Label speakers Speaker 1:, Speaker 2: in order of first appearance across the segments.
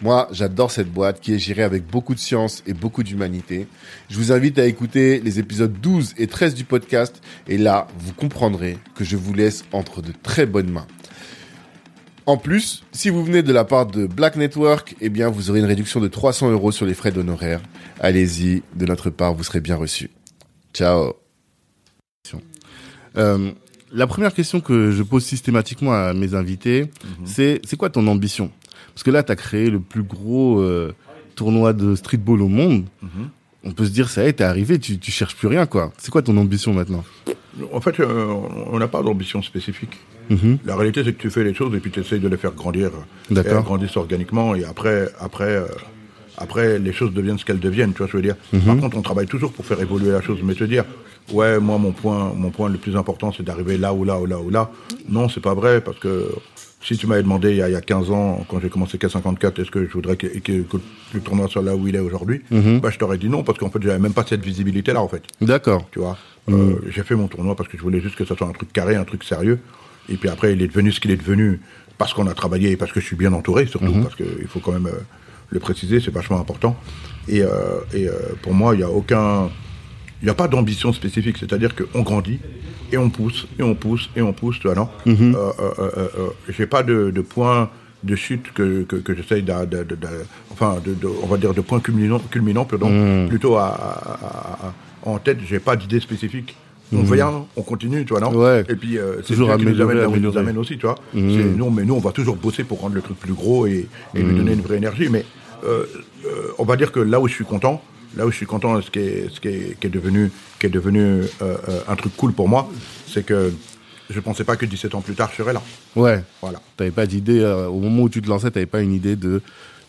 Speaker 1: Moi, j'adore cette boîte qui est gérée avec beaucoup de science et beaucoup d'humanité. Je vous invite à écouter les épisodes 12 et 13 du podcast et là, vous comprendrez que je vous laisse entre de très bonnes mains. En plus, si vous venez de la part de Black Network, eh bien, vous aurez une réduction de 300 euros sur les frais d'honoraires. Allez-y, de notre part, vous serez bien reçu. Ciao. Euh, la première question que je pose systématiquement à mes invités, c'est c'est quoi ton ambition Parce que là, tu as créé le plus gros euh, tournoi de streetball au monde.
Speaker 2: Mhm.
Speaker 1: On peut se dire, ça y est, t'es arrivé, tu, tu cherches plus rien, quoi. C'est quoi ton ambition maintenant
Speaker 2: En fait, euh, on n'a pas d'ambition spécifique.
Speaker 1: Mhm.
Speaker 2: La réalité, c'est que tu fais les choses et puis tu essayes de les faire grandir.
Speaker 1: D'accord.
Speaker 2: Elles grandissent organiquement et après, après, euh, après, les choses deviennent ce qu'elles deviennent. Tu vois ce que je veux dire
Speaker 1: Mhm.
Speaker 2: Par contre, on travaille toujours pour faire évoluer la chose. Mais te dire, ouais, moi, mon point, mon point le plus important, c'est d'arriver là ou là ou là ou là. Non, c'est pas vrai parce que si tu m'avais demandé il y, a, il y a 15 ans, quand j'ai commencé K54, est-ce que je voudrais que, que- que le tournoi soit là où il est aujourd'hui
Speaker 1: Mhm.
Speaker 2: bah, Je t'aurais dit non parce qu'en fait, j'avais même pas cette visibilité-là en fait
Speaker 1: D'accord.
Speaker 2: tu vois. Euh, j'ai fait mon tournoi parce que je voulais juste que ça soit un truc carré, un truc sérieux. Et puis après, il est devenu ce qu'il est devenu parce qu'on a travaillé et parce que je suis bien entouré, surtout parce qu'il faut quand même euh, le préciser, c'est vachement important. Et, euh, et, euh, pour moi, il n'y a aucun, il n'y a pas d'ambition spécifique. C'est-à-dire qu'on grandit et on pousse et on pousse et on pousse, tu vois, non Euh, euh, euh, euh, euh, J'ai pas de, de point de chute que, que, que j'essaye d'a- d'a- d'a- d'a- enfin de, de- on va dire de point culminant, culminant pardon, plutôt à, à- à- à- en tête j'ai pas d'idée spécifique on vient on continue tu vois non
Speaker 1: Mhm. Ouais.
Speaker 2: et puis euh, c'est
Speaker 1: Toujours
Speaker 2: Dieu qui nous
Speaker 1: améliorer,
Speaker 2: amène là où il nous
Speaker 1: améliorer. Mhm.
Speaker 2: amène aussi tu vois C'est- non mais nous on va toujours bosser pour rendre le truc plus gros et, et
Speaker 1: Mhm.
Speaker 2: lui donner une vraie énergie mais euh, euh, on va dire que là où je suis content là où je suis content ce qui est ce qui est, qui est devenu qui est devenu euh, euh, un truc cool pour moi c'est que je pensais pas que 17 ans plus tard je serais là
Speaker 1: Ouais.
Speaker 2: voilà
Speaker 1: T'avais pas d'idée, euh, au moment où tu te lançais, t'avais pas une idée de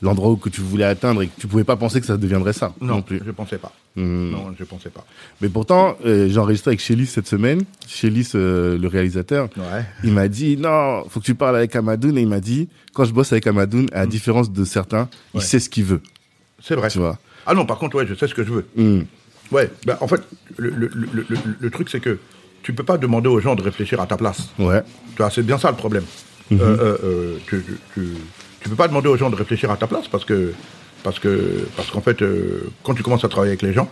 Speaker 1: l'endroit où que tu voulais atteindre et que tu pouvais pas penser que ça deviendrait ça non,
Speaker 2: non,
Speaker 1: plus.
Speaker 2: je pensais pas
Speaker 1: Hmm.
Speaker 2: non je pensais pas
Speaker 1: Mais pourtant, euh, j'ai enregistré avec Chélis cette semaine. Chélis, euh, le réalisateur,
Speaker 2: ouais
Speaker 1: il m'a dit non, faut que tu parles avec Amadoun. Et il m'a dit quand je bosse avec Amadoun, à la différence de certains, il
Speaker 2: Mm. Ouais.
Speaker 1: sait ce qu'il veut.
Speaker 2: c'est vrai
Speaker 1: Tu vois.
Speaker 2: ah non par contre ouais je sais ce que je veux
Speaker 1: Hmm.
Speaker 2: ouais bah, en fait le, le- le- le- le- le truc c'est que tu peux pas demander aux gens de réfléchir à ta place
Speaker 1: Ouais.
Speaker 2: Tu vois, c'est bien ça le problème.
Speaker 1: Mhm.
Speaker 2: Euh, euh, euh, tu, tu- tu- tu peux pas demander aux gens de réfléchir à ta place parce que parce que parce qu'en fait, euh, quand tu commences à travailler avec les gens,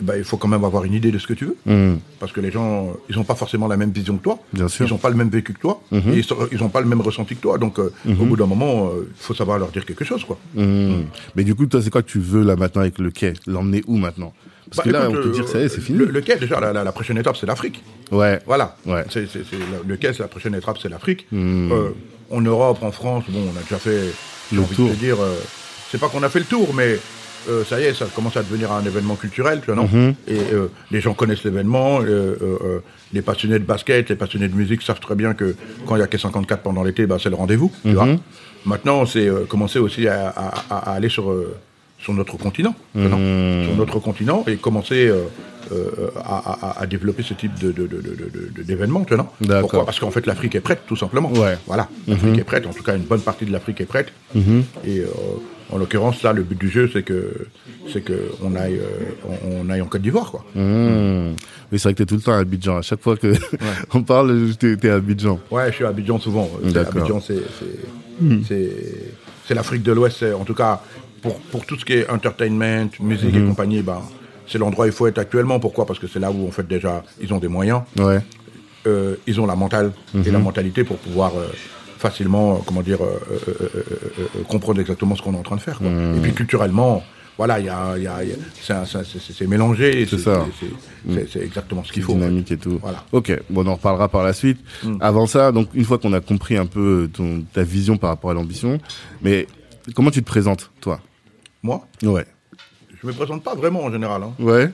Speaker 2: bah, il faut quand même avoir une idée de ce que tu veux.
Speaker 1: Hmm.
Speaker 2: Parce que les gens, euh, ils n'ont pas forcément la même vision que toi.
Speaker 1: Bien sûr. Mhm.
Speaker 2: Ils n'ont pas le même vécu que toi. Et ils sont- ils n'ont pas le même ressenti que toi. Donc, euh, au bout d'un moment, il faut savoir leur dire quelque chose, quoi.
Speaker 1: Hmm.
Speaker 2: Mm.
Speaker 1: Mais du coup, toi, c'est quoi que tu veux là maintenant avec le quai L'emmener où maintenant Parce que
Speaker 2: Bah,
Speaker 1: là,
Speaker 2: écoute,
Speaker 1: on peut
Speaker 2: euh,
Speaker 1: dire que ça y est, c'est fini.
Speaker 2: Le, le quai, déjà, la- la- la prochaine étape, c'est l'Afrique.
Speaker 1: Ouais.
Speaker 2: Voilà.
Speaker 1: Ouais. Hmm.
Speaker 2: C'est, c'est- c'est la- le caisse, la prochaine étape, c'est l'Afrique. Euh, en Europe, en France, bon, on a déjà fait, j'ai
Speaker 1: Le
Speaker 2: envie
Speaker 1: tour.
Speaker 2: de te dire, euh, c'est pas qu'on a fait le tour, mais euh, ça y est, ça commence à devenir un événement culturel, tu vois, non Et euh, les gens connaissent l'événement, euh, euh, euh, les passionnés de basket, les passionnés de musique savent très bien que quand il y a que 54 pendant l'été, bah, c'est le rendez-vous, tu vois. Maintenant, c'est euh, commencer aussi à, à- à- à aller sur... euh, sur notre continent, tu vois, non sur notre continent et commencer euh, euh, à, à- à développer ce type de, de, de, de- de- de- d'événements, tu vois, non
Speaker 1: D'accord.
Speaker 2: Pourquoi Parce qu'en fait, l'Afrique est prête, tout simplement.
Speaker 1: Ouais. Mhm.
Speaker 2: Voilà, l'Afrique est prête. En tout cas, une bonne partie de l'Afrique est prête. Et euh, en l'occurrence, là, le but du jeu, c'est que c'est que on aille euh, on, on aille en Côte d'Ivoire, quoi.
Speaker 1: Hmm. Mais c'est vrai que t'es tout le temps à Abidjan. À chaque fois que on parle, t'es t'es à Abidjan.
Speaker 2: Ouais, je suis à Abidjan souvent. Euh, C'est-
Speaker 1: D'accord. Mhm.
Speaker 2: Abidjan, c'est c'est- c'est c'est l'Afrique de l'Ouest. c'est- En tout cas, pour pour tout ce qui est entertainment, musique
Speaker 1: Mhm.
Speaker 2: et compagnie, ben c'est l'endroit où il faut être actuellement. Pourquoi Parce que c'est là où en fait déjà ils ont des moyens.
Speaker 1: Ouais.
Speaker 2: euh, ils ont la mentale et
Speaker 1: Mhm.
Speaker 2: la mentalité pour pouvoir euh,
Speaker 1: Mhm.
Speaker 2: facilement, euh, comment dire, euh, euh, euh, euh, euh, comprendre exactement ce qu'on est en train de faire. quoi. Et puis culturellement, voilà, il y a, il y a- il y a- c'est un- c'est un- c'est- c'est mélangé. et
Speaker 1: C'est ça. Mm.
Speaker 2: c'est- c'est- C'est c'est exactement ce qu'il faut.
Speaker 1: dynamique et tout.
Speaker 2: Voilà. Mm.
Speaker 1: Ok, bon, on en reparlera par la suite. Avant ça, donc une fois qu'on a compris un peu ton, ta vision par rapport à l'ambition, mais comment tu te présentes, toi
Speaker 2: Moi,
Speaker 1: Ouais.
Speaker 2: je me présente pas vraiment en général. hein.
Speaker 1: Ouais.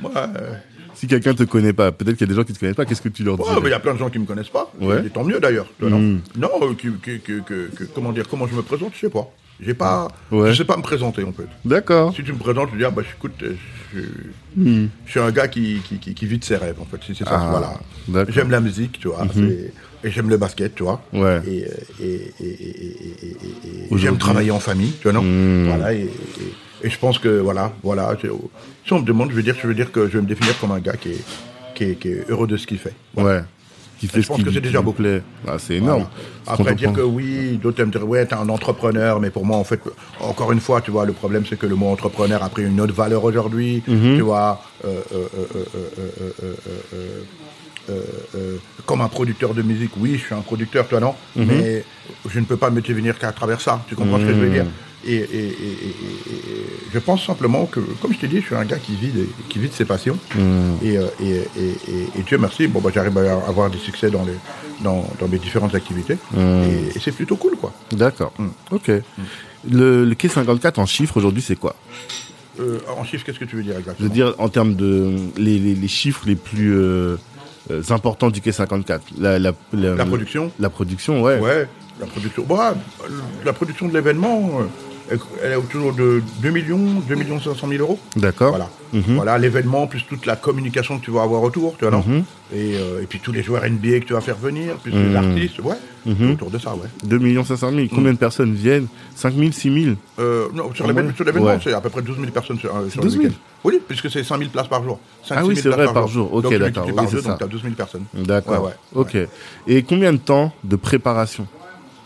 Speaker 2: Moi, euh,
Speaker 1: Si quelqu'un te connaît pas, peut-être qu'il y a des gens qui te connaissent pas, qu'est-ce que tu leur dis
Speaker 2: Ouais, mais il y a plein de gens qui me connaissent pas.
Speaker 1: Ouais. Mm.
Speaker 2: Et tant mieux d'ailleurs. tu vois, Non, non euh, qui- qui- qui- que- que- comment dire, comment je me présente, je sais pas. J'ai pas,
Speaker 1: Ouais.
Speaker 2: je sais pas me présenter en fait.
Speaker 1: D'accord.
Speaker 2: Si tu me présentes, je dis ah bah écoute, euh, je, je suis un gars qui, qui, qui, qui vit de ses rêves en fait. Si c'est ça,
Speaker 1: Hmm. Ah,
Speaker 2: voilà.
Speaker 1: d'accord. Mhm.
Speaker 2: J'aime la musique, tu vois. c'est- Et j'aime le basket, tu vois.
Speaker 1: Ouais.
Speaker 2: Et, euh, et, et, et, et- et- et- et- et
Speaker 1: Aujourd'hui. Hmm.
Speaker 2: j'aime travailler en famille, tu vois non. Voilà. Et, et- et je pense que voilà, voilà. j'ai- Si on me demande, je veux dire, je veux dire que je vais me définir comme un gars qui est, qui est, qui est heureux de ce qu'il fait.
Speaker 1: Ouais. Qui fait
Speaker 2: Je
Speaker 1: ce
Speaker 2: pense
Speaker 1: qui
Speaker 2: que
Speaker 1: lui-
Speaker 2: c'est
Speaker 1: qui
Speaker 2: déjà
Speaker 1: lui
Speaker 2: beaucoup.
Speaker 1: plaît. Ah, c'est énorme.
Speaker 2: Voilà.
Speaker 1: Ce
Speaker 2: Après
Speaker 1: qu'on
Speaker 2: dire
Speaker 1: t'en
Speaker 2: que
Speaker 1: pense.
Speaker 2: oui, d'autres aiment dire ouais t'es un entrepreneur, mais pour moi en fait encore une fois tu vois le problème c'est que le mot entrepreneur a pris une autre valeur aujourd'hui,
Speaker 1: Mhm.
Speaker 2: tu vois euh, euh, euh, euh, euh, euh, euh, euh, euh, euh, comme un producteur de musique oui je suis un producteur toi non
Speaker 1: Mhm.
Speaker 2: mais je ne peux pas me devenir qu'à travers ça tu comprends ce que je veux
Speaker 1: Mhm.
Speaker 2: dire et, et- et- et- et- et je pense simplement que comme je t'ai dit je suis un gars qui vit des- qui vit de ses passions
Speaker 1: Mhm.
Speaker 2: et, euh, et, et- et- et Dieu merci, bon, bah, j'arrive à avoir des succès dans, les, dans, dans mes différentes activités.
Speaker 1: Mhm.
Speaker 2: Et, et c'est plutôt cool, quoi.
Speaker 1: D'accord.
Speaker 2: Hmm.
Speaker 1: Ok. Le, le K54 en chiffres aujourd'hui, c'est quoi
Speaker 2: Euh, en chiffres, qu'est-ce que tu veux dire exactement
Speaker 1: Je veux dire, en termes de. Les, les- les chiffres les plus euh, euh, importants du K54. La, la,
Speaker 2: La production
Speaker 1: La production, ouais.
Speaker 2: Ouais, la production. bah, la production de l'événement, euh, elle est autour de 2 millions, 2 millions 500 000 euros.
Speaker 1: D'accord.
Speaker 2: Voilà.
Speaker 1: Mhm.
Speaker 2: Voilà, l'événement, plus toute la communication que tu vas avoir autour, tu vois, non
Speaker 1: Mhm.
Speaker 2: et, euh, et puis tous les joueurs NBA que tu vas faire venir, plus les artistes, ouais.
Speaker 1: Mhm.
Speaker 2: C'est Autour de ça, ouais.
Speaker 1: 2 500 000. Combien
Speaker 2: Hmm.
Speaker 1: de personnes viennent 5 000, 6 000
Speaker 2: Euh, non, sur
Speaker 1: Ah Ouais.
Speaker 2: l'événement, sur l'événement,
Speaker 1: Ouais.
Speaker 2: c'est à peu près 12 000 personnes sur, euh, sur
Speaker 1: 12 000.
Speaker 2: le week-end. Oui, puisque c'est 5 000 places par jour. 5
Speaker 1: Ah oui,
Speaker 2: 6 000
Speaker 1: c'est
Speaker 2: places
Speaker 1: vrai, par jour. Ok,
Speaker 2: donc, tu
Speaker 1: d'accord,
Speaker 2: multiplies
Speaker 1: oui,
Speaker 2: Par
Speaker 1: c'est
Speaker 2: deux,
Speaker 1: ça.
Speaker 2: donc tu as 12 000 personnes.
Speaker 1: D'accord.
Speaker 2: Ouais, ouais.
Speaker 1: ok. Et combien de temps de préparation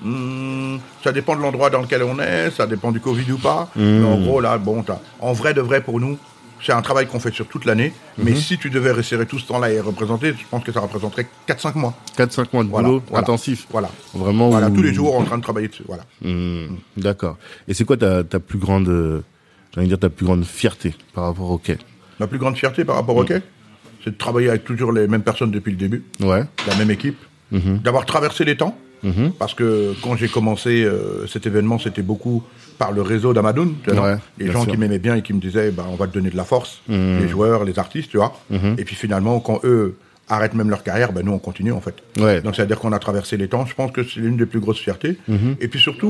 Speaker 2: Hmm, ça dépend de l'endroit dans lequel on est, ça dépend du Covid ou pas.
Speaker 1: Mmh.
Speaker 2: Mais en gros, là, bon, t'as- en vrai de vrai pour nous, c'est un travail qu'on fait sur toute l'année. Mais
Speaker 1: Mmh.
Speaker 2: si tu devais resserrer tout ce temps-là et représenter, je pense que ça représenterait 4-5 mois.
Speaker 1: 4-5 mois de
Speaker 2: Voilà,
Speaker 1: boulot
Speaker 2: voilà.
Speaker 1: intensif.
Speaker 2: Voilà.
Speaker 1: Vraiment.
Speaker 2: Voilà,
Speaker 1: où-
Speaker 2: tous les jours en train de travailler dessus. Voilà.
Speaker 1: Hmm, D'accord. Et c'est quoi ta, ta plus grande, euh, j'ai envie de dire ta plus grande fierté par rapport au quai
Speaker 2: Ma plus grande fierté par rapport au quai, c'est de travailler avec toujours les mêmes personnes depuis le début.
Speaker 1: Ouais.
Speaker 2: la même équipe,
Speaker 1: Mhm.
Speaker 2: d'avoir traversé les temps. Parce que quand j'ai commencé euh, cet événement, c'était beaucoup par le réseau d'Amadoun. tu vois,
Speaker 1: Ouais,
Speaker 2: non les
Speaker 1: bien
Speaker 2: gens
Speaker 1: sûr. Mhm.
Speaker 2: qui m'aimaient bien et qui me disaient, bah, on va te donner de la force, les joueurs, les artistes, tu vois. Et puis finalement, quand eux arrêtent même leur carrière, bah, nous on continue en fait.
Speaker 1: Ouais.
Speaker 2: Donc c'est-à-dire qu'on a traversé les temps. Je pense que c'est l'une des plus grosses fiertés. Et puis surtout,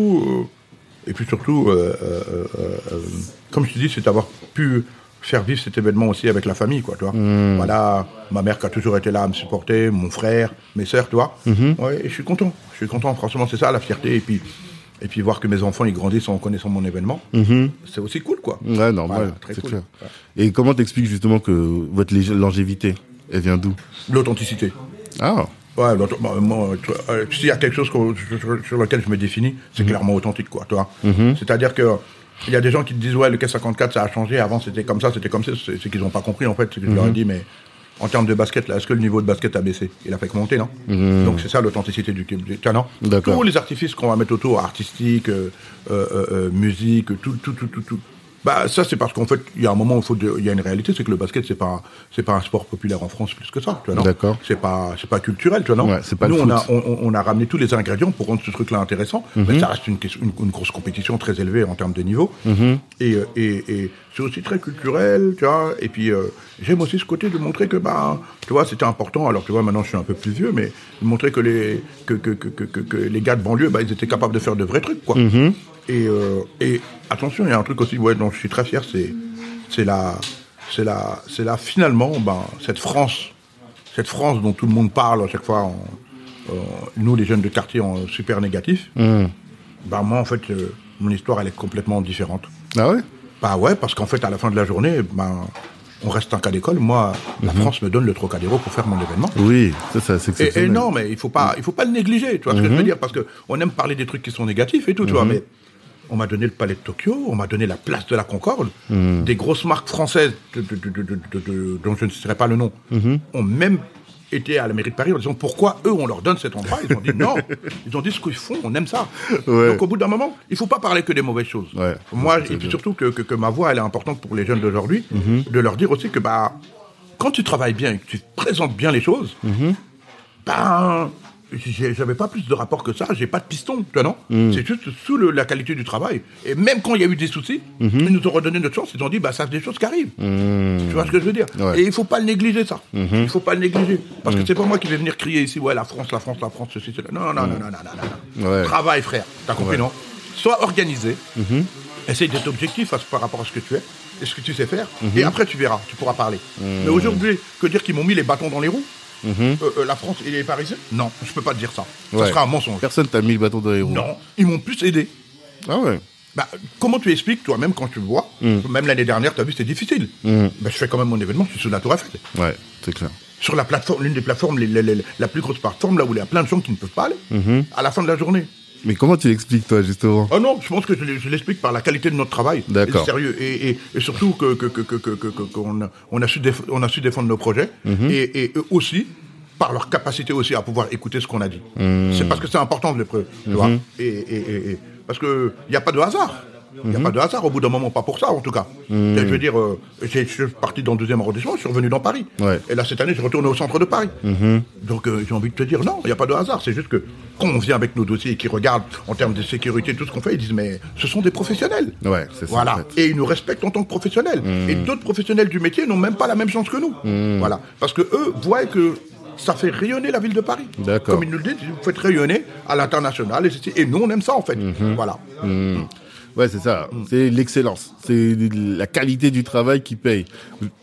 Speaker 2: euh, et puis surtout, euh, euh, euh, euh, comme je te dis, c'est d'avoir pu faire vivre cet événement aussi avec la famille, quoi, tu vois. Voilà, ma mère qui a toujours été là à me supporter, mon frère, mes sœurs, tu vois. Ouais, et je suis content. Je suis content. Franchement, c'est ça la fierté. Et puis. Et puis voir que mes enfants ils grandissent en connaissant mon événement, c'est aussi cool quoi.
Speaker 1: Ouais, normal.
Speaker 2: Voilà, très
Speaker 1: c'est
Speaker 2: cool.
Speaker 1: clair. Et comment t'expliques justement que votre lég- longévité, elle vient d'où
Speaker 2: L'authenticité.
Speaker 1: Ah.
Speaker 2: Ouais, l'auto- bah, moi, tu- euh, s'il y a quelque chose qu'on- sur, sur- sur lequel je me définis, c'est clairement authentique, quoi, tu vois. C'est-à-dire que il y a des gens qui te disent ouais, le K54 ça a changé. Avant c'était comme ça, c'était comme ça. C'est c'est qu'ils n'ont pas compris en fait. C'est que je leur ai dit mais en termes de basket là, est-ce que le niveau de basket a baissé Il a fait que monter, non Donc c'est ça l'authenticité du du- tiens, non
Speaker 1: D'accord.
Speaker 2: Tous les artifices qu'on va mettre autour, artistique, euh, euh, euh, euh, musique, tout, tout, tout, tout, tout. Bah ça c'est parce qu'en fait il y a un moment où il faut de- il y a une réalité, c'est que le basket c'est pas c'est pas un sport populaire en France plus que ça, tu vois, non
Speaker 1: D'accord.
Speaker 2: c'est pas c'est pas culturel tu vois non
Speaker 1: Ouais, c'est pas
Speaker 2: nous
Speaker 1: le
Speaker 2: on a
Speaker 1: foot. Mhm.
Speaker 2: on, on- on a ramené tous les ingrédients pour rendre ce truc là intéressant mais ça reste une, question- une une grosse compétition très élevée en termes de niveau
Speaker 1: Mhm.
Speaker 2: et euh, et, et c'est aussi très culturel tu vois et puis euh, j'aime aussi ce côté de montrer que bah tu vois c'était important alors tu vois maintenant je suis un peu plus vieux mais de montrer que les que que, que, que, que- que les gars de banlieue bah, ils étaient capables de faire de vrais trucs quoi
Speaker 1: Mhm.
Speaker 2: et euh, et attention il y a un truc aussi ouais dont je suis très fier c'est c'est la c'est la c'est la finalement ben cette France cette France dont tout le monde parle à chaque fois, en- en- nous les jeunes de quartier en super négatif, bah moi en fait euh, mon histoire elle est complètement différente.
Speaker 1: Ah ouais
Speaker 2: Bah ouais parce qu'en fait à la fin de la journée, ben on reste un cas d'école. Moi la France me donne le Trocadéro pour faire mon événement.
Speaker 1: Oui, ça, ça c'est
Speaker 2: Et, et
Speaker 1: exceptionnel.
Speaker 2: non mais il faut pas il faut pas le négliger, tu vois ce
Speaker 1: Mhm.
Speaker 2: que je veux dire parce que on aime parler des trucs qui sont négatifs et tout, tu vois mais on m'a donné le palais de Tokyo, on m'a donné la place de la Concorde,
Speaker 1: Mhm. Mhm.
Speaker 2: des grosses marques françaises de- de- de- de- de- de- de- dont je ne citerai pas le nom, ont même étaient à la mairie de Paris en disant pourquoi eux on leur donne cet endroit. Ils ont dit non. Ils ont dit ce qu'ils font, on aime ça.
Speaker 1: Ouais.
Speaker 2: Donc au bout d'un moment, il faut pas parler que des mauvaises choses.
Speaker 1: Ouais.
Speaker 2: Moi,
Speaker 1: Ouais, c'est Mhm.
Speaker 2: et puis
Speaker 1: bien.
Speaker 2: surtout que, que, que ma voix elle est importante pour les jeunes d'aujourd'hui, de leur dire aussi que bah quand tu travailles bien et que tu présentes bien les choses, ben j'ai- j'avais pas plus de rapport que ça, j'ai pas de piston, tu vois, non
Speaker 1: Hmm.
Speaker 2: C'est juste sous le- la qualité du travail. Et même quand il y a eu des soucis,
Speaker 1: Mhm.
Speaker 2: ils nous ont redonné notre chance, ils ont dit, bah ça, c'est des choses qui arrivent. Tu vois ce que je veux dire
Speaker 1: Hmm. Ouais. Mhm. Hmm.
Speaker 2: Et il faut pas le négliger, ça. Il faut pas le négliger. Parce que c'est pas moi qui vais venir crier ici, ouais, la France, la France, la France, ceci, cela. Non, non, non, non, non, non, non.
Speaker 1: Hmm. Ouais. Mhm.
Speaker 2: Travail, frère. T'as compris, non Sois organisé. Essaye d'être objectif à ce- par rapport à ce que tu es et ce que tu sais faire.
Speaker 1: Mhm.
Speaker 2: Et après, tu verras, tu pourras parler.
Speaker 1: Hmm.
Speaker 2: Mais aujourd'hui, que dire qu'ils m'ont mis les bâtons dans les roues euh, euh, la France et les Parisiens Non, je peux pas te dire ça. Ça
Speaker 1: Ouais.
Speaker 2: sera un mensonge.
Speaker 1: Personne t'a mis le bâton dans les roues.
Speaker 2: Non, ils m'ont plus aidé.
Speaker 1: Ah ouais.
Speaker 2: Bah, comment tu expliques toi-même quand tu le vois
Speaker 1: Mm.
Speaker 2: Même l'année dernière, tu as vu, c'était difficile. Bah, je fais quand même mon événement, je suis sous la Tour Eiffel.
Speaker 1: Ouais, c'est clair.
Speaker 2: Sur la plateforme, l'une des plateformes, les- les- les- la plus grosse plateforme, là où il y a plein de gens qui ne peuvent pas aller,
Speaker 1: Mm-hmm.
Speaker 2: à la fin de la journée.
Speaker 1: Mais comment tu l'expliques, toi, justement
Speaker 2: Oh non, je pense que je l'ai- je l'explique par la qualité de notre travail.
Speaker 1: D'accord.
Speaker 2: Et le sérieux. Et, et- et surtout que, que, que, que, que, que- que- qu'on a, on a su déf- on a su défendre nos projets.
Speaker 1: Mhm.
Speaker 2: et, et eux aussi par leur capacité aussi à pouvoir écouter ce qu'on a dit.
Speaker 1: Mhm.
Speaker 2: C'est parce que c'est important de l'épreuve, tu vois. Et, et, et- et- parce que il n'y a pas de hasard. Il
Speaker 1: Mhm.
Speaker 2: n'y a pas de hasard au bout d'un moment, pas pour ça en tout cas. Et Je veux dire, euh, j'ai- je suis parti dans le deuxième arrondissement, je suis revenu dans Paris.
Speaker 1: Ouais. Mhm.
Speaker 2: Et là, cette année, je retourne au centre de Paris. Donc, euh, j'ai envie de te dire, non, il n'y a pas de hasard. C'est juste que quand on vient avec nos dossiers et qu'ils regardent en termes de sécurité tout ce qu'on fait, ils disent, mais ce sont des professionnels.
Speaker 1: Ouais, c'est ça,
Speaker 2: Voilà.
Speaker 1: en fait.
Speaker 2: Et ils nous respectent en tant que professionnels.
Speaker 1: Hmm.
Speaker 2: Et d'autres professionnels du métier n'ont même pas la même chance que nous. Voilà. Parce que eux voient que ça fait rayonner la ville de Paris.
Speaker 1: D'accord.
Speaker 2: Comme ils nous le disent, vous faites rayonner à l'international. Et, ceci. Et nous, on aime ça, en fait.
Speaker 1: Hmm.
Speaker 2: Voilà.
Speaker 1: Ouais, c'est ça.
Speaker 2: Mm.
Speaker 1: C'est l'excellence. C'est la qualité du travail qui paye.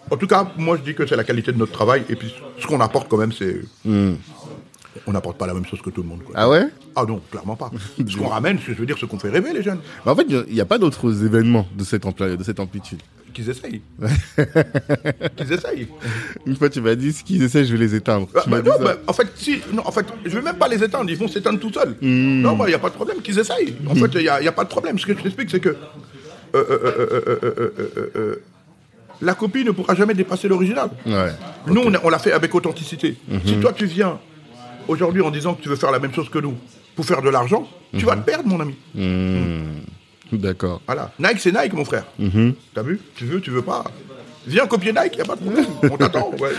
Speaker 2: En tout cas, moi, je dis que c'est la qualité de notre travail. Et puis, ce qu'on apporte, quand même, c'est. On n'apporte pas la même chose que tout le monde. Quoi.
Speaker 1: Hmm. Ah ouais
Speaker 2: Ah non, clairement pas. Ce qu'on ramène, ce que je veux dire, ce qu'on fait rêver les jeunes,
Speaker 1: Mais Bah, En fait, il n'y a pas d'autres événements de cette, ampli- de cette amplitude.
Speaker 2: qu'ils essayent. qu'ils essayent.
Speaker 1: Une fois, tu m'as dit, ce qu'ils essaient, je vais les éteindre.
Speaker 2: Bah,
Speaker 1: tu m'as
Speaker 2: bah,
Speaker 1: dit
Speaker 2: non,
Speaker 1: ça.
Speaker 2: bah, en fait, si, non, en fait, je vais même pas les éteindre, ils vont s'éteindre tout seuls.
Speaker 1: Hmm.
Speaker 2: Non, il n'y a pas de problème, qu'ils essayent. En fait, il n'y a, y a pas de problème. Ce que je t'explique, c'est que euh, euh, euh, euh, euh, euh, euh, euh, euh, la copie ne pourra jamais dépasser l'original.
Speaker 1: Ouais.
Speaker 2: Nous, on a- on l'a fait avec authenticité.
Speaker 1: Hmm.
Speaker 2: Si toi, tu viens aujourd'hui en disant que tu veux faire la même chose que nous pour faire de l'argent, tu
Speaker 1: Hmm.
Speaker 2: vas te perdre, mon ami.
Speaker 1: D'accord.
Speaker 2: Voilà. Nike, c'est Nike, mon frère.
Speaker 1: Hmm.
Speaker 2: T'as vu Tu veux, tu veux pas Viens copier Nike, y a pas de problème. On t'attend. ouais.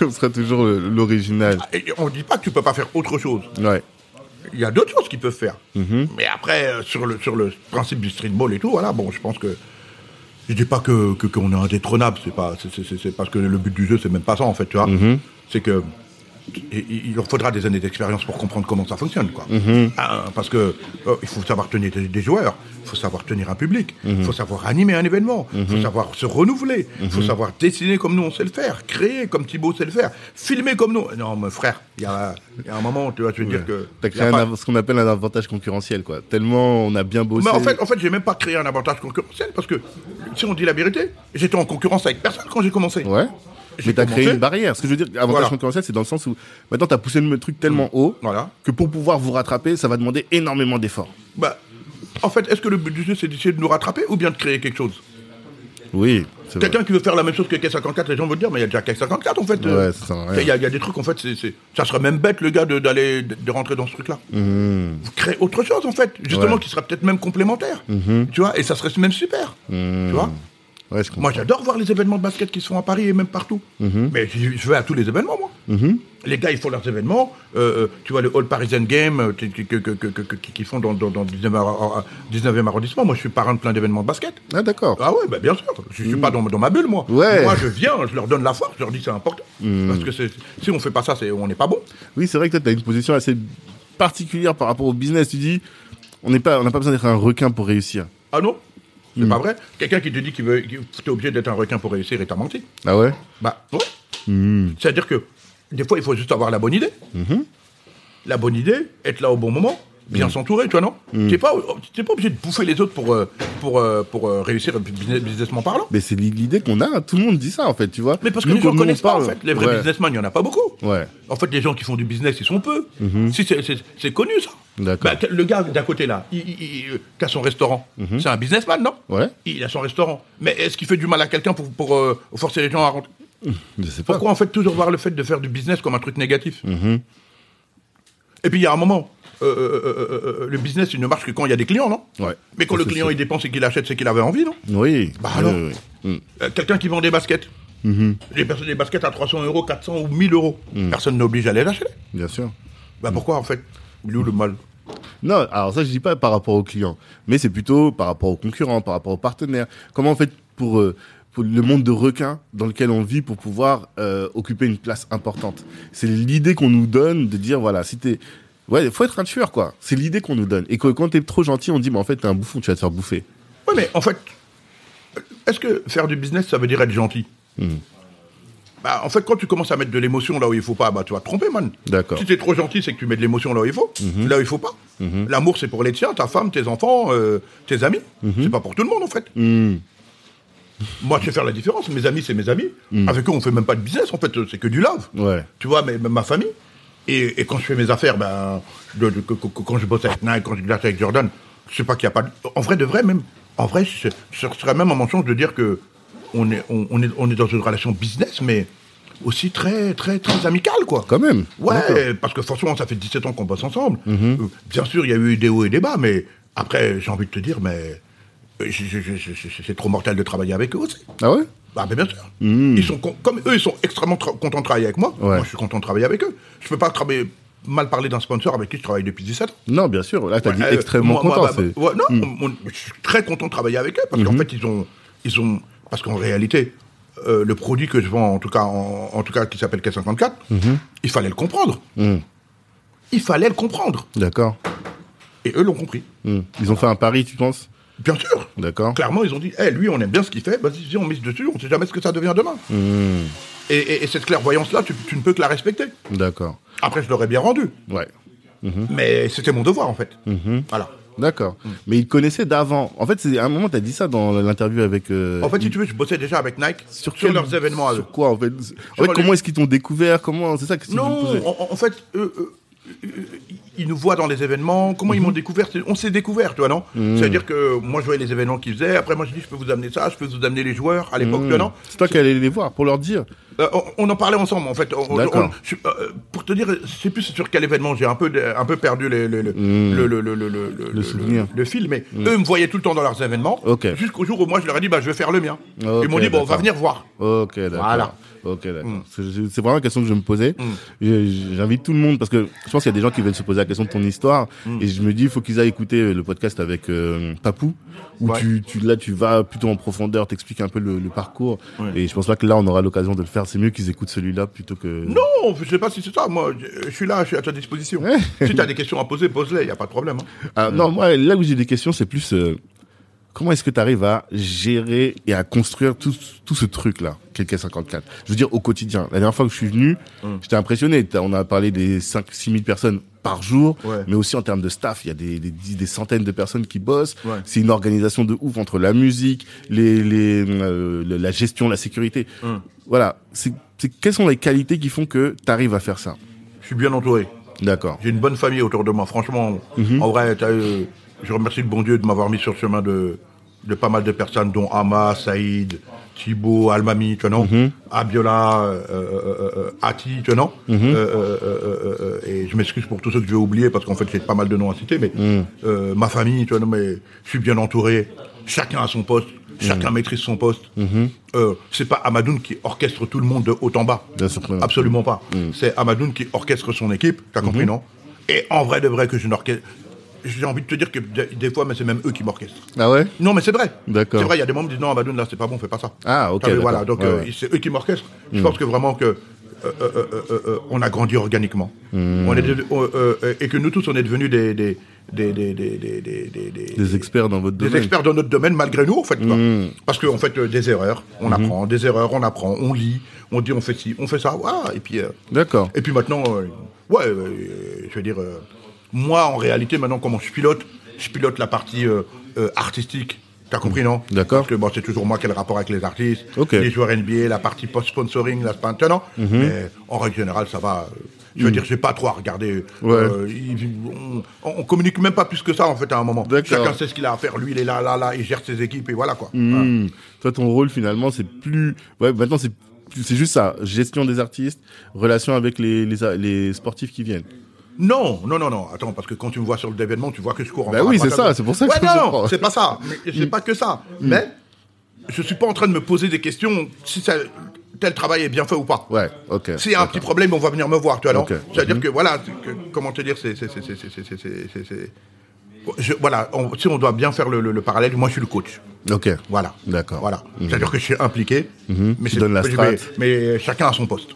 Speaker 1: On sera toujours le- l'original.
Speaker 2: Et on dit pas que tu peux pas faire autre chose.
Speaker 1: Ouais.
Speaker 2: Il y a d'autres choses qu'ils peuvent faire. Mais après, euh, sur le, sur le principe du streetball et tout, voilà, bon, je pense que. Je dis pas que que- qu'on est indétrônable, c'est pas c'est- c'est- c'est c'est parce que le but du jeu c'est même pas ça en fait, tu vois. C'est que il- il il leur faudra des années d'expérience pour comprendre comment ça fonctionne, quoi. Ah, parce que euh, il faut savoir tenir des, des joueurs, il faut savoir tenir un public, il faut savoir animer un événement, il faut savoir se renouveler, il faut savoir dessiner comme nous on sait le faire, créer comme Thibaut sait le faire, filmer comme nous. Non, mon frère, il y a, il y a un moment, tu vois, je veux dire que
Speaker 1: T'as
Speaker 2: il y
Speaker 1: créé
Speaker 2: a
Speaker 1: un
Speaker 2: pas-
Speaker 1: av- ce qu'on appelle un avantage concurrentiel, quoi. Tellement on a bien bossé.
Speaker 2: mais Bah, en fait, en fait j'ai même pas créé un avantage concurrentiel parce que, si on dit la vérité, j'étais en concurrence avec personne quand j'ai commencé.
Speaker 1: Ouais.
Speaker 2: J'ai
Speaker 1: Mais t'as créé
Speaker 2: commencé.
Speaker 1: une barrière. Ce que je veux dire, avantage
Speaker 2: Voilà. Mm.
Speaker 1: concurrentiel, c'est dans le sens où maintenant t'as poussé le truc tellement haut
Speaker 2: Voilà.
Speaker 1: que pour pouvoir vous rattraper, ça va demander énormément d'efforts.
Speaker 2: Bah, en fait, est-ce que le but du jeu, c'est d'essayer de nous rattraper ou bien de créer quelque chose
Speaker 1: Oui. c'est vrai.
Speaker 2: Quelqu'un qui veut faire la même chose que K54, les gens vont dire, mais il y a déjà K54 en fait. euh,
Speaker 1: Ouais, ça sert à rien.
Speaker 2: Il y, a- il y a des trucs en fait, c'est- c'est- ça serait même bête le gars de- d'aller de, de rentrer dans ce truc-là. Vous créez autre chose en fait, justement
Speaker 1: Mmh. Ouais. Mmh.
Speaker 2: qui serait peut-être même complémentaire. Tu vois, et ça serait même super. Tu vois
Speaker 1: Ouais, je comprends.
Speaker 2: Moi, j'adore voir les événements de basket qui se font à Paris et même partout. Mais je, je vais à tous les événements, moi. Les gars, ils font leurs événements. Euh, euh, tu vois, le All Parisian Game euh, qui- qui- que- que- que- que- qui- qu'ils font dans, dans, dans le 19e, arro- euh, 19e arrondissement. Moi, je suis parrain de plein d'événements de basket.
Speaker 1: Ah, d'accord.
Speaker 2: Ah ouais, bah, bien sûr. Je suis pas dans, dans ma bulle, moi.
Speaker 1: Ouais.
Speaker 2: Moi, je viens, je leur donne la force, je leur dis c'est important. Parce que c'est- si on fait pas ça, c'est- on n'est pas bon.
Speaker 1: Oui, c'est vrai que toi, t'as une position assez particulière par rapport au business. Tu dis, on n'est pas, on n'a pas besoin d'être un requin pour réussir.
Speaker 2: Ah non C'est pas vrai Quelqu'un qui te dit qu'il veut- qu'il- que t'es obligé d'être un requin pour réussir, il t'a menti.
Speaker 1: Ah ouais.
Speaker 2: Bah, ouais.
Speaker 1: Hmm.
Speaker 2: C'est-à-dire que des fois, il faut juste avoir la bonne idée.
Speaker 1: Mhm.
Speaker 2: La bonne idée, être là au bon moment,
Speaker 1: Hmm.
Speaker 2: bien s'entourer, toi, non T'es pas, t'es pas obligé de bouffer les autres pour, euh, pour, euh, pour, euh, réussir business- businessment parlant.
Speaker 1: Mais c'est l'idée qu'on a. Tout le monde dit ça, en fait, tu vois.
Speaker 2: Mais parce que
Speaker 1: Nous,
Speaker 2: les gens
Speaker 1: quand nous, on
Speaker 2: connaissent pas, en
Speaker 1: parle-
Speaker 2: fait. Les vrais
Speaker 1: Ouais.
Speaker 2: businessmen, il n'y en a pas beaucoup.
Speaker 1: Ouais.
Speaker 2: En fait, les gens qui font du business, ils sont peu. Si c'est- c'est c'est connu, ça.
Speaker 1: Mhm. D'accord.
Speaker 2: Bah, le gars d'à côté, là, il, il- il- euh, qui a son restaurant,
Speaker 1: Mhm.
Speaker 2: c'est un businessman, non
Speaker 1: Ouais.
Speaker 2: Il a son restaurant. Mais est-ce qu'il fait du mal à quelqu'un pour, pour euh, forcer les gens à rentrer
Speaker 1: Je sais pas.
Speaker 2: Pourquoi en fait toujours voir le fait de faire du business comme un truc négatif
Speaker 1: Mhm.
Speaker 2: Et puis il y a un moment, euh, euh, euh, euh, euh, le business il ne marche que quand il y a des clients, non
Speaker 1: Ouais.
Speaker 2: Mais quand
Speaker 1: Ça,
Speaker 2: le
Speaker 1: c'est
Speaker 2: client
Speaker 1: sûr.
Speaker 2: il dépense et qu'il achète, c'est qu'il avait envie, non
Speaker 1: Oui.
Speaker 2: Bah
Speaker 1: oui,
Speaker 2: alors.
Speaker 1: oui, Mhm. oui. Mm.
Speaker 2: Euh, Quelqu'un qui vend des baskets. Des, personnes- des baskets à 300 euros, 400 ou 1000 euros.
Speaker 1: Mhm.
Speaker 2: Personne n'oblige à les acheter.
Speaker 1: Bien sûr.
Speaker 2: Bah
Speaker 1: Mhm.
Speaker 2: pourquoi en fait Il est où le mal
Speaker 1: Non, alors ça, je dis pas par rapport aux clients, mais c'est plutôt par rapport aux concurrents, par rapport aux partenaires. Comment on fait pour, euh, pour le monde de requins dans lequel on vit pour pouvoir euh, occuper une place importante C'est l'idée qu'on nous donne de dire, voilà, si t'es... Ouais, faut être un tueur, quoi. C'est l'idée qu'on nous donne. Et que quand t'es trop gentil, on dit, mais en fait, t'es un bouffon, tu vas te faire bouffer.
Speaker 2: Oui, mais en fait, est-ce que faire du business, ça veut dire être gentil Bah, en fait, quand tu commences à mettre de l'émotion là où il faut pas, bah, tu vas te tromper, man.
Speaker 1: D'accord.
Speaker 2: Si t'es trop gentil, c'est que tu mets de l'émotion là où il faut, là où il faut pas. L'amour, c'est pour les tiens, ta femme, tes enfants, euh, tes amis. C'est pas pour tout le monde, en fait. Moi, je sais faire la différence. Mes amis, c'est mes amis. Avec eux, on fait même pas de business, en fait. C'est que du love.
Speaker 1: Ouais.
Speaker 2: Tu vois, mais, mais ma famille. Et, et quand je fais mes affaires, ben, de- de- que- que- quand je bosse avec Nike, quand je glace avec Jordan, je sais pas qu'il n'y a pas. de- En vrai, de vrai, même. En vrai, ce ce serait même un mensonge de dire que on est, on, on est, on est dans une relation business, mais aussi très, très, très amicale, quoi.
Speaker 1: Quand même. D'accord.
Speaker 2: Ouais, parce que forcément, ça fait 17 ans qu'on bosse ensemble. Euh, Bien sûr, il y a eu des hauts et des bas, mais après, j'ai envie de te dire, mais. euh, je- je- je- je- C'est trop mortel de travailler avec eux aussi.
Speaker 1: Ah ouais
Speaker 2: Bah, mais bien sûr. Ils sont con- comme eux, ils sont extrêmement tra- contents de travailler avec moi.
Speaker 1: Hmm. Ouais.
Speaker 2: Moi, je suis content de travailler avec eux. Je peux pas travailler- mal parler d'un sponsor avec qui je travaille depuis 17 ans.
Speaker 1: Non, bien sûr. Là, t'as dit
Speaker 2: Euh,
Speaker 1: extrêmement
Speaker 2: moi- moi,
Speaker 1: content.
Speaker 2: bah,
Speaker 1: c'est- Hmm.
Speaker 2: bah, ouais, non, on- on- je suis très content de travailler avec eux parce qu'en fait, ils ont, ils ont, parce qu'en réalité, euh, le produit que je vends, en tout cas, en, en tout cas, qui s'appelle K54,
Speaker 1: Mhm.
Speaker 2: il fallait le comprendre.
Speaker 1: Hmm.
Speaker 2: Il fallait le comprendre.
Speaker 1: D'accord.
Speaker 2: Et eux l'ont compris.
Speaker 1: Mm. Ils ont fait un pari, tu penses
Speaker 2: Bien sûr.
Speaker 1: D'accord.
Speaker 2: Clairement, ils ont dit, Eh, lui, on aime bien ce qu'il fait, vas-y, viens, on mise dessus, on sait jamais ce que ça devient demain. Et, et- et cette clairvoyance-là, tu, tu ne peux que la respecter.
Speaker 1: D'accord.
Speaker 2: Après, je l'aurais bien rendu,
Speaker 1: Ouais.
Speaker 2: mais c'était mon devoir, en fait. Voilà.
Speaker 1: D'accord.
Speaker 2: Hmm.
Speaker 1: Mais ils connaissaient d'avant. En fait, c'est à un moment, tu as dit ça dans l'interview avec. euh,
Speaker 2: En fait, si tu veux, je bossais déjà avec Nike sur,
Speaker 1: quel-
Speaker 2: leurs événements à eux.
Speaker 1: Sur quoi, en fait, En fait,
Speaker 2: les-
Speaker 1: Comment est-ce qu'ils t'ont découvert Comment C'est ça que
Speaker 2: Non,
Speaker 1: posais.
Speaker 2: en, en fait, eux, eux, euh, ils nous voient dans les événements. Comment ils m'ont découvert C'est- On s'est découvert, tu vois, non C'est-à-dire que moi, je voyais les événements qu'ils faisaient. Après, moi, je dis, je peux vous amener ça, je peux vous amener les joueurs à
Speaker 1: Hmm.
Speaker 2: l'époque, tu vois, non
Speaker 1: C'est toi qui allais les voir pour leur dire.
Speaker 2: Euh, on, on en parlait ensemble, en fait. On- on-
Speaker 1: D'accord.
Speaker 2: on- je- euh, pour te dire, je sais plus sur quel événement, j'ai un peu, de- un peu perdu le, le, le, le, le, le, le, le- le-
Speaker 1: souvenir.
Speaker 2: le fil, mais eux me voyaient tout le temps dans leurs événements.
Speaker 1: Ok.
Speaker 2: Jusqu'au jour où moi, je leur ai dit, bah, je vais faire le mien.
Speaker 1: Ok,
Speaker 2: Ils m'ont dit, bon, on va
Speaker 1: d'accord.
Speaker 2: venir voir.
Speaker 1: Ok, d'accord.
Speaker 2: Voilà. Mm.
Speaker 1: Ok, d'accord. Parce que je- C'est vraiment la question que je me posais. Je- J'invite tout le monde parce que je pense qu'il y a des gens qui veulent se poser la question de ton histoire
Speaker 2: Mm.
Speaker 1: et je me dis il faut qu'ils aillent écouter le podcast avec euh, Papou où
Speaker 2: Ouais.
Speaker 1: tu, tu là tu vas plutôt en profondeur, t'expliques un peu le, le parcours et je pense pas que là on aura l'occasion de le faire. C'est mieux qu'ils écoutent celui-là plutôt que
Speaker 2: Non, je sais pas si c'est ça. Moi, je, je suis là, je suis à ta disposition. si tu as des questions à poser, pose-les, il n'y a pas de problème. hein.
Speaker 1: Ah, Non, moi, là où j'ai des questions, c'est plus euh, comment est-ce que tu arrives à gérer et à construire tout, tout ce truc-là, quelqu'un 54 Je veux dire, au quotidien. La dernière fois que je suis venu,
Speaker 2: Hum.
Speaker 1: j'étais impressionné. T'as- On a parlé des 5-6 000 personnes par jour,
Speaker 2: Ouais.
Speaker 1: mais aussi en termes de staff. Il y a des, des, dix- des centaines de personnes qui bossent.
Speaker 2: Ouais.
Speaker 1: C'est une organisation de ouf entre la musique, les, les, euh, le- la gestion, la sécurité.
Speaker 2: Hum.
Speaker 1: Voilà. C'est c'est- quelles sont les qualités qui font que tu arrives à faire ça
Speaker 2: Je suis bien entouré.
Speaker 1: D'accord. Mhm.
Speaker 2: J'ai une bonne famille autour de moi, franchement. En vrai, t'as, euh, je remercie le bon Dieu de m'avoir mis sur le chemin de, de pas mal de personnes, dont Ama, Saïd, Thibaut, Almami, tu vois, non
Speaker 1: Mhm.
Speaker 2: Abiola, euh, euh, euh, Ati, tu vois, non
Speaker 1: Mhm.
Speaker 2: Euh, euh, euh, euh, euh, Et je m'excuse pour tous ceux que je vais oublier, parce qu'en fait, j'ai pas mal de noms à citer, mais
Speaker 1: Mhm.
Speaker 2: euh, ma famille, tu vois, non, mais je suis bien entouré. Chacun a son poste,
Speaker 1: Mhm.
Speaker 2: chacun maîtrise son poste. Euh, c'est pas Amadoun qui orchestre tout le monde de haut en bas.
Speaker 1: Bien sûr que non.
Speaker 2: Absolument pas.
Speaker 1: Mmh.
Speaker 2: C'est Amadoun qui orchestre son équipe, t'as compris, non Et en vrai de vrai que je n'orchestre. J'ai envie de te dire que des des fois, mais c'est même eux qui m'orchestrent.
Speaker 1: Ah ouais
Speaker 2: Non, mais c'est vrai.
Speaker 1: D'accord.
Speaker 2: C'est vrai, il y a des membres qui disent non, Amadoun, là, c'est pas bon, fais pas ça.
Speaker 1: Ah, ok,
Speaker 2: T'as vu, Voilà,
Speaker 1: d'accord.
Speaker 2: donc euh,
Speaker 1: Ouais, Mmh. ouais.
Speaker 2: c'est eux qui m'orchestrent. Je pense que vraiment que. euh, euh, euh, euh, euh, on a grandi organiquement.
Speaker 1: Mmh.
Speaker 2: On est de- on- euh, euh, et que nous tous, on est devenus des, des, des, des, des, des, des, des-
Speaker 1: Des Mmh. experts dans votre
Speaker 2: des
Speaker 1: domaine.
Speaker 2: experts dans notre domaine malgré nous en fait quoi. parce que en fait euh, des erreurs on
Speaker 1: Mmh.
Speaker 2: apprend des erreurs on apprend on lit on dit on fait ci on fait ça voilà. et puis euh,
Speaker 1: D'accord.
Speaker 2: et puis maintenant euh, ouais euh, je veux dire euh, moi en réalité maintenant comment je pilote je pilote la partie euh, euh, artistique T'as compris, non
Speaker 1: D'accord.
Speaker 2: Parce que bon, c'est toujours moi qui ai le rapport avec les artistes,
Speaker 1: Ok. Mhm.
Speaker 2: les joueurs NBA, la partie post-sponsoring, la sponsoring, non Mais en règle générale, ça va. euh, Je veux dire, j'ai pas trop à regarder.
Speaker 1: Mm. Ouais.
Speaker 2: Euh, il- on, on communique même pas plus que ça, en fait, à un moment.
Speaker 1: D'accord.
Speaker 2: Chacun sait ce qu'il a à faire. Lui, il
Speaker 1: Mm.
Speaker 2: est là, là, là, il gère ses équipes, et voilà, quoi.
Speaker 1: Hmm. Toi, ton rôle finalement, c'est plus. Ouais, maintenant, c'est c'est juste ça, gestion des artistes, relation avec les, les, les sportifs qui viennent.
Speaker 2: Non, non, non, non. Attends, parce que quand tu me vois sur le d'événement, tu vois que je cours en
Speaker 1: Bah oui, c'est ça, c'est pour ça que
Speaker 2: ouais,
Speaker 1: je Mm. me
Speaker 2: non,
Speaker 1: surprends.
Speaker 2: c'est pas ça. Mais C'est pas que ça. Mais je suis pas en train de me poser des questions si ça- tel travail est bien fait ou pas.
Speaker 1: Ouais, ok.
Speaker 2: S'il y a un petit problème, on va venir me voir, tu vois. non
Speaker 1: Ok. Mm-hmm.
Speaker 2: C'est-à-dire que voilà, c'est que- comment te dire, c'est, c'est, c'est, c'est, c'est, c'est, c'est- c'est- c'est- Je- voilà, on- si on doit bien faire le, le- le parallèle, moi je suis le coach.
Speaker 1: Ok.
Speaker 2: Voilà.
Speaker 1: D'accord. Mm-hmm.
Speaker 2: Voilà. C'est-à-dire que je suis impliqué, mais,
Speaker 1: Tu
Speaker 2: c'est-
Speaker 1: donnes la
Speaker 2: mais-
Speaker 1: strat. Mm-hmm.
Speaker 2: mais chacun à son poste.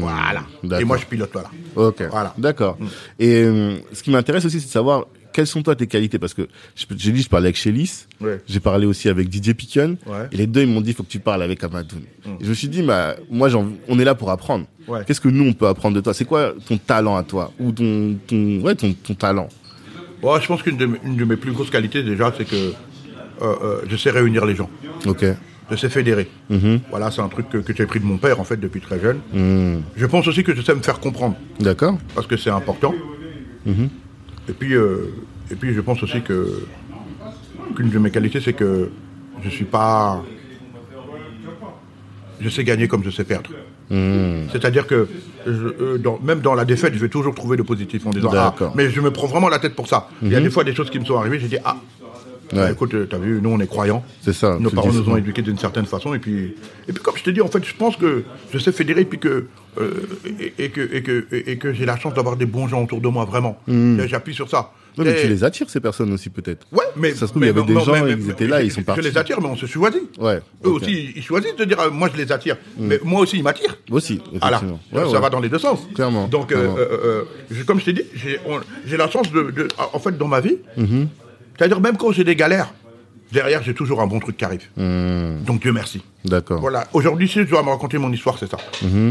Speaker 2: Voilà. Et
Speaker 1: D'accord.
Speaker 2: moi je pilote, voilà.
Speaker 1: Ok.
Speaker 2: Voilà. Hmm.
Speaker 1: D'accord. Et euh, ce qui m'intéresse aussi, c'est de savoir quelles sont toi tes qualités, parce que je- j'ai dit je parlais avec Chélis,
Speaker 2: Ouais.
Speaker 1: j'ai parlé aussi avec Didier Piquion,
Speaker 2: Ouais. Hmm.
Speaker 1: et les deux ils m'ont dit faut que tu parles avec Amadoun. Et je me suis dit bah moi j'en- on est là pour apprendre.
Speaker 2: Ouais.
Speaker 1: Qu'est-ce que nous on peut apprendre de toi C'est quoi ton talent à toi ou ton ton ouais ton ton talent
Speaker 2: Ouais, je pense qu'une de, mes- une de mes plus grosses qualités déjà, c'est que euh, euh, je sais réunir les gens.
Speaker 1: Ok.
Speaker 2: Je sais fédérer. Voilà, c'est un truc que, que j'ai pris de mon père en fait depuis très jeune. Je pense aussi que je sais me faire comprendre
Speaker 1: D'accord.
Speaker 2: parce que c'est important.
Speaker 1: Mhm.
Speaker 2: Et puis, euh, et puis je pense aussi que qu'une de mes qualités, c'est que je suis pas, je sais gagner comme je sais perdre.
Speaker 1: Mhm.
Speaker 2: C'est-à-dire que je- euh, dans- même dans la défaite, je vais toujours trouver le positif en disant ah,
Speaker 1: D'accord. Mhm.
Speaker 2: mais je me prends vraiment la tête pour ça. Il y a des fois des choses qui me sont arrivées, j'ai dit ah. bah, écoute, euh, t'as vu, nous on est croyants.
Speaker 1: C'est ça, tu
Speaker 2: Nos
Speaker 1: le
Speaker 2: parents
Speaker 1: dis
Speaker 2: nous ont
Speaker 1: souvent.
Speaker 2: éduqués d'une certaine façon. Et puis, et puis comme je te dis, en fait, je pense que je sais fédérer puis que, euh, et, et que, et que, et que j'ai la chance d'avoir des bons gens autour de moi, vraiment. Et J'appuie sur ça.
Speaker 1: Hmm. Ouais, mais
Speaker 2: Et-
Speaker 1: tu les attires ces personnes aussi peut-être.
Speaker 2: Ouais, mais
Speaker 1: ça se trouve
Speaker 2: mais-
Speaker 1: il y avait
Speaker 2: mais-
Speaker 1: des
Speaker 2: mais-
Speaker 1: gens
Speaker 2: mais-
Speaker 1: ils
Speaker 2: mais-
Speaker 1: étaient là
Speaker 2: je-
Speaker 1: ils sont partis.
Speaker 2: Je les attire, mais on se choisit.
Speaker 1: Ouais,
Speaker 2: Eux
Speaker 1: ok.
Speaker 2: aussi, ils choisissent de dire euh, moi je les attire, mais moi aussi ils m'attirent.
Speaker 1: Aussi,
Speaker 2: Voilà.
Speaker 1: effectivement.
Speaker 2: ça
Speaker 1: Ouais, ouais.
Speaker 2: va dans les deux sens.
Speaker 1: Clairement,
Speaker 2: Donc, euh,
Speaker 1: clairement.
Speaker 2: euh, euh, je- comme je t'ai dit, j'ai on- j'ai la chance de, de- en fait, dans ma vie,
Speaker 1: Mm-hmm.
Speaker 2: c'est-à-dire même quand j'ai des galères, derrière j'ai toujours un bon truc qui arrive.
Speaker 1: Mm.
Speaker 2: Donc Dieu merci.
Speaker 1: D'accord. Mhm.
Speaker 2: Voilà. Aujourd'hui, si je dois me raconter mon histoire, c'est ça.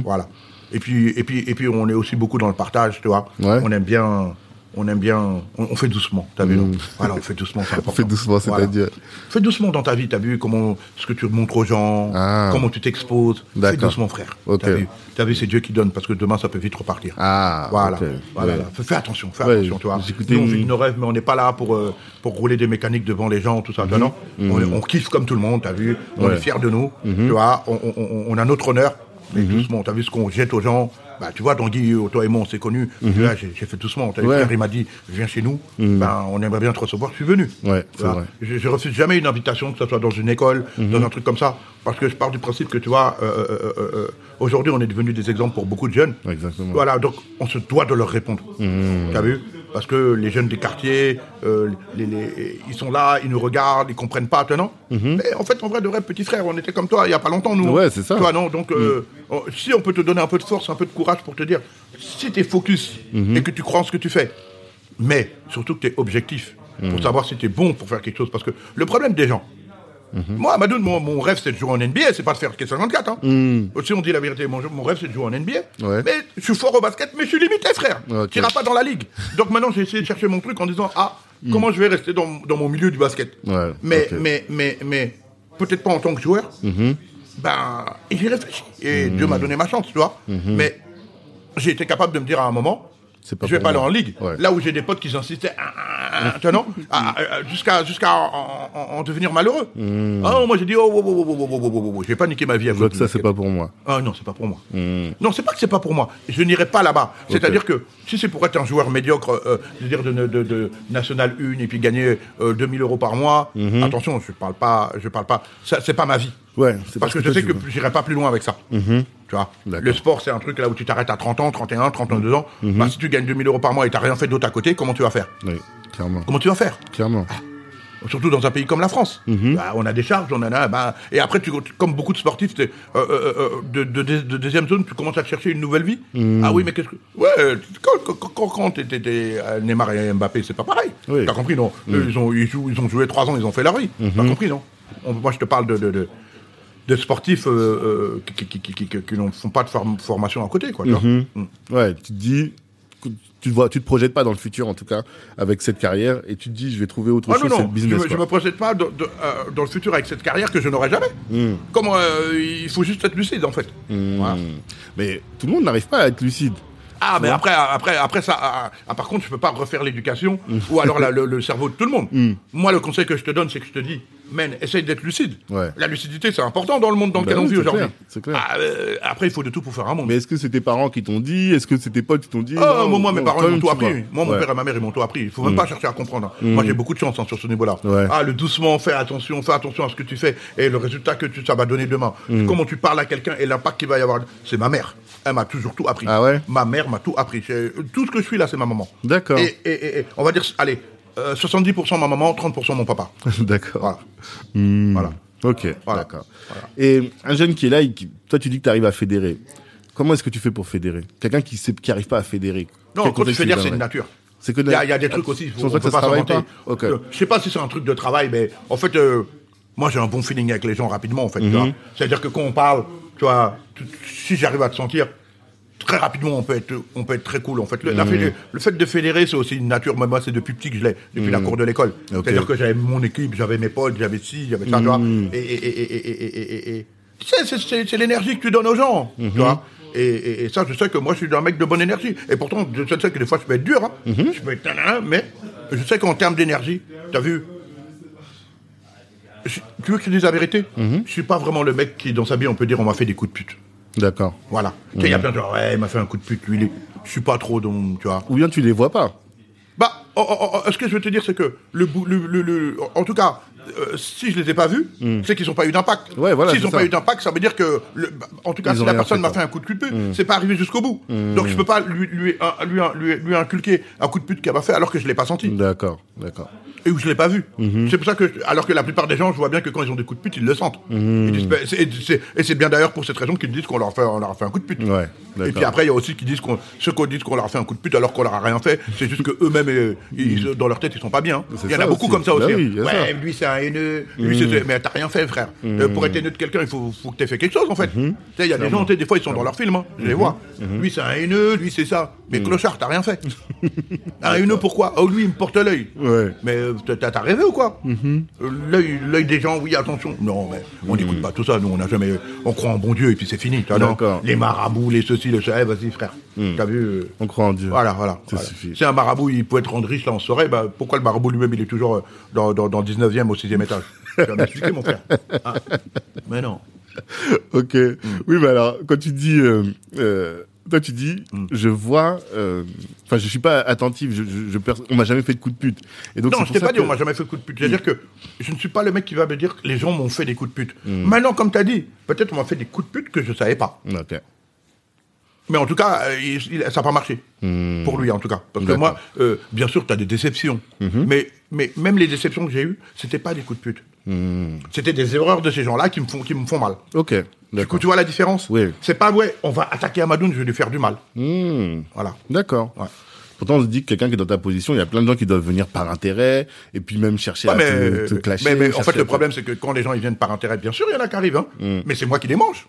Speaker 2: Voilà. Et puis, et puis, et puis, on est aussi beaucoup dans le partage, tu vois.
Speaker 1: Ouais.
Speaker 2: On aime bien, on aime bien, on, on fait doucement, t'as vu. non Voilà, on fait doucement, c'est important.
Speaker 1: Mhm. fait doucement,
Speaker 2: Voilà.
Speaker 1: c'est-à-dire
Speaker 2: Fais doucement dans ta vie, t'as vu comment ce que tu montres aux gens,
Speaker 1: Ah.
Speaker 2: comment tu t'exposes. Fais
Speaker 1: D'accord.
Speaker 2: doucement, frère.
Speaker 1: Ok.
Speaker 2: T'as vu, T'as vu, c'est Dieu qui donne parce que demain ça peut vite repartir.
Speaker 1: Ah,
Speaker 2: Voilà.
Speaker 1: ok.
Speaker 2: voilà.
Speaker 1: Ouais.
Speaker 2: Fais fais attention, fais
Speaker 1: Ouais,
Speaker 2: attention, tu vois.
Speaker 1: j'écoutais
Speaker 2: Nous, on
Speaker 1: une-
Speaker 2: vit de nos rêves, mais on n'est pas là pour euh, pour rouler des mécaniques devant les gens, tout ça. tu vois, Non, on, on kiffe comme tout le monde, t'as vu. On
Speaker 1: Mmh. Ouais. Mmh.
Speaker 2: est fiers de nous, tu vois. On, on- on- on a notre honneur, mais doucement. T'as vu ce qu'on jette aux gens. Bah, tu vois, Tanguy, euh, toi et moi, on s'est connus. Tu vois, j'ai j'ai fait doucement. T'as vu,
Speaker 1: Mmh. Ouais. Mmh.
Speaker 2: frère, il m'a dit, viens chez nous. Ben, on aimerait bien te recevoir. Je suis venu.
Speaker 1: Ouais, c'est
Speaker 2: Voilà.
Speaker 1: vrai.
Speaker 2: Je, je refuse jamais une invitation, que ce soit dans une école, dans un truc comme ça, parce que je pars du principe que, tu vois, euh, euh, euh, euh, aujourd'hui, on est devenus des exemples pour beaucoup de jeunes.
Speaker 1: Exactement.
Speaker 2: Voilà, donc on se doit de leur répondre. T'as vu Parce que les jeunes des quartiers, euh, les- les- ils sont là, ils nous regardent, ils comprennent pas, tu vois, non Mais en fait, en vrai, de vrai, petit frère, on était comme toi il y a pas longtemps, nous.
Speaker 1: Ouais, c'est ça. Mm.
Speaker 2: Tu vois, non Donc, euh, on- si on peut te donner un peu de force, un peu de courage pour te dire, si tu es focus
Speaker 1: Mhm.
Speaker 2: et que tu crois en ce que tu fais, mais surtout que tu es objectif
Speaker 1: Mm.
Speaker 2: pour savoir si tu es bon pour faire quelque chose. Parce que le problème des gens,
Speaker 1: Mhm.
Speaker 2: moi, Madoun, mon, mon rêve, c'est de jouer en NBA, c'est pas de faire basket 54. Hein. Si on dit la vérité, mon, mon rêve, c'est de jouer en NBA.
Speaker 1: Mm. Ouais.
Speaker 2: Mais je suis fort au basket, mais je suis limité, frère.
Speaker 1: Ok.
Speaker 2: Tu n'iras pas dans la ligue. Donc maintenant, j'ai essayé de chercher mon truc en disant Ah, comment je vais rester dans, dans mon milieu du basket
Speaker 1: Mm. Ouais,
Speaker 2: mais,
Speaker 1: ok.
Speaker 2: mais, mais, mais, peut-être pas en tant que joueur. Ben, et j'ai réfléchi. Et
Speaker 1: Hmm.
Speaker 2: Dieu m'a donné ma chance, tu vois. Mais j'ai été capable de me dire à un moment.
Speaker 1: Mhm. C'est pas
Speaker 2: je vais
Speaker 1: pour
Speaker 2: pas aller
Speaker 1: moi.
Speaker 2: en ligue.
Speaker 1: Ouais.
Speaker 2: Là où j'ai des potes qui insistaient, Ah, ah, ah, tu vois, non Ah, ah, ah, jusqu'à jusqu'à en, en- en devenir malheureux. Ah, moi j'ai dit, oh, oh, oh, oh, oh, oh, oh, oh, oh, oh, je vais pas niquer ma vie à
Speaker 1: Hmm. Je
Speaker 2: cause
Speaker 1: vois que
Speaker 2: du
Speaker 1: ça c'est
Speaker 2: basket.
Speaker 1: pas pour moi.
Speaker 2: Ah non, c'est pas pour moi.
Speaker 1: Hmm.
Speaker 2: Non, c'est pas que c'est pas pour moi. Je n'irai pas là-bas. C'est-à-dire que si c'est pour être un joueur médiocre, euh, c'est-à-dire de, de, de National 1 et puis gagner euh, 2000 euros par mois, attention, je parle pas, je parle pas. Ça, c'est pas ma vie.
Speaker 1: Mhm. Ouais, c'est
Speaker 2: Parce que je
Speaker 1: toi,
Speaker 2: sais
Speaker 1: tu
Speaker 2: que
Speaker 1: veux. Mhm.
Speaker 2: j'irai pas plus loin avec ça. Tu vois.
Speaker 1: D'accord. Mhm.
Speaker 2: Le sport, c'est un truc là où tu t'arrêtes à 30 ans, 31, 32 ans. Bah, si tu gagnes 2000 euros par mois et t'as rien fait d'autre à côté, comment tu vas faire
Speaker 1: Oui, clairement.
Speaker 2: Comment tu vas faire
Speaker 1: Clairement.
Speaker 2: Surtout dans un pays comme la France. Bah, on a des charges, on en a. bah, et après, tu, comme beaucoup de sportifs, t'es, euh, euh, euh, de, de- de- de deuxième zone, tu commences à te chercher une nouvelle vie. Ah oui, mais qu'est-ce que. Ouais, euh, quand, quand, quand, quand t'étais- t'étais, euh, Neymar et Mbappé, c'est pas pareil.
Speaker 1: Oui.
Speaker 2: T'as compris, non Eux, ils, ont, ils, jouent- ils ont joué trois ans, ils ont fait leur vie. T'as compris, non On- Moi, je te parle de. de, de- de sportifs euh, euh, qui, qui, qui, qui, qui- qui n'ont- font pas de form- formation à côté. Quoi, tu vois. Mm.
Speaker 1: Ouais, tu te dis, que tu te vois, tu te projettes pas dans le futur en tout cas avec cette carrière et tu te dis je vais trouver autre
Speaker 2: Ah
Speaker 1: chose,
Speaker 2: non,
Speaker 1: c'est
Speaker 2: non,
Speaker 1: le business.
Speaker 2: je, me, je
Speaker 1: quoi.
Speaker 2: me projette pas dans- de- euh, dans le futur avec cette carrière que je n'aurai jamais. Comment euh, il faut juste être lucide en fait. Voilà.
Speaker 1: Hmm. Mais tout le monde n'arrive pas à être lucide.
Speaker 2: Ah mais après après après ça ah, ah, par
Speaker 1: Hmm.
Speaker 2: contre je peux pas refaire l'éducation ou alors la- le, le cerveau de tout le monde. Moi le conseil que je te donne c'est que je te dis man, essaye d'être lucide.
Speaker 1: Ouais.
Speaker 2: La lucidité, c'est important dans le monde dans
Speaker 1: Bah
Speaker 2: lequel
Speaker 1: oui,
Speaker 2: on vit
Speaker 1: c'est
Speaker 2: aujourd'hui.
Speaker 1: clair, c'est clair.
Speaker 2: Ah, euh, après, il faut de tout pour faire un monde.
Speaker 1: Mais est-ce que c'est tes parents qui t'ont dit Est-ce que c'est tes potes qui t'ont dit
Speaker 2: Ah,
Speaker 1: Non,
Speaker 2: moi, moi, mes
Speaker 1: non,
Speaker 2: parents,
Speaker 1: toi,
Speaker 2: ils m'ont
Speaker 1: tu
Speaker 2: tout appris.
Speaker 1: vois.
Speaker 2: Moi, mon
Speaker 1: Ouais. Mm.
Speaker 2: père et ma mère, ils m'ont tout appris. Il faut même pas chercher à comprendre. Moi, j'ai beaucoup de chance hein, sur ce niveau-là.
Speaker 1: Ouais.
Speaker 2: Ah, le doucement, fais attention, fais attention à ce que tu fais et le résultat que tu, ça va donner demain.
Speaker 1: Mm.
Speaker 2: Comment tu parles à quelqu'un et l'impact qu'il va y avoir. C'est ma mère. Elle m'a toujours tout appris.
Speaker 1: Ah ouais
Speaker 2: Ma mère m'a tout appris. C'est- Tout ce que je suis là, c'est ma maman.
Speaker 1: D'accord.
Speaker 2: Et, et- et- et on va dire, allez, euh, 70% ma maman, 30% mon papa.
Speaker 1: D'accord.
Speaker 2: Voilà.
Speaker 1: Hmm.
Speaker 2: Voilà.
Speaker 1: Ok,
Speaker 2: Voilà.
Speaker 1: d'accord. Et un jeune qui est là, il- qui- toi tu dis que tu arrives à fédérer. Comment est-ce que tu fais pour fédérer Quelqu'un qui sait, qui arrive pas à fédérer. Quel
Speaker 2: Non, quand tu
Speaker 1: contexte
Speaker 2: fais
Speaker 1: il
Speaker 2: dire, c'est
Speaker 1: donnerait
Speaker 2: une nature.
Speaker 1: C'est que de
Speaker 2: Il y,
Speaker 1: la-
Speaker 2: a- il y a des trucs aussi.
Speaker 1: Sans
Speaker 2: on
Speaker 1: ça,
Speaker 2: peut
Speaker 1: ça
Speaker 2: pas
Speaker 1: se travaille
Speaker 2: s'inventer.
Speaker 1: pas Ok.
Speaker 2: Euh, Je sais pas si c'est un truc de travail, mais en fait, euh, moi j'ai un bon feeling avec les gens rapidement. En fait, tu
Speaker 1: Mhm.
Speaker 2: vois. c'est-à-dire que quand on parle, tu vois, tu- si j'arrive à te sentir. Très rapidement, on peut être, on peut être très cool. En fait, le, la
Speaker 1: Mhm.
Speaker 2: fédé- le fait de fédérer, c'est aussi une nature. Moi, moi, c'est depuis petit que je l'ai, depuis la cour de l'école.
Speaker 1: Mhm. Ok.
Speaker 2: C'est-à-dire que j'avais mon équipe, j'avais mes potes, j'avais ci, j'avais ça, tu vois. Et, et, et, et, et, et, et- et- tu sais, c'est- c'est c'est l'énergie que tu donnes aux gens, tu vois. Et, et- et ça, je sais que moi, je suis un mec de bonne énergie. Et pourtant, je sais- je sais que des fois, je peux être dur, hein. je peux être nanana, mais je sais qu'en termes d'énergie, t'as vu, je- tu veux que je te dise la vérité Je suis pas vraiment le mec qui, dans sa vie, on peut dire, on m'a fait des coups de pute.
Speaker 1: D'accord.
Speaker 2: Voilà. Tu sais, il y a plein de gens, ouais, il m'a fait un coup de pute, lui, il est- je suis pas trop dans, tu vois.
Speaker 1: Ou bien tu les vois pas.
Speaker 2: Bah, oh, oh, oh, oh, ce que je veux te dire, c'est que le, bou- le, le- le- en tout cas, euh, si je les ai pas vus, c'est qu'ils n'ont pas eu d'impact.
Speaker 1: Hmm. Ouais, voilà,
Speaker 2: S'ils
Speaker 1: c'est
Speaker 2: n'ont
Speaker 1: ça.
Speaker 2: pas eu d'impact, ça veut dire que, le, bah, en tout cas,
Speaker 1: Ils
Speaker 2: si
Speaker 1: ont
Speaker 2: la
Speaker 1: rien
Speaker 2: personne
Speaker 1: fait,
Speaker 2: m'a
Speaker 1: quoi. Hmm.
Speaker 2: fait un coup de cul de pute, c'est pas arrivé jusqu'au bout. Donc je peux pas lui, lui, un- lui, un- lui, lui inculquer un coup de pute qu'elle m'a fait alors que je l'ai pas senti
Speaker 1: D'accord, d'accord.
Speaker 2: et où je l'ai pas vu.
Speaker 1: Mhm.
Speaker 2: C'est pour ça que, alors que la plupart des gens, je vois bien que quand ils ont des coups de pute, ils le sentent.
Speaker 1: Mhm.
Speaker 2: Ils disent, bah, c'est- et c'est- et c'est bien d'ailleurs pour cette raison qu'ils disent qu'on leur, fait, on leur a fait un coup de pute.
Speaker 1: Ouais, d'accord.
Speaker 2: et puis après, il y a aussi qui disent qu'on, ceux qui disent qu'on leur a fait un coup de pute alors qu'on leur a rien fait. C'est juste que eux-mêmes, euh, ils, dans leur tête, ils sont pas bien.
Speaker 1: Mhm.
Speaker 2: hein.
Speaker 1: C'est
Speaker 2: Il y en
Speaker 1: ça
Speaker 2: a beaucoup
Speaker 1: aussi.
Speaker 2: comme ça
Speaker 1: Bah
Speaker 2: aussi. hein.
Speaker 1: oui, Mhm. il y a
Speaker 2: ouais,
Speaker 1: ça.
Speaker 2: lui c'est un haineux. Lui, c'est- mais t'as rien fait, frère. Euh,
Speaker 1: Mhm.
Speaker 2: pour être haineux de quelqu'un, il faut, faut que t'aies fait quelque chose en fait. Tu sais, il y a des gens, tu sais, des fois, ils sont dans
Speaker 1: Mhm.
Speaker 2: leur film. hein, je les vois. Lui c'est un haineux. Lui c'est ça. Mais clochard, t'as rien fait. un haineux pourquoi Oh lui, il me porte l'œil.
Speaker 1: Ouais. Mhm.
Speaker 2: Mais euh, t'as- t'as t'as rêvé ou quoi Euh, l'œil- L'œil des gens, oui, attention. Non, mais on n'écoute pas tout ça. Nous, on n'a jamais. On croit en bon Dieu et puis c'est fini. tu vois, non
Speaker 1: D'accord.
Speaker 2: les marabouts, les ceci, les ça. Eh, vas-y, frère. T'as vu euh,
Speaker 1: On croit en Dieu.
Speaker 2: Voilà, voilà.
Speaker 1: Ça
Speaker 2: voilà.
Speaker 1: suffit.
Speaker 2: Si un marabout, il peut être rendre riche, là, on saurait. Bah, pourquoi le marabout lui-même, il est toujours euh, dans, dans, dans le 19e au 6e étage Tu vas m'expliquer, mon frère. Hein mais non.
Speaker 1: Ok.
Speaker 2: Mm.
Speaker 1: Oui, mais alors, quand tu dis. euh, euh, toi, tu dis,
Speaker 2: Mm.
Speaker 1: je vois. euh, Enfin, je suis pas attentif. Je, je, je perce- on m'a jamais fait de coup de pute. Et donc,
Speaker 2: Non,
Speaker 1: c'est
Speaker 2: je
Speaker 1: pour
Speaker 2: t'ai
Speaker 1: ça
Speaker 2: pas dit,
Speaker 1: que-
Speaker 2: on m'a jamais fait de coup de pute. C'est-à-dire que je ne suis pas le mec qui va me dire que les gens m'ont fait des coups de pute.
Speaker 1: Hmm.
Speaker 2: Maintenant, comme t'as dit, peut-être on m'a fait des coups de pute que je savais pas.
Speaker 1: Ok.
Speaker 2: Mais en tout cas, euh, il- il- ça n'a pas marché. Pour lui, en tout cas. Parce que
Speaker 1: Hmm. D'accord. Hmm.
Speaker 2: moi, euh, bien sûr, tu as des déceptions. mais, mais même les déceptions que j'ai eues, c'était pas des coups de pute.
Speaker 1: Hmm.
Speaker 2: C'était des erreurs de ces gens-là qui me font, qui me font mal.
Speaker 1: Ok.
Speaker 2: Du coup,
Speaker 1: D'accord.
Speaker 2: tu vois la différence
Speaker 1: Oui.
Speaker 2: C'est pas, ouais, on va attaquer Amadoun, je vais lui faire du mal.
Speaker 1: Hmm.
Speaker 2: Voilà.
Speaker 1: D'accord.
Speaker 2: Ouais.
Speaker 1: Pourtant, on se dit que quelqu'un qui est dans ta position, il y a plein de gens qui doivent venir par intérêt, et puis même chercher
Speaker 2: Ouais,
Speaker 1: à
Speaker 2: mais,
Speaker 1: te, te clasher.
Speaker 2: mais- mais en
Speaker 1: chercher
Speaker 2: fait,
Speaker 1: à
Speaker 2: le
Speaker 1: te-
Speaker 2: problème, c'est que quand les gens ils viennent par intérêt, bien sûr, il y en a qui arrivent, hein,
Speaker 1: Mm.
Speaker 2: mais c'est moi qui les mange.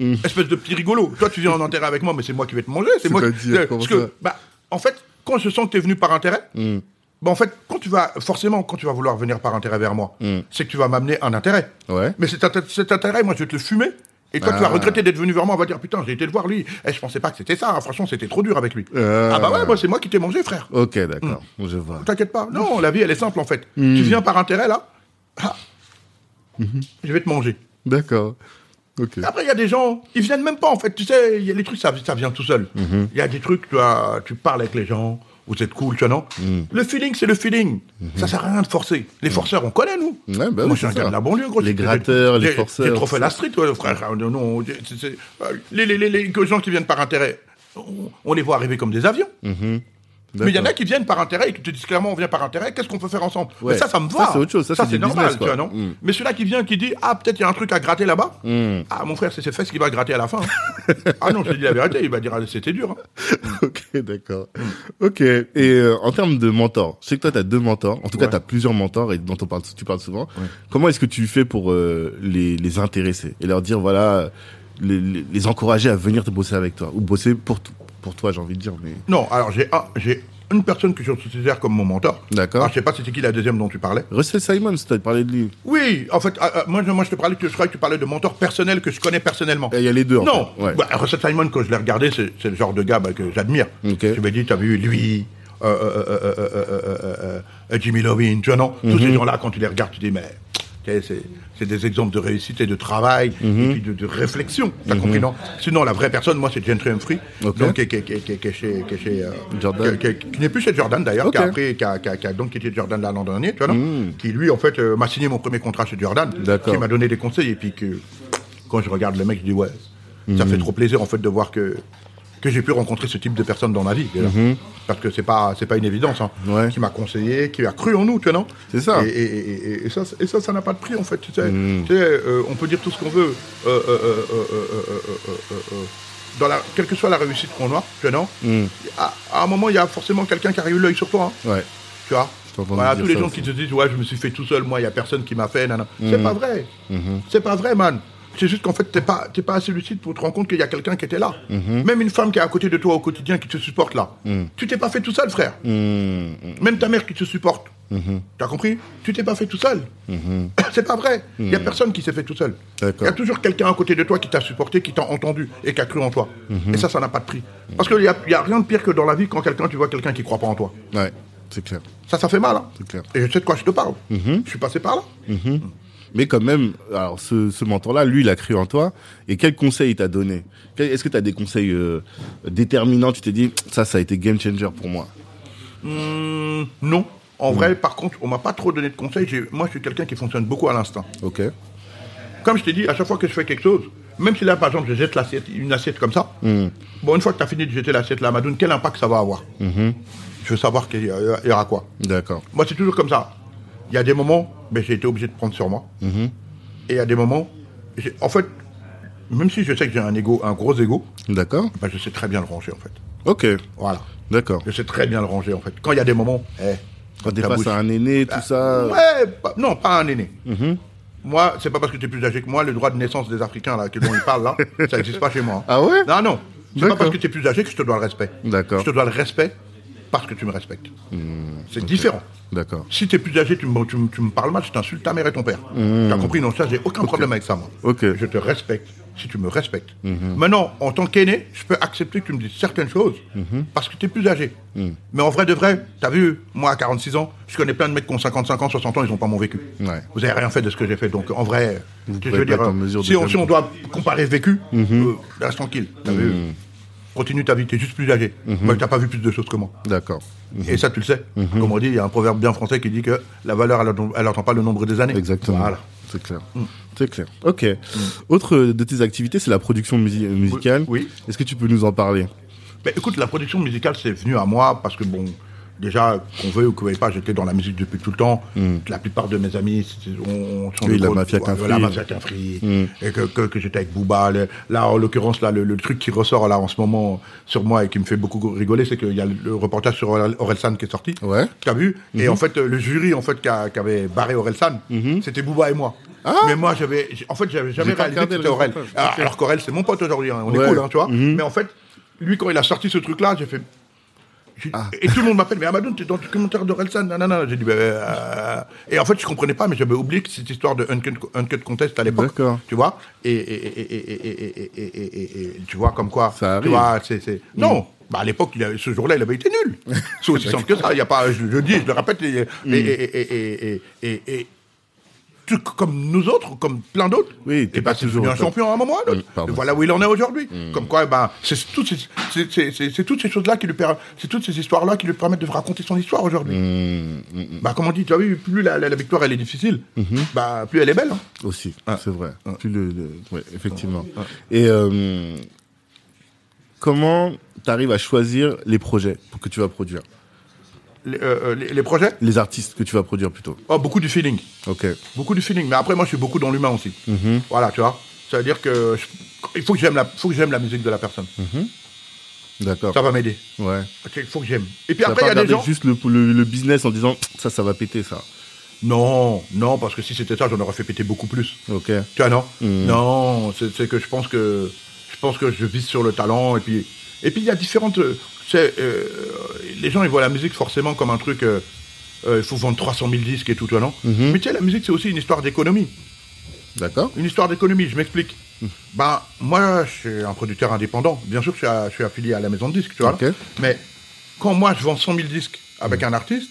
Speaker 2: Espèce de petit rigolo. Toi, tu viens en intérêt avec moi, mais c'est moi qui vais te manger. C'est moi. qui-
Speaker 1: C'est-à-dire, hein, comment
Speaker 2: parce
Speaker 1: ça Mm.
Speaker 2: que, bah, en fait, quand je sens que tu es venu par intérêt, bah, en fait, quand tu vas, forcément, quand tu vas vouloir venir par intérêt vers moi,
Speaker 1: Mm.
Speaker 2: c'est que tu vas m'amener un intérêt.
Speaker 1: Ouais.
Speaker 2: Mais cet, inté- cet intérêt, moi, je vais te le fumer. Et toi, tu vas
Speaker 1: Ah.
Speaker 2: regretter d'être venu vers moi. On va dire, putain, j'ai été le voir, lui. Et je pensais pas que c'était ça. hein. Franchement, c'était trop dur avec lui.
Speaker 1: Ah.
Speaker 2: Ah bah ouais, moi, c'est moi qui t'ai mangé, frère.
Speaker 1: Ok, d'accord.
Speaker 2: Hmm.
Speaker 1: Je vois.
Speaker 2: T'inquiète pas. Non, la vie, elle est simple, en fait.
Speaker 1: Hmm.
Speaker 2: Tu viens par intérêt, là. Ah.
Speaker 1: Mhm.
Speaker 2: Je vais te manger.
Speaker 1: D'accord. Ok.
Speaker 2: Après, il y a des gens, ils viennent même pas, en fait. Tu sais, il y a les trucs, ça, ça vient tout seul. Il
Speaker 1: Mhm.
Speaker 2: y a des trucs, tu, vois, tu parles avec les gens, vous êtes cool, tu vois, non
Speaker 1: Hmm.
Speaker 2: Le feeling, c'est le feeling. Ça sert à rien de forcer. Les forceurs, on connaît, nous.
Speaker 1: Ouais, Mhm. Hmm. bah oui,
Speaker 2: Moi, je suis un hein.
Speaker 1: c'est
Speaker 2: gars
Speaker 1: ça.
Speaker 2: de la banlieue, gros.
Speaker 1: Les
Speaker 2: J'ai-
Speaker 1: gratteurs, les
Speaker 2: j'ai-
Speaker 1: forceurs,
Speaker 2: J'ai trop fait
Speaker 1: tout
Speaker 2: la street, ouais, frère. Ah, Non, non, c'est- c'est- euh, les, les, les, les gens qui viennent par intérêt, on, on les voit arriver comme des avions. Mais il y en a qui viennent par intérêt et qui te disent clairement on vient par intérêt, qu'est-ce qu'on peut faire ensemble
Speaker 1: Ouais.
Speaker 2: Mais ça, ça me
Speaker 1: Ça,
Speaker 2: va.
Speaker 1: c'est autre chose, ça, c'est du
Speaker 2: c'est normal,
Speaker 1: business,
Speaker 2: tu
Speaker 1: quoi.
Speaker 2: vois, non
Speaker 1: Mm.
Speaker 2: Mais celui-là qui vient, qui dit ah peut-être il y a un truc à gratter là-bas. Ah mon frère, c'est ses fesses qui va gratter à la fin. hein. ah non, je te dis la vérité, il va dire ah, c'était dur. hein.
Speaker 1: Ok, d'accord. Ok. Et euh, en termes de mentors, je sais que toi, tu as deux mentors. En tout cas,
Speaker 2: Ouais.
Speaker 1: tu as plusieurs mentors et dont on parle, tu parles souvent. Comment est-ce que tu fais pour euh, les, les intéresser et leur dire, voilà, les, les- les encourager à venir te bosser avec toi ou bosser pour, t- pour toi, j'ai envie de dire. Mais...
Speaker 2: Non, alors j'ai un- j'ai une personne que je considère comme mon mentor.
Speaker 1: D'accord.
Speaker 2: Alors, je sais pas c'était qui la deuxième dont tu parlais.
Speaker 1: Russell Simon, tu as parlé de lui.
Speaker 2: Oui, en fait, euh, euh, moi, je, moi je te parlais, que je crois que tu parlais de mentor personnel que je connais personnellement.
Speaker 1: Et Eh, il y a les deux, en
Speaker 2: Non,
Speaker 1: fait. Ouais.
Speaker 2: bah, Russell Simon, quand je l'ai regardé, c'est c'est le genre de gars bah, que j'admire.
Speaker 1: Ok.
Speaker 2: Je me dis, t'as vu lui, euh,
Speaker 1: Mhm.
Speaker 2: euh, euh, euh, euh, euh, euh, euh, Jimmy Lovin, tu vois, non Tous ces gens-là, quand tu les regardes, tu dis, mais Tu sais, C'est c'est des exemples de réussite et de travail, et
Speaker 1: Mhm.
Speaker 2: puis de, de réflexion. T'as compris, non Sinon, la vraie personne, moi, c'est Gentry Humphrey,
Speaker 1: Ok.
Speaker 2: donc, qui, qui- qui- qui- qui est chez. Qui, est chez, euh,
Speaker 1: Jordan.
Speaker 2: qui- qui- qui n'est plus chez Jordan, d'ailleurs,
Speaker 1: Ok.
Speaker 2: qui, a appris- qui a- qui a- qui a donc quitté Jordan là, l'an dernier, tu vois, non Qui, lui, en fait, euh, m'a signé mon premier contrat chez Jordan,
Speaker 1: Hmm. D'accord.
Speaker 2: qui m'a donné des conseils, et puis que. Quand je regarde le mec, je dis, ouais,
Speaker 1: Hmm.
Speaker 2: ça fait trop plaisir, en fait, de voir que. Que j'ai pu rencontrer ce type de personne dans ma vie, déjà. Parce que c'est pas, c'est pas une évidence, hein.
Speaker 1: Hmm. Ouais.
Speaker 2: Qui m'a conseillé, qui a cru en nous, tu vois, non
Speaker 1: C'est ça. Hmm.
Speaker 2: Et, et- et- et- et ça, et ça, ça n'a pas de prix en fait. Tu sais, Tu sais, euh, on peut dire tout ce qu'on veut. euh, euh, euh, euh, euh, euh, euh, euh, euh, dans la, quelle que soit la réussite qu'on a, tu vois, non
Speaker 1: Hmm.
Speaker 2: à, à un moment, il y a forcément quelqu'un qui a eu l'œil sur toi. hein,
Speaker 1: Ouais.
Speaker 2: tu vois
Speaker 1: t'entends
Speaker 2: Voilà,
Speaker 1: dire
Speaker 2: tous les
Speaker 1: ça
Speaker 2: gens
Speaker 1: aussi. Mhm.
Speaker 2: qui te disent ouais je me suis fait tout seul moi il y a personne qui m'a fait nanana. c'est pas vrai c'est pas vrai man c'est juste qu'en fait t'es pas t'es pas assez lucide pour te rendre compte qu'il y a quelqu'un qui était là
Speaker 1: Mhm.
Speaker 2: même une femme qui est à côté de toi au quotidien qui te supporte là tu t'es pas fait tout seul frère
Speaker 1: Mhm.
Speaker 2: même ta mère qui te supporte t'as compris tu t'es pas fait tout seul c'est pas vrai il y a personne qui s'est fait tout seul
Speaker 1: Mhm. D'accord.
Speaker 2: il y a toujours quelqu'un à côté de toi qui t'a supporté qui t'a entendu et qui a cru en toi
Speaker 1: Mhm.
Speaker 2: et ça ça n'a pas de prix parce qu'il y a, il y a rien de pire que dans la vie quand quelqu'un tu vois quelqu'un qui croit pas en toi
Speaker 1: Ouais, c'est clair.
Speaker 2: ça, ça fait mal. Hein.
Speaker 1: C'est clair.
Speaker 2: Et je sais de quoi je te parle. Je suis passé par là.
Speaker 1: Mais quand même, alors ce, ce mentor-là, lui, il a cru en toi. Et quel conseil il t'a donné Quel- Est-ce que tu as des conseils euh, déterminants Tu t'es dit, ça, ça a été game changer pour moi.
Speaker 2: Hum, non. En vrai, par contre, on m'a pas trop donné de conseils. J'ai- Moi, je suis quelqu'un qui fonctionne beaucoup à l'instinct.
Speaker 1: Ok.
Speaker 2: Comme je t'ai dit, à chaque fois que je fais quelque chose, même si là, par exemple, je jette l'assiette, une assiette comme ça, bon, une fois que tu as fini de jeter l'assiette là, Madoun, quel impact ça va avoir Je veux savoir qu'il y, a- il y aura quoi.
Speaker 1: D'accord.
Speaker 2: Moi, c'est toujours comme ça. Il y a des moments, ben, j'ai été obligé de prendre sur moi. Et il y a des moments, j'ai- en fait, même si je sais que j'ai un ego, un gros ego,
Speaker 1: D'accord.
Speaker 2: ben, je sais très bien le ranger, en fait.
Speaker 1: Ok.
Speaker 2: Voilà.
Speaker 1: D'accord.
Speaker 2: Je sais très bien le ranger en fait. Quand il y a des moments, eh,
Speaker 1: Quand t'es
Speaker 2: ta
Speaker 1: face
Speaker 2: bouche-
Speaker 1: à un euh, Mhm. aîné, tout ça.
Speaker 2: Bah, Ouais, pas- non, pas un aîné. Moi, c'est pas parce que tu es plus âgé que moi, le droit de naissance des Africains là, que- dont ils parlent là, ça n'existe pas chez moi. hein.
Speaker 1: Ah ouais
Speaker 2: Non, non. C'est pas
Speaker 1: D'accord.
Speaker 2: parce que tu es plus âgé que je te dois le respect.
Speaker 1: D'accord. Hmm,
Speaker 2: Je te dois le respect parce que tu me respectes. c'est différent.
Speaker 1: D'accord.
Speaker 2: Si t'es plus âgé, tu me, tu me- tu me parles mal, je t'insulte ta mère et ton père. T'as compris Non, ça, j'ai aucun problème avec ça, moi.
Speaker 1: Hmm. Ok. Hmm.
Speaker 2: Je te respecte si tu me respectes. Maintenant, en tant qu'aîné, je peux accepter que tu me dises certaines choses
Speaker 1: Hmm.
Speaker 2: parce que t'es plus âgé. Mais en vrai de vrai, t'as vu, moi, à 46 ans, je connais plein de mecs qui ont 55 ans, 60 ans, ils ont pas mon vécu.
Speaker 1: Ouais.
Speaker 2: Vous avez rien fait de ce que j'ai fait. Donc, en vrai, je
Speaker 1: pouvez
Speaker 2: veux
Speaker 1: pas
Speaker 2: dire,
Speaker 1: être en mesure de Mhm.
Speaker 2: si on,
Speaker 1: faire-
Speaker 2: si on doit comparer vécu, euh, reste tranquille. T'as vu
Speaker 1: Mhm.
Speaker 2: Continue ta vie, t'es juste plus âgé. Moi, t'as pas vu plus de choses que moi.
Speaker 1: D'accord.
Speaker 2: Et ça, tu le sais.
Speaker 1: Mhm.
Speaker 2: Comme on dit, il y a un proverbe bien français qui dit que la valeur, elle attend- elle n'entend pas le nombre des années.
Speaker 1: Exactement.
Speaker 2: Voilà. Mm.
Speaker 1: C'est clair. C'est clair. Ok. Autre de tes activités, c'est la production musi- musicale.
Speaker 2: Oui.
Speaker 1: Est-ce que tu peux nous en parler
Speaker 2: Mais écoute, la production musicale, c'est venu à moi parce que, bon, déjà, qu'on veuille ou qu'on veuille pas, j'étais dans la musique depuis tout le temps. La plupart de mes amis, c'est- on, on s'en
Speaker 1: Mhm. Oui, la
Speaker 2: compte,
Speaker 1: mafia Mhm.
Speaker 2: voilà,
Speaker 1: qu'un
Speaker 2: La
Speaker 1: fruit.
Speaker 2: mafia qu'un fruit. Et que, que, que j'étais avec Booba. le- là, en l'occurrence, là, le, le truc qui ressort là en ce moment sur moi et qui me fait beaucoup rigoler, c'est qu'il y a le, le reportage sur Aurel- Orelsan qui est sorti.
Speaker 1: Ouais.
Speaker 2: Tu as vu
Speaker 1: Mhm.
Speaker 2: Et en fait, euh, le jury en fait, qui, a- qui avait barré Orelsan, c'était Booba et moi. Mais moi, j'avais, j'- en fait, j'avais jamais
Speaker 1: J'ai Ah. pas
Speaker 2: réalisé que
Speaker 1: regardé
Speaker 2: c'était
Speaker 1: le
Speaker 2: Aurel.
Speaker 1: reportage.
Speaker 2: Ah, Alors qu'Aurel, c'est mon pote aujourd'hui, hein, on
Speaker 1: Ouais. Mhm.
Speaker 2: est cool, hein, tu vois. Mais en fait, lui, quand il a sorti ce truc-là, j'ai fait. j'ai-
Speaker 1: Ah.
Speaker 2: Et tout le monde m'appelle, mais Amadou, t'es dans le commentaire d'Orelsan, nanana. J'ai dit, bah, euh, Et en fait, je comprenais pas, mais j'avais oublié que cette histoire de Uncut, Uncut Contest à l'époque.
Speaker 1: D'accord.
Speaker 2: Tu vois et, et, et, et, et, et, et, et, et- et- tu vois, comme quoi.
Speaker 1: Ça
Speaker 2: tu
Speaker 1: arrive. Mm.
Speaker 2: vois, c'est, c'est- Non bah, à l'époque, il avait- ce jour-là, il avait été nul. C'est aussi simple que ça. Il y a pas, je, je le dis, je le répète. Et,
Speaker 1: Mm.
Speaker 2: et, et, et, et, et, et- tout comme nous autres, comme plein d'autres,
Speaker 1: Oui, t'es
Speaker 2: et
Speaker 1: pas
Speaker 2: ben, c'est
Speaker 1: toujours
Speaker 2: devenu
Speaker 1: au
Speaker 2: un
Speaker 1: top.
Speaker 2: champion à un moment ou à un autre.
Speaker 1: Mm, pardon. Mm.
Speaker 2: Et voilà où il en est aujourd'hui. Comme quoi, eh ben, c'est toutes ces, c'est- c'est- c'est- c'est toutes ces choses-là qui lui per- c'est toutes ces histoires-là qui lui permettent de raconter son histoire aujourd'hui.
Speaker 1: Mm,
Speaker 2: Bah, comme on dit, tu as vu, plus la, la- la victoire elle est difficile,
Speaker 1: Mm-hmm.
Speaker 2: bah, plus elle est belle. hein.
Speaker 1: Aussi,
Speaker 2: Ah.
Speaker 1: c'est vrai.
Speaker 2: Ah.
Speaker 1: Tu le, le- ouais, effectivement. Et euh, comment tu arrives à choisir les projets que tu vas produire
Speaker 2: Les, euh, euh, les- les projets,
Speaker 1: Les artistes que tu vas produire plutôt.
Speaker 2: oh, beaucoup du feeling.
Speaker 1: Ok.
Speaker 2: Beaucoup du feeling. Mais après, moi, je suis beaucoup dans l'humain aussi. Voilà, tu vois. C'est-à-dire que je- il faut que j'aime la, faut que j'aime la musique de la personne.
Speaker 1: D'accord.
Speaker 2: Ça va m'aider.
Speaker 1: Ouais.
Speaker 2: Ok, Il faut que j'aime. Et puis
Speaker 1: T'as
Speaker 2: après,
Speaker 1: pas
Speaker 2: il y a des
Speaker 1: regardé
Speaker 2: gens.
Speaker 1: juste le, le, le business en disant ça, ça va péter ça.
Speaker 2: Non, non, parce que si c'était ça, j'en aurais fait péter beaucoup plus.
Speaker 1: Ok.
Speaker 2: Tu vois, non Non, c'est c'est que je pense que je pense que je vise sur le talent et puis et puis il y a différentes. euh, tu sais, euh, les gens ils voient la musique forcément comme un truc. euh, euh, Il faut vendre 300 000 disques et tout, tu vois, non Mais tu sais, la musique c'est aussi une histoire d'économie.
Speaker 1: D'accord.
Speaker 2: Une histoire d'économie, je m'explique.
Speaker 1: Hmm.
Speaker 2: Ben, moi, je suis un producteur indépendant. Bien sûr que je suis, à- je suis affilié à la maison de disques, tu vois.
Speaker 1: Ok. Hmm. Mhm.
Speaker 2: Mais quand moi, je vends 100 000 disques avec un artiste,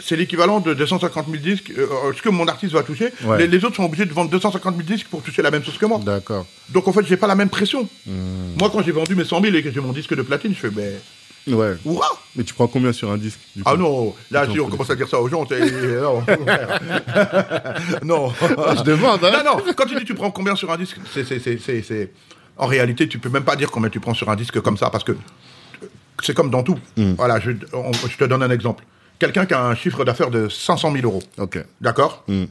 Speaker 2: c'est l'équivalent de 250 000 disques, euh, ce que mon artiste va toucher.
Speaker 1: Ouais. Hmm.
Speaker 2: Les, les autres sont obligés de vendre 250 000 disques pour toucher la même chose que moi.
Speaker 1: D'accord. Mhm.
Speaker 2: Donc en fait, j'ai pas la même pression.
Speaker 1: Hmm.
Speaker 2: Moi, quand j'ai vendu mes 100 000 et que j'ai mon disque de platine, je fais, ben,
Speaker 1: Ouais.
Speaker 2: hurrah
Speaker 1: Mais tu prends combien sur un disque du
Speaker 2: Ah
Speaker 1: coup
Speaker 2: non, là,
Speaker 1: Attends,
Speaker 2: si on
Speaker 1: faut
Speaker 2: commence à dire ça aux gens, t'es- non. non.
Speaker 1: Je demande, hein.
Speaker 2: Non, non, quand tu dis tu prends combien sur un disque, c'est, c'est, c'est, c'est, c'est- En réalité, tu peux même pas dire combien tu prends sur un disque comme ça, parce que c'est comme dans tout.
Speaker 1: Mm.
Speaker 2: Voilà, je, on- je te donne un exemple. Quelqu'un qui a un chiffre d'affaires de 500 000 euros,
Speaker 1: Ok.
Speaker 2: d'accord
Speaker 1: Mm.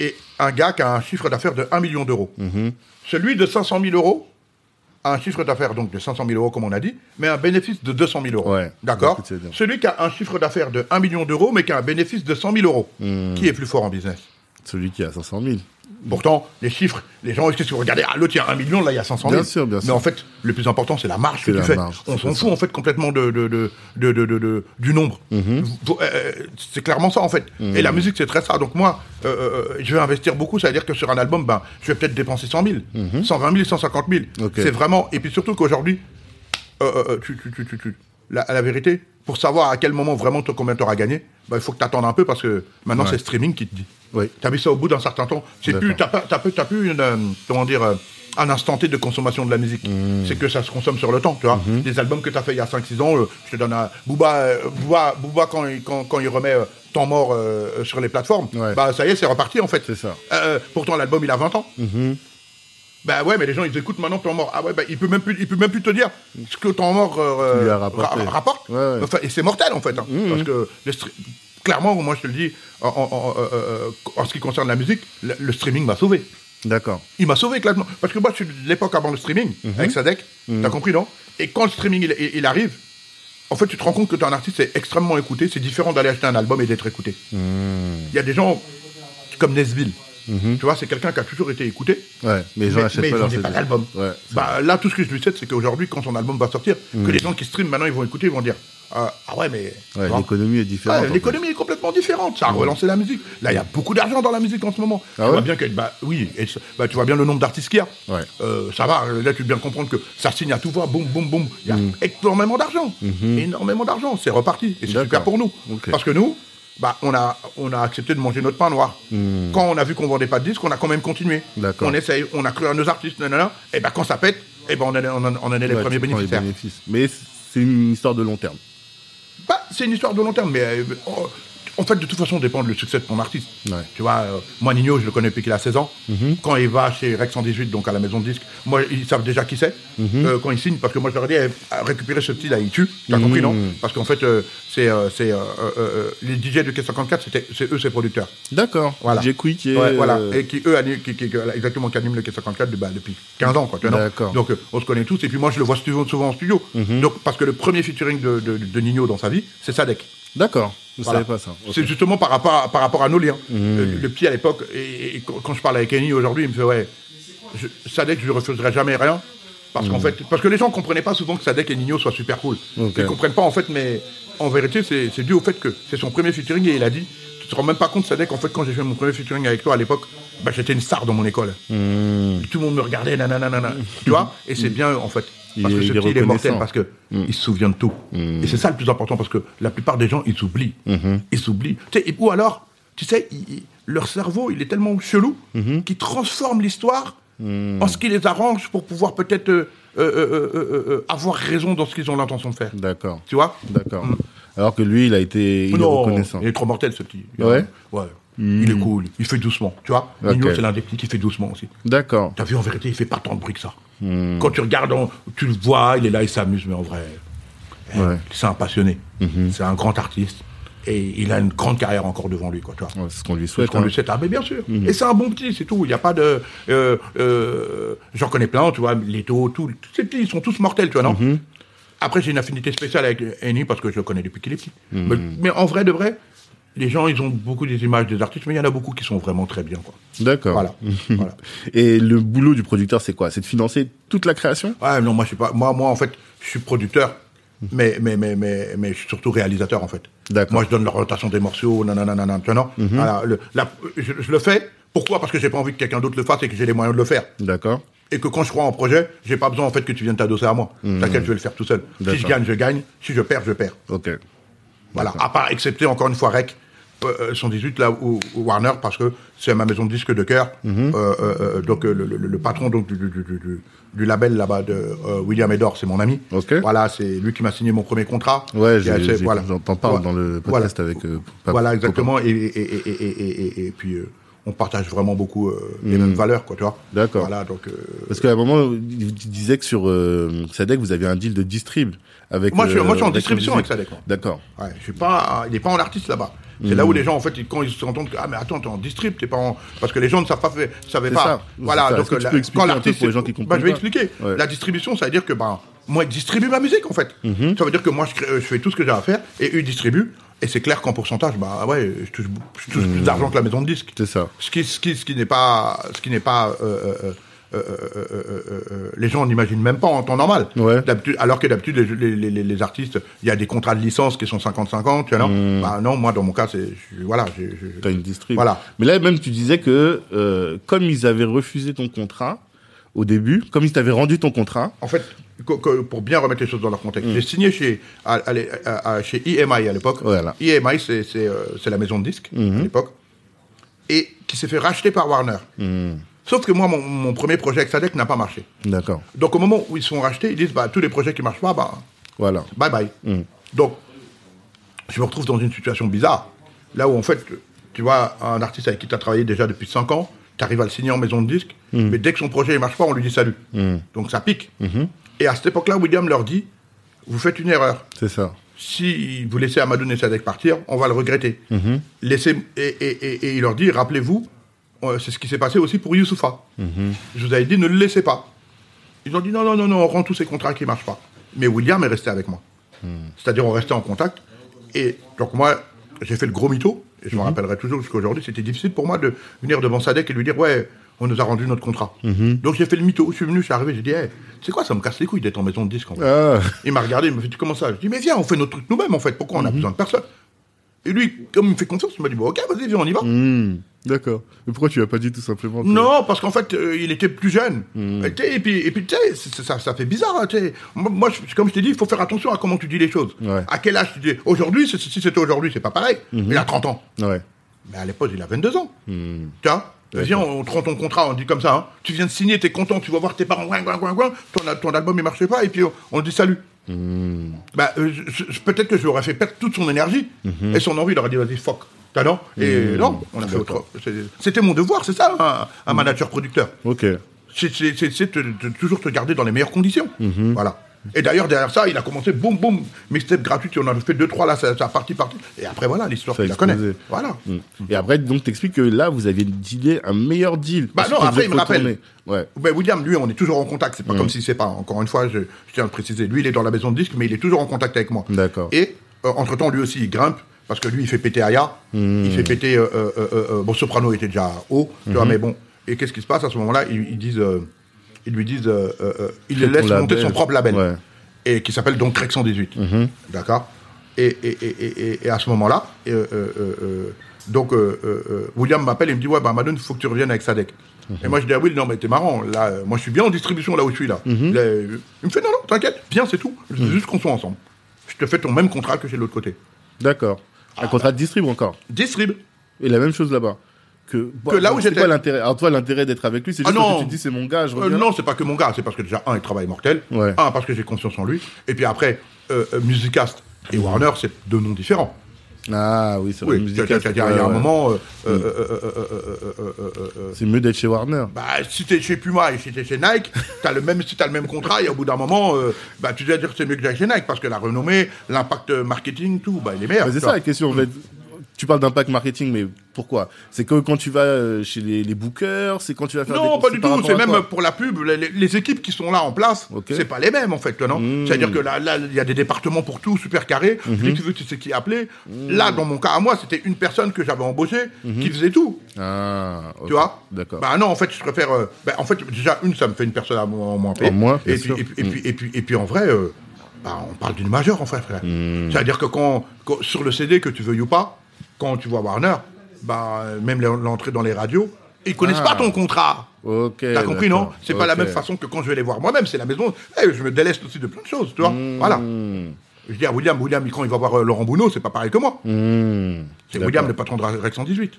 Speaker 2: Et un gars qui a un chiffre d'affaires de 1 million d'euros.
Speaker 1: Mm-hmm.
Speaker 2: Celui de 500 000 euros a un chiffre d'affaires donc de 500 000 euros, comme on a dit, mais un bénéfice de 200 000 euros.
Speaker 1: Ouais.
Speaker 2: D'accord
Speaker 1: Écoute, c'est bien.
Speaker 2: Celui qui a un chiffre d'affaires de 1 million d'euros, mais qui a un bénéfice de 100 000 euros.
Speaker 1: Mm.
Speaker 2: Qui est plus fort en business
Speaker 1: Celui qui a 500 000.
Speaker 2: Pourtant, les chiffres, les gens, qu'est-ce que vous regardez Ah, l'autre, il y a 1 million, là, il y a 500 000.
Speaker 1: Bien sûr, bien sûr.
Speaker 2: Mais en fait, le plus important, c'est la marge
Speaker 1: C'est
Speaker 2: que tu
Speaker 1: la
Speaker 2: fais.
Speaker 1: marge,
Speaker 2: on
Speaker 1: c'est
Speaker 2: s'en
Speaker 1: ça.
Speaker 2: fout, en fait, complètement de, de- de- de- de- de- de- du nombre.
Speaker 1: Mhm.
Speaker 2: Vous- euh, c'est clairement ça, en fait. Et la musique, c'est très ça. Donc, moi, euh, euh, je vais investir beaucoup, ça veut dire que sur un album, ben, je vais peut-être dépenser 100 000, 120 000, 150 000.
Speaker 1: Mhm. Ok.
Speaker 2: C'est vraiment. Et puis surtout qu'aujourd'hui, euh, euh, euh, tu, tu- tu- tu- tu- la, la vérité, pour savoir à quel moment vraiment t- combien tu auras gagné, bah, il faut que tu attendes un peu parce que maintenant c'est le streaming qui te dit.
Speaker 1: Oui.
Speaker 2: Tu as mis ça au bout d'un certain temps. Tu n'as plus, t'as pas- t'as plus, t'as plus une, euh, comment dire, euh, un instant T de consommation de la musique.
Speaker 1: Mm.
Speaker 2: C'est que ça se consomme sur le temps. Tu vois.
Speaker 1: Mm-hmm.
Speaker 2: Les albums que tu as fait il y a 5-6 ans, euh, je te donne un. Booba, euh, Booba- Booba, quand, il, quand, quand il remet euh, Temps mort euh, sur les plateformes,
Speaker 1: Ouais.
Speaker 2: bah, ça y est, c'est reparti en fait.
Speaker 1: C'est ça.
Speaker 2: Euh, pourtant, l'album, il a 20
Speaker 1: Mm.
Speaker 2: ans.
Speaker 1: Mhm.
Speaker 2: Bah ouais, mais les gens ils écoutent maintenant Temps Mort. Ah ouais, bah il peut même plus, il peut même plus te dire ce que Temps Mort euh,
Speaker 1: Lui a
Speaker 2: ra-
Speaker 1: rapporté.
Speaker 2: rapporte.
Speaker 1: Ouais, Mm-hmm. ouais.
Speaker 2: Enfin, et c'est mortel en fait, hein, parce que le stre- clairement, moi je te le dis, en, en- en- euh, euh, en ce qui concerne la musique, le, le streaming m'a sauvé.
Speaker 1: D'accord.
Speaker 2: Il m'a sauvé clairement, parce que moi je suis de l'époque avant le streaming
Speaker 1: Mhm.
Speaker 2: avec Sadek. T'as compris non Et quand le streaming il, il- il arrive, en fait tu te rends compte que t'es un artiste c'est extrêmement écouté. C'est différent d'aller acheter un album et d'être écouté.
Speaker 1: Mhm.
Speaker 2: Il y a des gens comme Nesville.
Speaker 1: Mhm.
Speaker 2: Tu vois, c'est quelqu'un qui a toujours été écouté.
Speaker 1: Ouais. Mais les gens
Speaker 2: Mais-
Speaker 1: n'achètent
Speaker 2: mais
Speaker 1: pas
Speaker 2: ils
Speaker 1: leur
Speaker 2: vendaient
Speaker 1: CD.
Speaker 2: pas d'album.
Speaker 1: Ouais. Mhm.
Speaker 2: Bah, là, tout ce que je lui souhaite, c'est qu'aujourd'hui, quand son album va sortir, que les gens qui streament maintenant, ils vont écouter, ils vont dire euh, Ah ouais, mais.
Speaker 1: Ouais,
Speaker 2: Hein
Speaker 1: L'économie est
Speaker 2: Ouais,
Speaker 1: différente. en fait.
Speaker 2: l'économie est complètement différente. Ça a relancé la musique. Là, il y a beaucoup d'argent dans la musique en ce moment.
Speaker 1: Ah
Speaker 2: tu
Speaker 1: ouais
Speaker 2: vois bien que, bah, oui, et ça- bah, tu vois bien le nombre d'artistes qu'il y a.
Speaker 1: Ouais.
Speaker 2: Euh, ça va. Là, tu peux bien comprendre que ça signe à tout va. Boum, boum, boum. Il y
Speaker 1: Mm.
Speaker 2: a énormément d'argent. Énormément d'argent. C'est reparti. Et c'est
Speaker 1: Mm-hmm. D'accord.
Speaker 2: super pour nous.
Speaker 1: Ok.
Speaker 2: Parce que nous. Bah, on, a, on a accepté de manger notre pain noir. Quand on a vu qu'on vendait pas de disques, on a quand même continué.
Speaker 1: Mm. D'accord.
Speaker 2: On essaye, on a cru à nos artistes, nanana. Et ben quand ça pète, et ben on en est, on en- on en est les
Speaker 1: Ouais,
Speaker 2: premiers
Speaker 1: tu prends les
Speaker 2: bénéficiaires.
Speaker 1: bénéfices. Mais c'est une histoire de long terme.
Speaker 2: Bah, c'est une histoire de long terme, mais euh, oh, en fait, de toute façon, dépend le succès de ton artiste.
Speaker 1: Ouais. Mhm.
Speaker 2: Tu vois, euh, moi, Nino, je le connais depuis qu'il a 16 ans. Quand il va chez Rex 118, donc à la maison de disque, moi, ils savent déjà qui c'est
Speaker 1: Mhm.
Speaker 2: euh, quand ils signent, parce que moi, je leur ai dit, eh, récupérer ce petit-là, il tue. T'as compris,
Speaker 1: Mhm.
Speaker 2: non Parce qu'en fait, euh, c'est euh, c'est, euh, euh, euh, les DJ de K54, c'était- c'est eux, ses producteurs.
Speaker 1: D'accord.
Speaker 2: Voilà.
Speaker 1: J'ai Quick et.
Speaker 2: Ouais, voilà.
Speaker 1: euh,
Speaker 2: Et qui, eux, animent- qui, qui- qui- voilà, exactement, qui animent le K54 de- bah, depuis 15 ans, quoi. tu vois, non
Speaker 1: D'accord. Mhm.
Speaker 2: Donc, euh, on se connaît tous. Et puis, moi, je le vois souvent, souvent en studio. Donc, parce que le premier featuring de, de, de Nino dans sa vie, c'est Sadek.
Speaker 1: D'accord. Je ne
Speaker 2: Voilà.
Speaker 1: savais pas ça. Ok.
Speaker 2: C'est justement par rapport, à, par rapport à nos liens.
Speaker 1: Mmh.
Speaker 2: Euh, Le petit à l'époque, et, et quand quand je parle avec Kenny aujourd'hui, il me fait Ouais, je, Sadek, je lui refuserai jamais rien. Parce qu'en fait, parce que les gens comprenaient pas souvent que Sadek et Nino soient super cool.
Speaker 1: Mmh. Ok.
Speaker 2: Ils comprennent pas en fait, mais en vérité, c'est c'est dû au fait que c'est son premier featuring et il a dit Tu te rends même pas compte, Sadek, en fait, quand j'ai fait mon premier featuring avec toi à l'époque, bah, j'étais une star dans mon école.
Speaker 1: Mmh,
Speaker 2: Tout le monde me regardait, nanana, nanana. tu vois Et c'est bien en fait.
Speaker 1: Il
Speaker 2: Parce
Speaker 1: est-
Speaker 2: que
Speaker 1: il
Speaker 2: ce
Speaker 1: est
Speaker 2: petit, il est mortel
Speaker 1: reconnaissant. Mmh.
Speaker 2: parce que il se souvient de tout. Et c'est ça le plus important parce que la plupart des gens, ils s'oublient.
Speaker 1: mmh,
Speaker 2: Ils s'oublient. Tu sais, et- ou alors, tu sais, ils- ils- leur cerveau, il est tellement chelou
Speaker 1: Mhm.
Speaker 2: qu'il transforme l'histoire
Speaker 1: mmh.
Speaker 2: en ce qui les arrange pour pouvoir peut-être euh, euh, euh, euh, euh, euh, avoir raison dans ce qu'ils ont l'intention de faire.
Speaker 1: D'accord.
Speaker 2: Tu vois
Speaker 1: D'accord. Alors que lui, il a été. Il est
Speaker 2: Mmh. non,
Speaker 1: reconnaissant.
Speaker 2: il est trop mortel ce petit.
Speaker 1: Ouais Hmm.
Speaker 2: Ouais. Il est cool, il fait doucement, tu vois.
Speaker 1: Ok.
Speaker 2: Nino, c'est l'un des petits qui fait doucement aussi.
Speaker 1: D'accord.
Speaker 2: T'as vu, en vérité, il fait pas tant de bruit que ça.
Speaker 1: Hmm.
Speaker 2: Quand tu regardes, on- tu le vois, il est là, il s'amuse, mais en vrai, eh,
Speaker 1: Ouais.
Speaker 2: c'est un passionné.
Speaker 1: Mhm.
Speaker 2: C'est un grand artiste. Et il a une grande carrière encore devant lui, quoi, tu vois.
Speaker 1: Ouais, C'est ce qu'on lui souhaite.
Speaker 2: Qu'on
Speaker 1: hein.
Speaker 2: lui souhaite, ah, mais bien sûr. Et c'est un bon petit, c'est tout. Il n'y a pas de. euh, euh, J'en connais plein, tu vois, les taux, tout. Tous ces petits, ils sont tous mortels, tu vois, non Après, j'ai une affinité spéciale avec Annie parce que je le connais depuis qu'il est petit. Mais, mais en vrai, de vrai, les gens, ils ont beaucoup des images des artistes, mais il y en a beaucoup qui sont vraiment très bien, quoi.
Speaker 1: D'accord.
Speaker 2: Voilà. voilà.
Speaker 1: Et le boulot du producteur, c'est quoi C'est de financer toute la création
Speaker 2: Ouais, non, moi, je suis pas. Moi, moi, en fait, je suis producteur, mais, mais, mais, mais, mais je suis surtout réalisateur, en fait.
Speaker 1: D'accord. Mhm.
Speaker 2: Moi, je donne l'orientation des morceaux, nanana, nanana, tu vois, non Voilà, le- la- je, je le fais. Pourquoi Parce que j'ai pas envie que quelqu'un d'autre le fasse et que j'ai les moyens de le faire.
Speaker 1: D'accord.
Speaker 2: Et que quand je crois en projet, j'ai pas besoin, en fait, que tu viennes t'adosser à moi. T'inquiète, je vais le faire tout seul. Si je
Speaker 1: Mhm. D'accord.
Speaker 2: gagne, je gagne. Si je perds, je perds.
Speaker 1: Ok.
Speaker 2: Voilà, à part, excepté encore une fois Rec, euh, 118 là où, où Warner parce que c'est ma maison de disque de cœur.
Speaker 1: Mhm.
Speaker 2: Euh, euh, euh, donc euh, le, le- le patron donc du, du- du- du- du label là-bas de euh, William Edor, c'est mon ami.
Speaker 1: Ok.
Speaker 2: Voilà, c'est lui qui m'a signé mon premier contrat.
Speaker 1: Ouais,
Speaker 2: Qui a-
Speaker 1: j'ai-
Speaker 2: c'est-
Speaker 1: j'ai-
Speaker 2: voilà.
Speaker 1: j'entends parle
Speaker 2: Voilà.
Speaker 1: dans le
Speaker 2: Voilà.
Speaker 1: podcast avec. euh, Papa-
Speaker 2: Voilà,
Speaker 1: Papa.
Speaker 2: exactement. Et, et, et, et, et, et- et puis, euh, on partage vraiment beaucoup euh, les mêmes valeurs, quoi, tu vois.
Speaker 1: Mhm. D'accord.
Speaker 2: Voilà, donc. euh,
Speaker 1: Parce qu'à un moment, il vous disait que sur euh, Sadek, vous aviez un deal de distrib avec. euh,
Speaker 2: Moi, je suis- moi, je suis en
Speaker 1: avec
Speaker 2: distribution
Speaker 1: Music.
Speaker 2: avec Sadek, moi.
Speaker 1: D'accord.
Speaker 2: Ouais, je suis pas, euh, il n'est pas en artiste là-bas. C'est là où
Speaker 1: Hmm.
Speaker 2: les gens, en fait, ils- quand ils se rendent compte que, ah, mais attends, t'es en distrib, t'es pas en. Parce que les gens ne savent pas, fait- savaient
Speaker 1: C'est
Speaker 2: pas.
Speaker 1: ça.
Speaker 2: Voilà,
Speaker 1: C'est ça.
Speaker 2: donc
Speaker 1: Est-ce que tu
Speaker 2: la-
Speaker 1: peux expliquer
Speaker 2: quand
Speaker 1: un peu
Speaker 2: l'artiste.
Speaker 1: pour les gens qui
Speaker 2: Bah,
Speaker 1: comprennent
Speaker 2: je vais
Speaker 1: pas
Speaker 2: expliquer.
Speaker 1: Ouais.
Speaker 2: La distribution, ça veut dire que, ben, moi, ils distribuent ma musique, en fait.
Speaker 1: Mhm.
Speaker 2: Ça veut dire que moi, je, crée- je fais tout ce que j'ai à faire et eux, ils distribuent. Et c'est clair qu'en pourcentage, bah ouais, je touche, je touche
Speaker 1: Hmm.
Speaker 2: plus d'argent que la maison de disque.
Speaker 1: C'est ça.
Speaker 2: Ce qui, ce qui, ce qui n'est pas, ce qui n'est pas, euh, euh, euh, euh, euh, euh, euh, les gens n'imaginent même pas en temps normal.
Speaker 1: Ouais.
Speaker 2: D'habitude- alors que d'habitude les, les- les- les artistes, il y a des contrats de licence qui sont 50-50, tu vois, non Bah non, moi dans mon cas, c'est, je- voilà, j'ai- j'ai-
Speaker 1: Hmm. T'as une distrib.
Speaker 2: Voilà.
Speaker 1: Mais là, même, tu disais que euh, comme ils avaient refusé ton contrat au début, comme ils t'avaient rendu ton contrat,
Speaker 2: En fait, co- co- pour bien remettre les choses dans leur
Speaker 1: Hmm.
Speaker 2: contexte, j'ai signé chez, à- à l'é- à- à- chez EMI à l'époque.
Speaker 1: Voilà.
Speaker 2: EMI, c'est c'est, euh, c'est la maison de disques
Speaker 1: Hmm.
Speaker 2: à l'époque, et qui s'est fait racheter par Warner.
Speaker 1: Hmm.
Speaker 2: Sauf que moi, mon, mon premier projet avec Sadek n'a pas marché.
Speaker 1: d'accord.
Speaker 2: Donc au moment où ils sont rachetés, ils disent bah tous les projets qui marchent pas, bah
Speaker 1: Voilà.
Speaker 2: bye bye. Donc, je me retrouve dans une situation bizarre, là où en fait, tu vois, un artiste avec qui tu as travaillé déjà depuis 5 ans, tu arrives à le signer en maison de disque, mais dès que son projet ne marche pas, on lui dit salut. Donc ça pique. Et à cette époque-là, William leur dit, vous faites une erreur.
Speaker 1: C'est ça.
Speaker 2: Si vous laissez Amadou Nessadek partir, on va le regretter. Laissez, et, et- et- et il leur dit, rappelez-vous, euh, c'est ce qui s'est passé aussi pour Youssoufa. Je vous avais dit, ne le laissez pas. Ils ont dit, non, non, non, non, on rend tous ces contrats qui ne marchent pas. Mais William est resté avec moi. C'est-à-dire, on restait en contact. Et donc, moi, j'ai fait le gros mytho. Et je me rappellerai toujours jusqu'à aujourd'hui, c'était difficile pour moi de venir devant Sadek et lui dire, ouais, on nous a rendu notre contrat. Donc, j'ai fait le mytho. Je suis venu, je suis arrivé, j'ai dit, hey, c'est quoi, ça me casse les couilles d'être en maison de disque en fait.
Speaker 1: Ah,
Speaker 2: Il m'a regardé, il m'a fait Tu comment ça Je dis Mais viens, on fait notre truc nous-mêmes en fait, pourquoi on a besoin de personne Et lui, comme il me fait confiance, il m'a dit Bon, ok, vas-y, viens, on y va.
Speaker 1: hmm, d'accord. Mais pourquoi tu l'as pas dit tout simplement que-
Speaker 2: Non, parce qu'en fait, euh, il était plus jeune. Et, tu sais, et puis, et puis tu sais, c'est- ça, ça fait bizarre. hein, tu sais. Moi, moi, je- comme je t'ai dit, il faut faire attention à comment tu dis les choses.
Speaker 1: Ouais.
Speaker 2: À quel âge tu dis. Aujourd'hui, c'est- si c'était aujourd'hui, c'est pas pareil. Il a 30 ans.
Speaker 1: Ouais.
Speaker 2: Mais à l'époque, il a 22 ans.
Speaker 1: Hmm.
Speaker 2: Tu vois Viens, on te rend ton contrat, on dit comme ça. hein. Tu viens de signer, t'es content, tu vas voir tes parents, ouin, ouin, ouin, ouin, ton, a- ton album il marchait pas, et puis on, on te dit salut.
Speaker 1: Hmm.
Speaker 2: Bah, euh, je- je- peut-être que je lui aurais fait perdre toute son énergie
Speaker 1: Mhm.
Speaker 2: et son envie, il aurait dit vas-y, fuck. T'as non Et
Speaker 1: Hmm.
Speaker 2: non, on a fait autre. c'est- C'était mon devoir, c'est ça, hein, un, un manager producteur.
Speaker 1: Ok.
Speaker 2: C'est c'est- c'est- c'est te- te- toujours te garder dans les meilleures conditions.
Speaker 1: Mhm.
Speaker 2: Voilà. Et d'ailleurs, derrière ça, il a commencé, boum, boum, mixtape gratuite, et on en a fait deux, trois, là, ça, ça a parti, parti. Et après, voilà, l'histoire,
Speaker 1: Ça a
Speaker 2: tu la connais.
Speaker 1: explosé.
Speaker 2: Voilà.
Speaker 1: Hmm. Et après, donc, t'expliques que là, vous aviez dealé un meilleur deal.
Speaker 2: Bah
Speaker 1: Parce
Speaker 2: non,
Speaker 1: que vous
Speaker 2: après,
Speaker 1: êtes
Speaker 2: il me rappelle.
Speaker 1: retourné. Ouais.
Speaker 2: Ben, William, lui, on est toujours en contact.
Speaker 1: Mm.
Speaker 2: C'est pas comme si c'est pas. Encore une fois, je, je tiens à le préciser. Lui, il est dans la maison de disque, mais il est toujours en contact avec moi.
Speaker 1: D'accord.
Speaker 2: Et euh, entre-temps, lui aussi, il grimpe. Parce que lui, il fait péter Aya.
Speaker 1: Mm.
Speaker 2: Il fait péter. euh, euh, euh, euh, bon, Soprano était déjà haut. Tu
Speaker 1: Mm-hmm.
Speaker 2: vois, mais bon. Et qu'est-ce qui se passe à ce moment-là ils, ils disent. euh, ils lui disent. euh, euh, euh, ils
Speaker 1: Fais
Speaker 2: le
Speaker 1: ton
Speaker 2: laissent monter
Speaker 1: label.
Speaker 2: son propre label.
Speaker 1: Ouais.
Speaker 2: Et qui s'appelle donc Rec 118.
Speaker 1: Mhm.
Speaker 2: D'accord et, et, et, et- et- et à ce moment-là, euh, euh, euh, euh, donc euh, euh, euh, William m'appelle et me dit Ouais, bah, Manon, il faut que tu reviennes avec Sadek.
Speaker 1: Mhm.
Speaker 2: Et moi, je dis à Will Non, mais t'es marrant, là, euh, moi, je suis bien en distribution là où je suis là.
Speaker 1: Mhm.
Speaker 2: Là, euh, il me fait Non, non, t'inquiète, viens, c'est tout. Je veux juste qu'on soit ensemble. Je te fais ton même contrat que j'ai de l'autre côté.
Speaker 1: D'accord.
Speaker 2: Ah,
Speaker 1: Un
Speaker 2: bah.
Speaker 1: contrat de distrib encore.
Speaker 2: Distrib.
Speaker 1: Et la même chose là-bas. Que, bah,
Speaker 2: Que là où
Speaker 1: C'est
Speaker 2: j'étais.
Speaker 1: quoi l'intérêt Alors, toi, l'intérêt d'être avec lui, c'est
Speaker 2: Ah
Speaker 1: juste
Speaker 2: non.
Speaker 1: que tu te dis, c'est mon gars, je
Speaker 2: Euh,
Speaker 1: reviens.
Speaker 2: non, c'est pas que mon gars, c'est parce que déjà, un, il travaille mortel.
Speaker 1: Ouais.
Speaker 2: Un, parce que j'ai confiance en lui. Et puis après, euh, euh, Musicast et Warner, c'est deux noms différents.
Speaker 1: Ah oui, c'est vrai.
Speaker 2: Oui,
Speaker 1: musical,
Speaker 2: c'est-à-dire qu'il y a un
Speaker 1: ouais.
Speaker 2: moment. euh, euh, euh, euh, euh, euh, euh, euh, euh, euh, euh,
Speaker 1: C'est mieux d'être chez Warner.
Speaker 2: Bah, si t'es chez Puma et si t'es chez Nike, t'as le même, si t'as le même contrat, et au bout d'un moment, euh, bah, tu dois dire que c'est mieux que d'aller chez Nike, parce que la renommée, l'impact marketing, tout, bah, il est meilleur.
Speaker 1: Mais c'est
Speaker 2: tu
Speaker 1: ça
Speaker 2: vois.
Speaker 1: la question. en fait. Tu parles d'impact marketing, mais pourquoi C'est que quand tu vas euh, chez les, les bookers, c'est quand tu vas faire des
Speaker 2: Non, pas
Speaker 1: c'est
Speaker 2: du
Speaker 1: par
Speaker 2: tout.
Speaker 1: rapport
Speaker 2: C'est
Speaker 1: à
Speaker 2: même
Speaker 1: quoi
Speaker 2: pour la pub. Les, les- les équipes qui sont là en place,
Speaker 1: Ok. Hmm.
Speaker 2: c'est pas les mêmes en fait, non C'est-à-dire que là, là, il y a des départements pour tout, super carré.
Speaker 1: Mhm.
Speaker 2: Je dis, tu veux, tu sais qui appeler.
Speaker 1: Hmm.
Speaker 2: Là, dans mon cas à moi, c'était une personne que j'avais embauchée
Speaker 1: Mhm.
Speaker 2: qui faisait tout.
Speaker 1: Ah, ok.
Speaker 2: Tu vois
Speaker 1: D'accord.
Speaker 2: Bah non, en fait, je préfère. euh, bah, en fait, déjà, une, ça me fait une personne à moins, moins payée.
Speaker 1: En moins, bien
Speaker 2: et, puis,
Speaker 1: sûr. Mm.
Speaker 2: et, puis, et, puis, et, puis, et puis, en vrai, euh, bah, on parle d'une majeure, en fait, frère.
Speaker 1: Mm.
Speaker 2: C'est-à-dire que quand, quand- sur le CD, que tu veuilles ou pas, quand tu vois Warner, bah, euh, même l'en- l'entrée dans les radios, ils connaissent
Speaker 1: Ah.
Speaker 2: pas ton contrat.
Speaker 1: ok.
Speaker 2: T'as compris, non
Speaker 1: d'accord.
Speaker 2: C'est pas la
Speaker 1: Ok. Mm.
Speaker 2: même façon que quand je vais les voir moi-même, c'est la maison. Eh, je me délaisse aussi de plein de choses, tu vois Voilà.
Speaker 1: Hmm.
Speaker 2: Je dis à William, William, quand il va voir euh, Laurent Bounot, c'est pas pareil que moi.
Speaker 1: Mmh,
Speaker 2: C'est
Speaker 1: d'accord.
Speaker 2: William, le patron de Rex 118.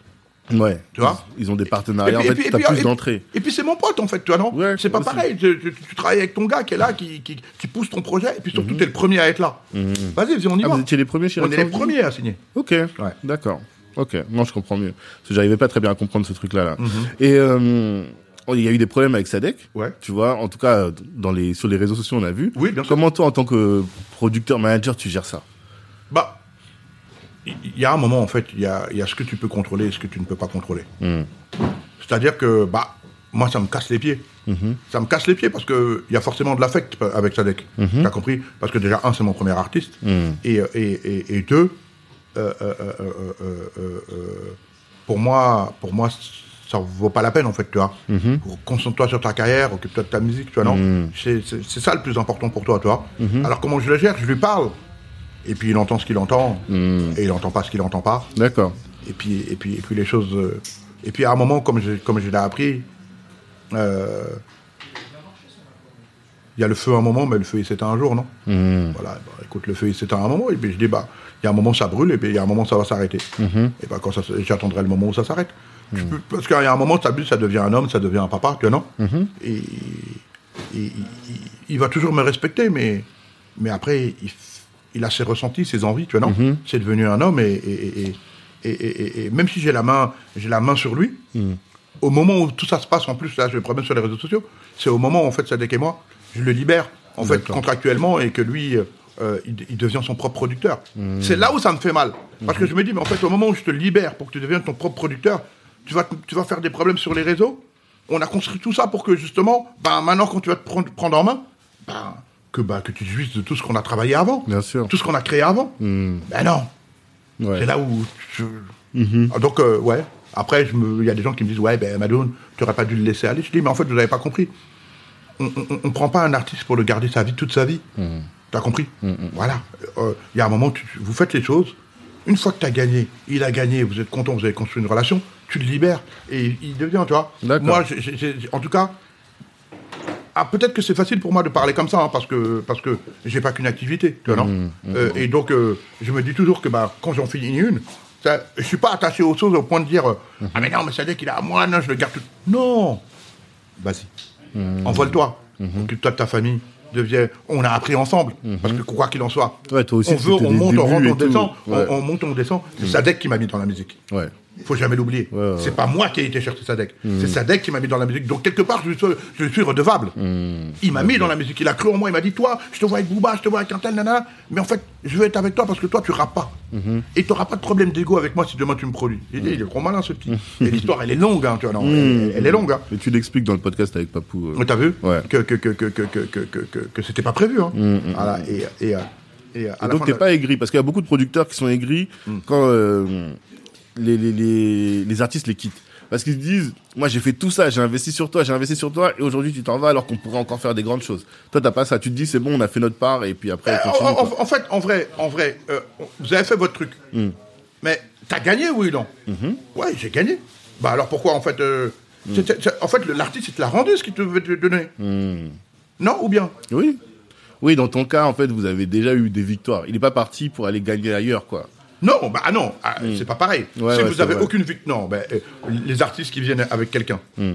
Speaker 1: Ouais.
Speaker 2: Tu vois
Speaker 1: ils, ils ont des partenariats. en fait,
Speaker 2: et
Speaker 1: t'as
Speaker 2: puis-
Speaker 1: plus
Speaker 2: et-
Speaker 1: d'entrées.
Speaker 2: Et puis c'est mon pote en fait, tu vois, non
Speaker 1: Ouais,
Speaker 2: C'est pas
Speaker 1: aussi.
Speaker 2: pareil, tu, tu- tu travailles avec ton gars qui est là, qui, qui, qui pousse ton projet, et puis surtout t'es le premier à être là. Vas-y, vas-y, on y
Speaker 1: Mhm. Ah,
Speaker 2: va.
Speaker 1: vous étiez les premiers chez
Speaker 2: on est les
Speaker 1: Alexandre
Speaker 2: premiers à signer.
Speaker 1: Ok, d'accord. Ok, non, je comprends mieux. Parce que j'arrivais pas très bien à comprendre ce truc-là. Là.
Speaker 2: Mhm.
Speaker 1: Et euh, il y a eu des problèmes avec Sadek.
Speaker 2: Ouais.
Speaker 1: Tu vois, en tout cas, dans les, sur les réseaux sociaux, on a vu.
Speaker 2: Oui, bien sûr.
Speaker 1: Comment toi, en tant que producteur, manager, tu gères ça
Speaker 2: Bah, il y a un moment en fait, il y a, il y a ce que tu peux contrôler et ce que tu ne peux pas contrôler. C'est-à-dire que, bah, moi ça me casse les pieds. Ça me casse les pieds parce qu'il y a forcément de l'affect avec Sadek. T'as compris Parce que déjà, un, c'est mon premier artiste, et, euh, et, et, et deux, euh, euh, euh, euh, euh, euh, euh, pour moi, pour moi, ça vaut pas la peine en fait, tu vois. Concentre-toi sur ta carrière, occupe-toi de ta musique, tu vois, non C'est- C'est c'est ça le plus important pour toi, tu vois. Alors comment je le gère Je lui parle, et puis il entend ce qu'il entend, et il entend pas ce qu'il entend pas.
Speaker 1: D'accord.
Speaker 2: Et puis, et puis, et puis les choses. euh, et puis à un moment, comme je, comme je l'ai appris, euh, il y a le feu un moment, mais le feu il s'éteint un jour, non Voilà, bah, écoute, le feu il s'éteint un moment, et puis je dis, bah, il y a un moment ça brûle, et puis il y a un moment ça va s'arrêter. Et bah, quand ça, s- j'attendrai le moment où ça s'arrête. Tu peux- Parce qu'il y a un moment, t'abuses, ça devient un homme, ça devient un papa, tu vois, non Et et il, il- il va toujours me respecter, mais, mais après, il, f- il a ses ressentis, ses envies, tu vois, non C'est devenu un homme, et, et- et- et- et- et- et même si j'ai la main, j'ai la main sur lui, au moment où tout ça se passe, en plus, là, je le promets sur les réseaux sociaux, c'est au moment où, en fait, Sadek et moi, je le libère, en fait, contractuellement, et que lui, euh, il, il devient son propre producteur. C'est là où ça me fait mal. Parce que je me dis, mais en fait, au moment où je te libère pour que tu deviennes ton propre producteur, tu vas, tu vas faire des problèmes sur les réseaux on a construit tout ça pour que justement, ben, maintenant quand tu vas te prendre, prendre en main, ben, que, ben, que tu jouisses de tout ce qu'on a travaillé avant,
Speaker 1: Bien sûr.
Speaker 2: tout ce qu'on a créé avant. Ben non,
Speaker 1: Ouais.
Speaker 2: c'est là où je... Ah, Donc, euh, ouais. Après, je me- il y a des gens qui me disent, ouais, ben Madoun, tu n'aurais pas dû le laisser aller. Je dis, mais en fait, vous n'avez pas compris. On ne prend pas un artiste pour le garder sa vie, toute sa vie. T'as compris Voilà. Euh, Il y a un moment, tu- vous faites les choses. Une fois que tu as gagné, il a gagné, vous êtes content, vous avez construit une relation, tu le libères et il- il devient, tu vois.
Speaker 1: D'accord.
Speaker 2: Moi, j'ai- j'ai- j'ai- en tout cas, ah, peut-être que c'est facile pour moi de parler comme ça, hein, parce que parce que j'ai pas qu'une activité, tu vois, non Euh, Et donc, euh, je me dis toujours que bah, quand j'en finis une, ça, je suis pas attaché aux choses au point de dire euh, Ah, mais non, mais ça veut dire qu'il a à moi, non, je le garde tout. Non Vas-y,
Speaker 1: Mhm.
Speaker 2: envole-toi. Occupe-toi de ta famille. Deviens... On a appris ensemble, parce que quoi qu'il en soit,
Speaker 1: Mhm. Ouais, toi aussi,
Speaker 2: on veut,
Speaker 1: c'était
Speaker 2: on
Speaker 1: des
Speaker 2: monte, on
Speaker 1: débuts
Speaker 2: rentre,
Speaker 1: et
Speaker 2: on descend,
Speaker 1: tout. Ouais.
Speaker 2: on, on monte, on descend. C'est Sadek qui m'a mis dans la musique.
Speaker 1: Ouais.
Speaker 2: Faut jamais l'oublier.
Speaker 1: ouais, ouais. Mhm.
Speaker 2: C'est pas moi qui ai été chercher Sadek. C'est Sadek qui m'a mis dans la musique. Donc quelque part, je suis, je suis redevable.
Speaker 1: Mhm.
Speaker 2: Il m'a mis dans la musique. Il a cru en moi. Il m'a dit, toi, je te vois avec Booba, je te vois avec un tel, nanana. Mais en fait, je veux être avec toi parce que toi, tu rappes pas.
Speaker 1: Mhm.
Speaker 2: Et tu n'auras pas de problème d'ego avec moi si demain tu me produis. J'ai dit, il est trop malin ce petit. Et l'histoire, elle est longue, hein, tu vois. non,
Speaker 1: Mhm.
Speaker 2: elle, elle est longue. hein.
Speaker 1: Et tu l'expliques dans le podcast avec Papou. euh.
Speaker 2: Mais t'as vu
Speaker 1: Ouais.
Speaker 2: que, que, que, que, que, que, que, que, que c'était pas prévu. Hein. Voilà. Et, et, euh, et, euh, à
Speaker 1: Et
Speaker 2: la
Speaker 1: mm.
Speaker 2: Hmm.
Speaker 1: donc
Speaker 2: fin
Speaker 1: t'es
Speaker 2: de-
Speaker 1: pas aigri parce qu'il y a beaucoup de producteurs qui sont aigris quand euh, les, les, les, les artistes les quittent. Parce qu'ils se disent, moi j'ai fait tout ça, j'ai investi sur toi, j'ai investi sur toi, et aujourd'hui tu t'en vas alors qu'on pourrait encore faire des grandes choses. Toi t'as pas ça, tu te dis c'est bon, on a fait notre part, et puis après on
Speaker 2: Euh,
Speaker 1: continue.
Speaker 2: en,
Speaker 1: quoi. Mm.
Speaker 2: en- en fait, en vrai, en vrai, euh, on- vous avez fait votre truc. Mais t'as gagné, oui, non
Speaker 1: Mm-hmm.
Speaker 2: Ouais, j'ai gagné. Bah alors pourquoi, en fait, euh,
Speaker 1: Mm.
Speaker 2: c'était- c'est- en fait, le- l'artiste, il te l'a rendu ce qu'il te devait te donner.
Speaker 1: Mm.
Speaker 2: Non, ou bien
Speaker 1: Oui. Oui, dans ton cas, en fait, vous avez déjà eu des victoires. Il n'est pas parti pour aller gagner ailleurs, quoi.
Speaker 2: Non, bah ah non, ah, c'est pas pareil.
Speaker 1: Hmm. Ouais,
Speaker 2: si
Speaker 1: ouais,
Speaker 2: vous
Speaker 1: c'est
Speaker 2: avez
Speaker 1: vrai.
Speaker 2: aucune victoire, non, ben, euh, les artistes qui viennent avec quelqu'un.
Speaker 1: Hmm.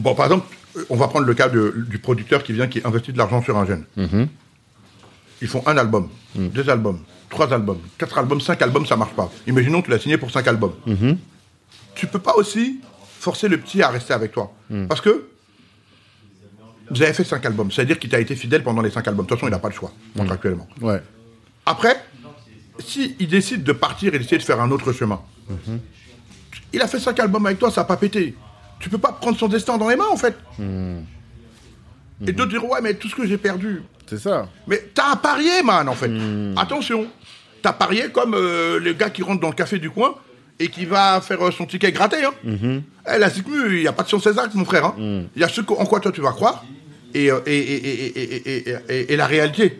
Speaker 2: Bon, par exemple, euh, on va prendre le cas de- du producteur qui vient, qui investit de l'argent sur un jeune.
Speaker 1: Mhm.
Speaker 2: Ils font un album,
Speaker 1: Hmm.
Speaker 2: deux albums, trois albums, quatre albums, cinq albums, ça marche pas. Imaginons, tu l'as signé pour cinq albums.
Speaker 1: Mhm.
Speaker 2: Tu peux pas aussi forcer le petit à rester avec toi.
Speaker 1: Hmm.
Speaker 2: Parce que vous avez fait cinq albums, c'est-à-dire qu'il t'a été fidèle pendant les cinq albums. De toute façon, il n'a pas le choix,
Speaker 1: Hmm.
Speaker 2: contractuellement.
Speaker 1: Ouais.
Speaker 2: Après, s'il décide de partir et d'essayer de faire un autre chemin, il a fait cinq albums avec toi, ça n'a pas pété. Tu peux pas prendre son destin dans les mains, en fait. Et d'autres diront, ouais, mais tout ce que j'ai perdu.
Speaker 1: C'est ça.
Speaker 2: Mais t'as à parier, man, en fait. Attention, t'as parié comme euh, le gars qui rentre dans le café du coin et qui va faire euh, son ticket gratté. Hein. Eh, la SICMU, il n'y a pas de science exacte, mon frère. hein. Il y a ce qu- en quoi toi tu vas croire et, euh, et, et, et, et- et- et- et- et la réalité.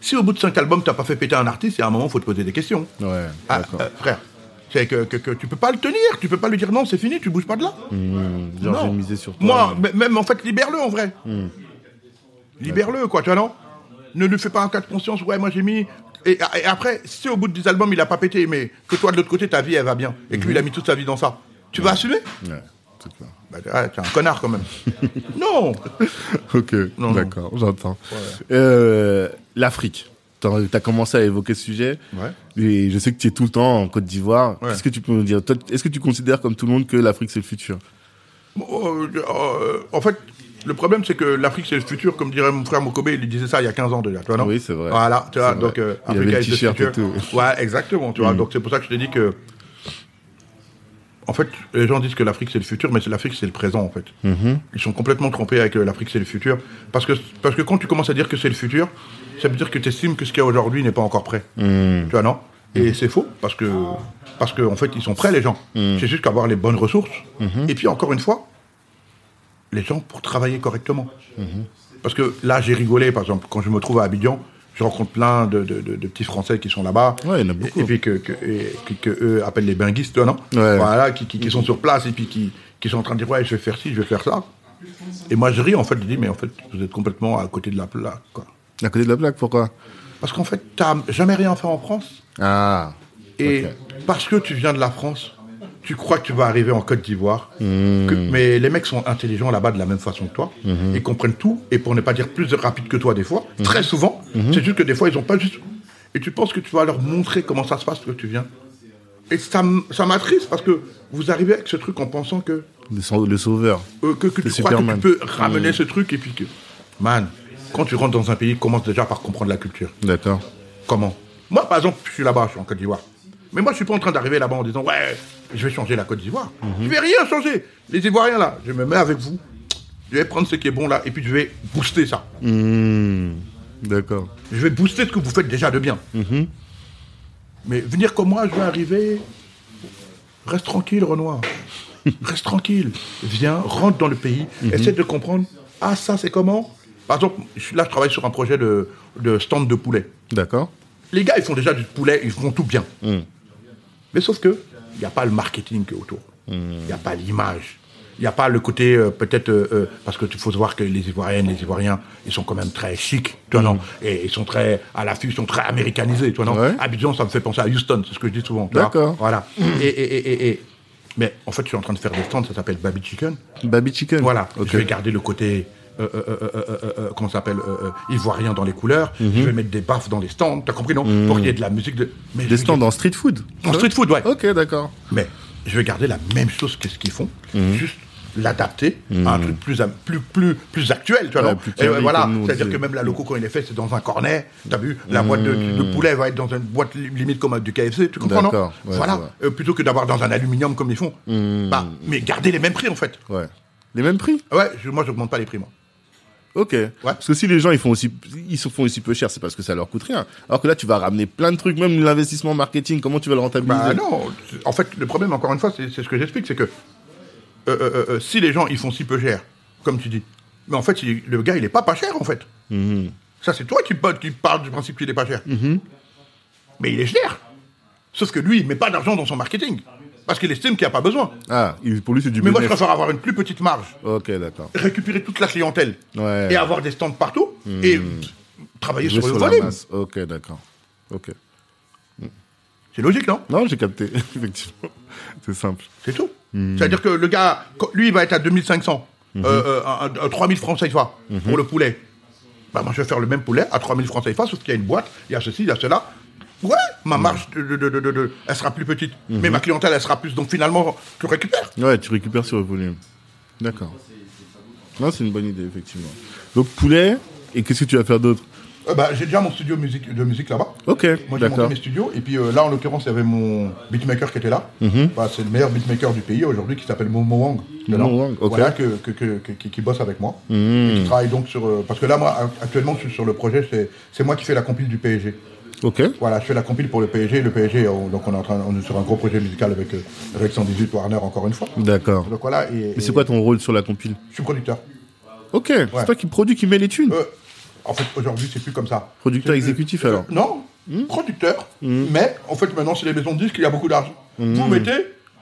Speaker 2: Si au bout de cinq albums, t'as pas fait péter un artiste, il y a un moment, faut te poser des questions.
Speaker 1: Ouais.
Speaker 2: Ah,
Speaker 1: D'accord.
Speaker 2: euh, frère, c'est que, que, que tu peux pas le tenir, tu peux pas lui dire non, c'est fini, tu bouges pas de là.
Speaker 1: Genre,
Speaker 2: Non.
Speaker 1: j'ai misé sur toi. Hmm.
Speaker 2: Moi, m- même en fait, libère-le en vrai. Libère-le, quoi, tu vois, non Ne lui fais pas un cas de conscience. Ouais, moi j'ai mis. Et, et après, si au bout de 10 albums, il a pas pété, mais que toi de l'autre côté, ta vie, elle va bien. Et que lui, il
Speaker 1: Hmm.
Speaker 2: a mis toute sa vie dans ça. Tu vas assumer
Speaker 1: Ouais, c'est clair.
Speaker 2: bah, ah, T'es un connard quand même. non
Speaker 1: Ok,
Speaker 2: Non,
Speaker 1: d'accord, j'entends. Euh, L'Afrique. T'en- T'as commencé à évoquer ce sujet.
Speaker 2: Ouais.
Speaker 1: Et je sais que tu es tout le temps en Côte d'Ivoire.
Speaker 2: Ouais.
Speaker 1: Qu'est-ce que tu peux nous dire Toi, Est-ce que tu considères comme tout le monde que l'Afrique c'est le futur
Speaker 2: Bon, euh, euh, en fait, le problème, c'est que l'Afrique, c'est le futur, comme dirait mon frère Mokobé, il disait ça il y a 15 ans déjà, tu vois, non
Speaker 1: Oui, c'est vrai.
Speaker 2: Voilà, tu vois,
Speaker 1: C'est
Speaker 2: donc,
Speaker 1: vrai.
Speaker 2: euh,
Speaker 1: Il avait le
Speaker 2: Africa is the
Speaker 1: t-shirt et
Speaker 2: future.
Speaker 1: tout. Mm.
Speaker 2: Ouais, exactement, tu vois, donc c'est pour ça que je t'ai dit que. En fait, les gens disent que l'Afrique, c'est le futur, mais c'est l'Afrique, c'est le présent, en fait.
Speaker 1: Mm-hmm.
Speaker 2: Ils sont complètement trompés avec euh, l'Afrique, c'est le futur. Parce que, parce que quand tu commences à dire que c'est le futur, ça veut dire que tu estimes que ce qu'il y a aujourd'hui n'est pas encore prêt.
Speaker 1: Mm.
Speaker 2: Tu vois, non Et c'est faux, parce que, parce que, en fait, ils sont prêts, les gens.
Speaker 1: Mm.
Speaker 2: C'est juste qu'avoir les bonnes ressources.
Speaker 1: Mm-hmm.
Speaker 2: Et puis, encore une fois, les gens pour travailler correctement.
Speaker 1: Mm-hmm.
Speaker 2: Parce que là, j'ai rigolé, par exemple, quand je me trouve à Abidjan, je rencontre plein de, de- de- de petits Français qui sont là-bas.
Speaker 1: Ouais, il y en a beaucoup.
Speaker 2: Et, et puis que, que, et- que- que eux appellent les binguistes, toi, non
Speaker 1: Ouais. Mm-hmm.
Speaker 2: Voilà, qui, qui- qui sont sur place et puis qui, qui sont en train de dire, ouais, je vais faire ci, je vais faire ça. Et moi, je ris, en fait, je dis, mais en fait, vous êtes complètement à côté de la plaque, quoi.
Speaker 1: À côté de la plaque, pourquoi
Speaker 2: Parce qu'en fait, t'as jamais rien fait en France.
Speaker 1: Ah,
Speaker 2: Et
Speaker 1: Ok.
Speaker 2: parce que tu viens de la France, tu crois que tu vas arriver en Côte d'Ivoire. que-
Speaker 1: Hmm.
Speaker 2: Mais les mecs sont intelligents là-bas de la même façon que toi. Ils comprennent tout. Et pour ne pas dire plus rapide que toi des fois,
Speaker 1: Hmm.
Speaker 2: très souvent, c'est juste que des fois, ils n'ont pas juste... Et tu penses que tu vas leur montrer comment ça se passe que tu viens. Et ça, m- ça m'attriste parce que vous arrivez avec ce truc en pensant que,
Speaker 1: le, sau- le sauveur.
Speaker 2: euh, que, que
Speaker 1: Le
Speaker 2: tu crois que tu
Speaker 1: Superman. Hmm.
Speaker 2: peux ramener ce truc. Et puis que... Man, quand tu rentres dans un pays, commence déjà par comprendre la culture.
Speaker 1: D'accord.
Speaker 2: Comment Moi, par exemple, je suis là-bas, je suis en Côte d'Ivoire. Mais moi, je suis pas en train d'arriver là-bas en disant ouais, je vais changer la Côte d'Ivoire. Je vais rien changer. Les Ivoiriens là, je me mets avec vous. Je vais prendre ce qui est bon là et puis je vais booster ça.
Speaker 1: Hmm, D'accord.
Speaker 2: Je vais booster ce que vous faites déjà de bien. Mais venir comme moi, je vais arriver. Reste tranquille, Renoir. Reste tranquille. Viens, rentre dans le pays, essaie de comprendre. Ah, ça, c'est comment Par exemple, je suis là, je travaille sur un projet de, de stand de poulet.
Speaker 1: D'accord.
Speaker 2: Les gars, ils font déjà du poulet, ils font tout bien.
Speaker 1: Hmm.
Speaker 2: Mais sauf que, il n'y a pas le marketing qui est autour. Il
Speaker 1: Hmm.
Speaker 2: n'y a pas l'image. Il n'y a pas le côté, euh, peut-être, euh, euh, parce que tu faut se voir que les Ivoiriennes, les Ivoiriens, ils sont quand même très chics, tu vois, non Et ils sont très, à l'affût, ils sont très américanisés, tu vois, non
Speaker 1: Hmm. Ouais.
Speaker 2: Abidjan, ça me fait penser à Houston, c'est ce que je dis souvent. tu vois.
Speaker 1: D'accord. Hmm.
Speaker 2: Voilà. Et, et, et, et, et- Mais en fait, je suis en train de faire des stands, ça s'appelle Baby Chicken.
Speaker 1: Baby Chicken.
Speaker 2: Voilà,
Speaker 1: Ok.
Speaker 2: je vais garder le côté. Euh, euh, euh, euh, euh, euh, comment ça s'appelle euh, euh, Ivoirien dans les couleurs.
Speaker 1: Mhm.
Speaker 2: Je vais mettre des baffes dans les stands. T'as compris, non Pour qu'il y ait de la musique de. Mais je
Speaker 1: Des
Speaker 2: vais
Speaker 1: stands Oh.
Speaker 2: dire-
Speaker 1: en street food.
Speaker 2: En street food, ouais.
Speaker 1: Ok, d'accord.
Speaker 2: Mais je vais garder la même chose que ce qu'ils font.
Speaker 1: Mhm.
Speaker 2: Juste l'adapter à un truc plus, am- plus, plus, plus actuel, tu vois,
Speaker 1: Ouais,
Speaker 2: non
Speaker 1: plus
Speaker 2: Et ouais,
Speaker 1: carré,
Speaker 2: voilà,
Speaker 1: comme nous, Mhm. on
Speaker 2: c'est-à-dire
Speaker 1: dit.
Speaker 2: que même la loco, quand il est fait, c'est dans un cornet, t'as vu, la boîte de, de poulet va être dans une boîte li- limite comme du KFC, tu comprends, non
Speaker 1: D'accord, ouais, je
Speaker 2: Voilà,
Speaker 1: vois. Mhm.
Speaker 2: Euh, plutôt que d'avoir dans un aluminium comme ils font. Bah, mais garder les mêmes prix, en fait.
Speaker 1: Ouais. Les mêmes prix
Speaker 2: Ouais, je- moi, je n'augmente pas les prix, moi.
Speaker 1: Ok. Parce que si les gens ils font aussi, ils se font aussi peu cher, c'est parce que ça leur coûte rien. Alors que là, tu vas ramener plein de trucs, même l'investissement marketing. Comment tu vas le rentabiliser
Speaker 2: Bah non, c'est- en fait, le problème, encore une fois, c'est c'est ce que j'explique, c'est que euh, euh, euh, euh, si les gens, ils font si peu cher, comme tu dis, mais en fait, il- le gars, il est pas pas cher, en fait.
Speaker 1: Mhm.
Speaker 2: Ça, c'est toi qui, pa- qui parles du principe qu'il est pas cher. Mais il est cher. Sauf que lui, il met pas d'argent dans son marketing. Parce qu'il estime qu'il n'y a pas besoin.
Speaker 1: Ah, il- pour lui, c'est du
Speaker 2: Mais moi, je
Speaker 1: bénéf.
Speaker 2: préfère avoir une plus petite marge,
Speaker 1: Ok, d'accord.
Speaker 2: récupérer toute la clientèle,
Speaker 1: Ouais. Mhm.
Speaker 2: et avoir des stands partout, et pff, travailler
Speaker 1: Jouer
Speaker 2: sur le
Speaker 1: la
Speaker 2: volume.
Speaker 1: masse. Ok, d'accord. Ok.
Speaker 2: C'est logique, non
Speaker 1: Non, j'ai capté, effectivement. C'est simple.
Speaker 2: C'est tout. C'est-à-dire que le gars, quand- lui, il va être à 2500, euh, euh, à- à 3000 francs CFA pour le poulet. Bah, moi, je vais faire le même poulet à 3000 francs CFA, sauf qu'il y a une boîte, il y a ceci, il y a cela. Ouais, ma marge, de, de- de- de- de- elle sera plus petite, mais ma clientèle, elle sera plus. Donc finalement, tu récupères.
Speaker 1: Ouais, tu récupères sur le volume. D'accord. Non, c'est une bonne idée, effectivement. Donc, poulet, et qu'est-ce que tu vas faire d'autre
Speaker 2: Euh, bah, j'ai déjà mon studio musique, de musique là-bas.
Speaker 1: Ok,
Speaker 2: Moi, j'ai monté
Speaker 1: d'accord.
Speaker 2: mes studios. Et puis euh, là, en l'occurrence, il y avait mon beatmaker qui était là.
Speaker 1: Mhm.
Speaker 2: Bah, c'est le meilleur beatmaker du pays aujourd'hui qui s'appelle Momo Wang.
Speaker 1: Momo Wang, ok. Mhm.
Speaker 2: Voilà, que, que- que- que- qui, qui bosse avec moi. Et qui travaille donc sur. euh, parce que là, moi, actuellement, je suis sur le projet. C'est, c'est moi qui fais la compile du PSG.
Speaker 1: Ok.
Speaker 2: Voilà, je fais la compile pour le PSG. Le PSG, euh, on- donc on est, en train, on est sur un gros projet musical avec euh, Rex 118 Warner, encore une fois.
Speaker 1: D'accord.
Speaker 2: Donc voilà. Et,
Speaker 1: Et c'est
Speaker 2: et
Speaker 1: quoi ton rôle sur la compile
Speaker 2: Je suis producteur.
Speaker 1: Ok, c'est toi qui produis, qui met les thunes.
Speaker 2: Euh, en fait, aujourd'hui, c'est plus comme ça.
Speaker 1: Producteur
Speaker 2: C'est plus-
Speaker 1: exécutif, alors. Hmm
Speaker 2: Non, producteur.
Speaker 1: Hmm.
Speaker 2: Mais en fait, maintenant, c'est les maisons de disques, il y a beaucoup d'argent. Vous mettez,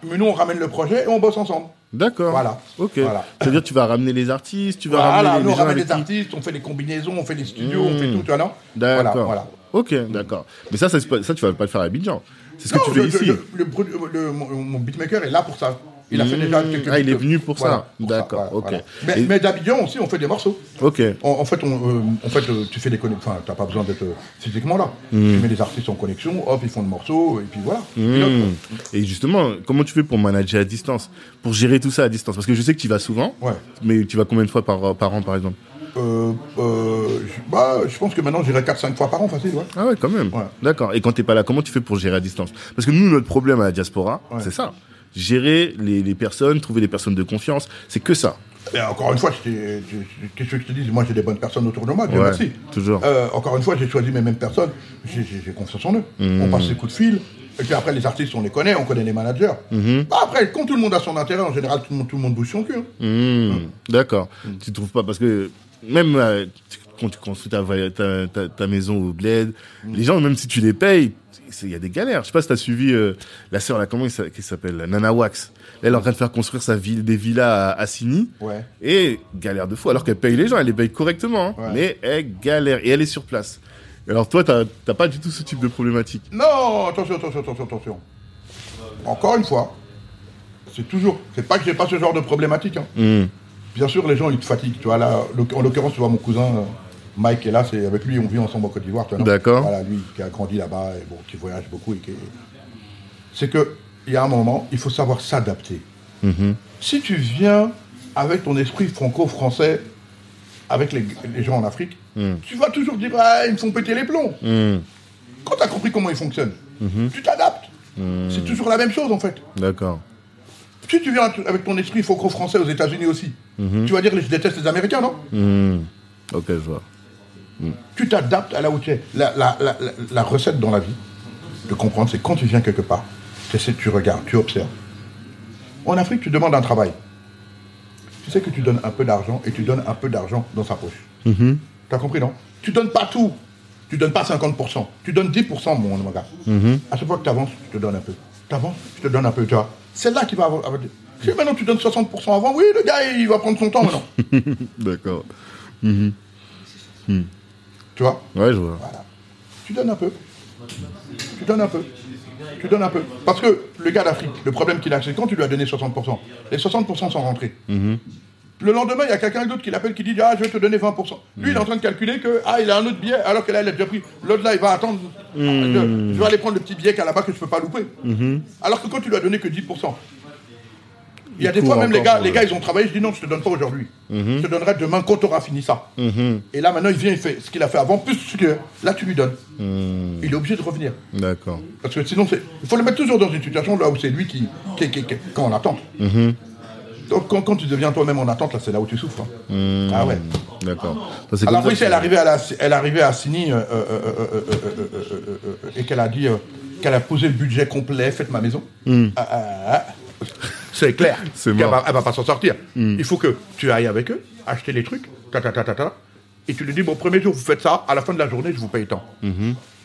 Speaker 2: mais nous, on ramène le projet et on bosse ensemble.
Speaker 1: D'accord.
Speaker 2: Voilà.
Speaker 1: Ok.
Speaker 2: Voilà.
Speaker 1: C'est-à-dire, tu vas ramener les artistes, tu vas
Speaker 2: Voilà,
Speaker 1: ramener les,
Speaker 2: nous on
Speaker 1: les gens
Speaker 2: ramène
Speaker 1: avec
Speaker 2: des
Speaker 1: qui-
Speaker 2: artistes, on fait les combinaisons, on fait les studios, on fait
Speaker 1: Mmh.
Speaker 2: tout, tu vois, non
Speaker 1: D'accord.
Speaker 2: Voilà, voilà.
Speaker 1: Ok, d'accord. Mais ça, ça, c'est pas- ça, tu vas pas le faire à Abidjan. C'est ce que
Speaker 2: Non,
Speaker 1: tu fais
Speaker 2: le-
Speaker 1: ici.
Speaker 2: le- le produ- le- mon, mon beatmaker est là pour ça. Il a fait
Speaker 1: Mmh.
Speaker 2: déjà quelques
Speaker 1: Ah, il est
Speaker 2: trucs.
Speaker 1: venu pour ça.
Speaker 2: Voilà, pour
Speaker 1: D'accord,
Speaker 2: voilà,
Speaker 1: ok.
Speaker 2: voilà. Mais,
Speaker 1: Et-
Speaker 2: mais d'Abidjan aussi, on fait des morceaux.
Speaker 1: Ok.
Speaker 2: En, en fait, on, euh, en fait euh, tu fais des connexions. Enfin, t'as pas besoin d'être euh, physiquement là. Tu mets les artistes en connexion, hop, ils font le morceau, et puis voilà. Et hop.
Speaker 1: Hmm. Hmm. Et justement, comment tu fais pour manager à distance Pour gérer tout ça à distance Parce que je sais que tu y vas souvent.
Speaker 2: Ouais.
Speaker 1: Mais tu vas combien de fois par, par an, par exemple
Speaker 2: Euh, euh, je- bah, je pense que maintenant, j'irai 4-5 fois par an, facile, ouais.
Speaker 1: Ah ouais, quand même.
Speaker 2: Ouais.
Speaker 1: D'accord. Et quand t'es pas là, comment tu fais pour gérer à distance Parce que nous, notre problème à la diaspora,
Speaker 2: Ouais.
Speaker 1: c'est ça. Gérer les, les personnes, trouver les personnes de confiance, c'est que ça.
Speaker 2: Et encore une fois, je t'ai- je- je- qu'est-ce que je te dis Moi, j'ai des bonnes personnes autour de moi, Dieu
Speaker 1: Ouais,
Speaker 2: merci.
Speaker 1: toujours.
Speaker 2: Euh, encore une fois, j'ai choisi mes mêmes personnes. J'ai- J'ai j'ai confiance en eux. On passe les coups de fil. Et puis après, les artistes, on les connaît, on connaît les managers. Bah, après, quand tout le monde a son intérêt, en général, tout le monde, tout le monde bouge son cul. hein.
Speaker 1: Hmm, D'accord. Tu trouves pas parce que même euh, tu- quand tu construis ta, voy- ta, ta- ta maison au bled, les gens même si tu les payes, c'est- il y a des galères. Je sais pas si t'as suivi euh, la sœur là comment il s'a- qui s'appelle Nana Wax. Elle est en train de faire construire sa ville des villas à, à Sini.
Speaker 2: Ouais.
Speaker 1: Et galère de fou alors qu'elle paye les gens, elle les paye correctement, hein.
Speaker 2: Ouais.
Speaker 1: mais elle galère et elle est sur place. Alors toi t'as t'as pas du tout ce type de problématique.
Speaker 2: Non, attention, attention, attention, attention. Encore une fois, c'est toujours. C'est pas que j'ai pas ce genre de problématique. hein.
Speaker 1: Hmm.
Speaker 2: Bien sûr, les gens, ils te fatiguent. Tu vois, là, le- en l'occurrence, tu vois, mon cousin euh, Mike est là, c'est avec lui, on vit ensemble en Côte d'Ivoire. tu vois, non
Speaker 1: D'accord.
Speaker 2: Voilà, lui qui a grandi là-bas, et bon, qui voyage beaucoup. et qui est- C'est que, il y a un moment, il faut savoir s'adapter.
Speaker 1: Hmm.
Speaker 2: Si tu viens avec ton esprit franco-français, avec les, les gens en Afrique, tu vas toujours dire, ah, ils me font péter les plombs.
Speaker 1: Hmm.
Speaker 2: Quand tu as compris comment ils fonctionnent, tu t'adaptes. C'est toujours la même chose, en fait.
Speaker 1: D'accord.
Speaker 2: Si tu viens avec ton esprit franco-français aux États-Unis aussi, tu vas dire, je déteste les Américains, non
Speaker 1: Hmm. Ok je vois.
Speaker 2: tu t'adaptes à là où tu es. La, la- la- la- la recette dans la vie, de comprendre, c'est quand tu viens quelque part, tu essaies, tu regardes, tu observes. En Afrique, tu demandes un travail. Tu sais que tu donnes un peu d'argent et tu donnes un peu d'argent dans sa poche. T'as compris, non Tu donnes pas tout. Tu donnes pas 50%. Tu donnes 10%, mon mon gars. À chaque fois que tu avances, je te donne un peu. Tu avances, je te donne un peu, tu vois. C'est là qu'il va avoir... avoir- Si maintenant tu donnes 60% avant, oui, le gars, il va prendre son temps maintenant.
Speaker 1: D'accord.
Speaker 2: tu vois
Speaker 1: Ouais je vois.
Speaker 2: Voilà. Tu donnes un peu. Tu donnes un peu. Tu donnes un peu. Parce que le gars d'Afrique, le problème qu'il a, c'est quand tu lui as donné 60%, les 60% sont rentrés.
Speaker 1: Mhm.
Speaker 2: Le lendemain, il y a quelqu'un d'autre qui l'appelle qui dit Ah, je vais te donner 20%. Lui, il est en train de calculer que Ah, il a un autre billet, alors que là, il a déjà pris. L'autre là, il va attendre.
Speaker 1: Mhm.
Speaker 2: Je, je vais aller prendre le petit billet qu'il y a là-bas que je peux pas louper. Alors que quand tu lui as donné que 10%, il y a
Speaker 1: Il
Speaker 2: des fois,
Speaker 1: court
Speaker 2: même les
Speaker 1: encore
Speaker 2: gars,
Speaker 1: pour
Speaker 2: les
Speaker 1: le- Mhm.
Speaker 2: gars, ils ont travaillé. Je dis non, je te donne pas aujourd'hui. Je te donnerai demain quand tu auras fini ça. Et là, maintenant, il vient, il fait ce qu'il a fait avant, plus ce que là, tu lui donnes.
Speaker 1: Mhm.
Speaker 2: Il est obligé de revenir.
Speaker 1: D'accord.
Speaker 2: Parce que sinon, c'est- il faut le mettre toujours dans une situation là où c'est lui qui, qui, qui- qui- quand on attend.
Speaker 1: Mhm.
Speaker 2: Donc, quand, quand tu deviens toi-même en attente, là, c'est là où tu souffres. hein.
Speaker 1: Mhm.
Speaker 2: Ah ouais.
Speaker 1: D'accord. Ça, c'est
Speaker 2: Alors
Speaker 1: comme
Speaker 2: oui,
Speaker 1: ça
Speaker 2: c'est-
Speaker 1: que-
Speaker 2: elle arrivait à la, elle arrivait à Sini euh, euh, euh, euh, euh, euh, euh, euh, euh, euh, et qu'elle a dit euh, qu'elle a posé le budget complet, faites ma maison. Ah, ah, ah. C'est clair.
Speaker 1: Mhm. C'est
Speaker 2: qu'elle
Speaker 1: mort. Mhm.
Speaker 2: va, elle va pas s'en sortir. Il faut que tu ailles avec eux, acheter les trucs, ta ta ta ta ta, et tu lui dis bon premier jour vous faites ça, à la fin de la journée je vous paye tant.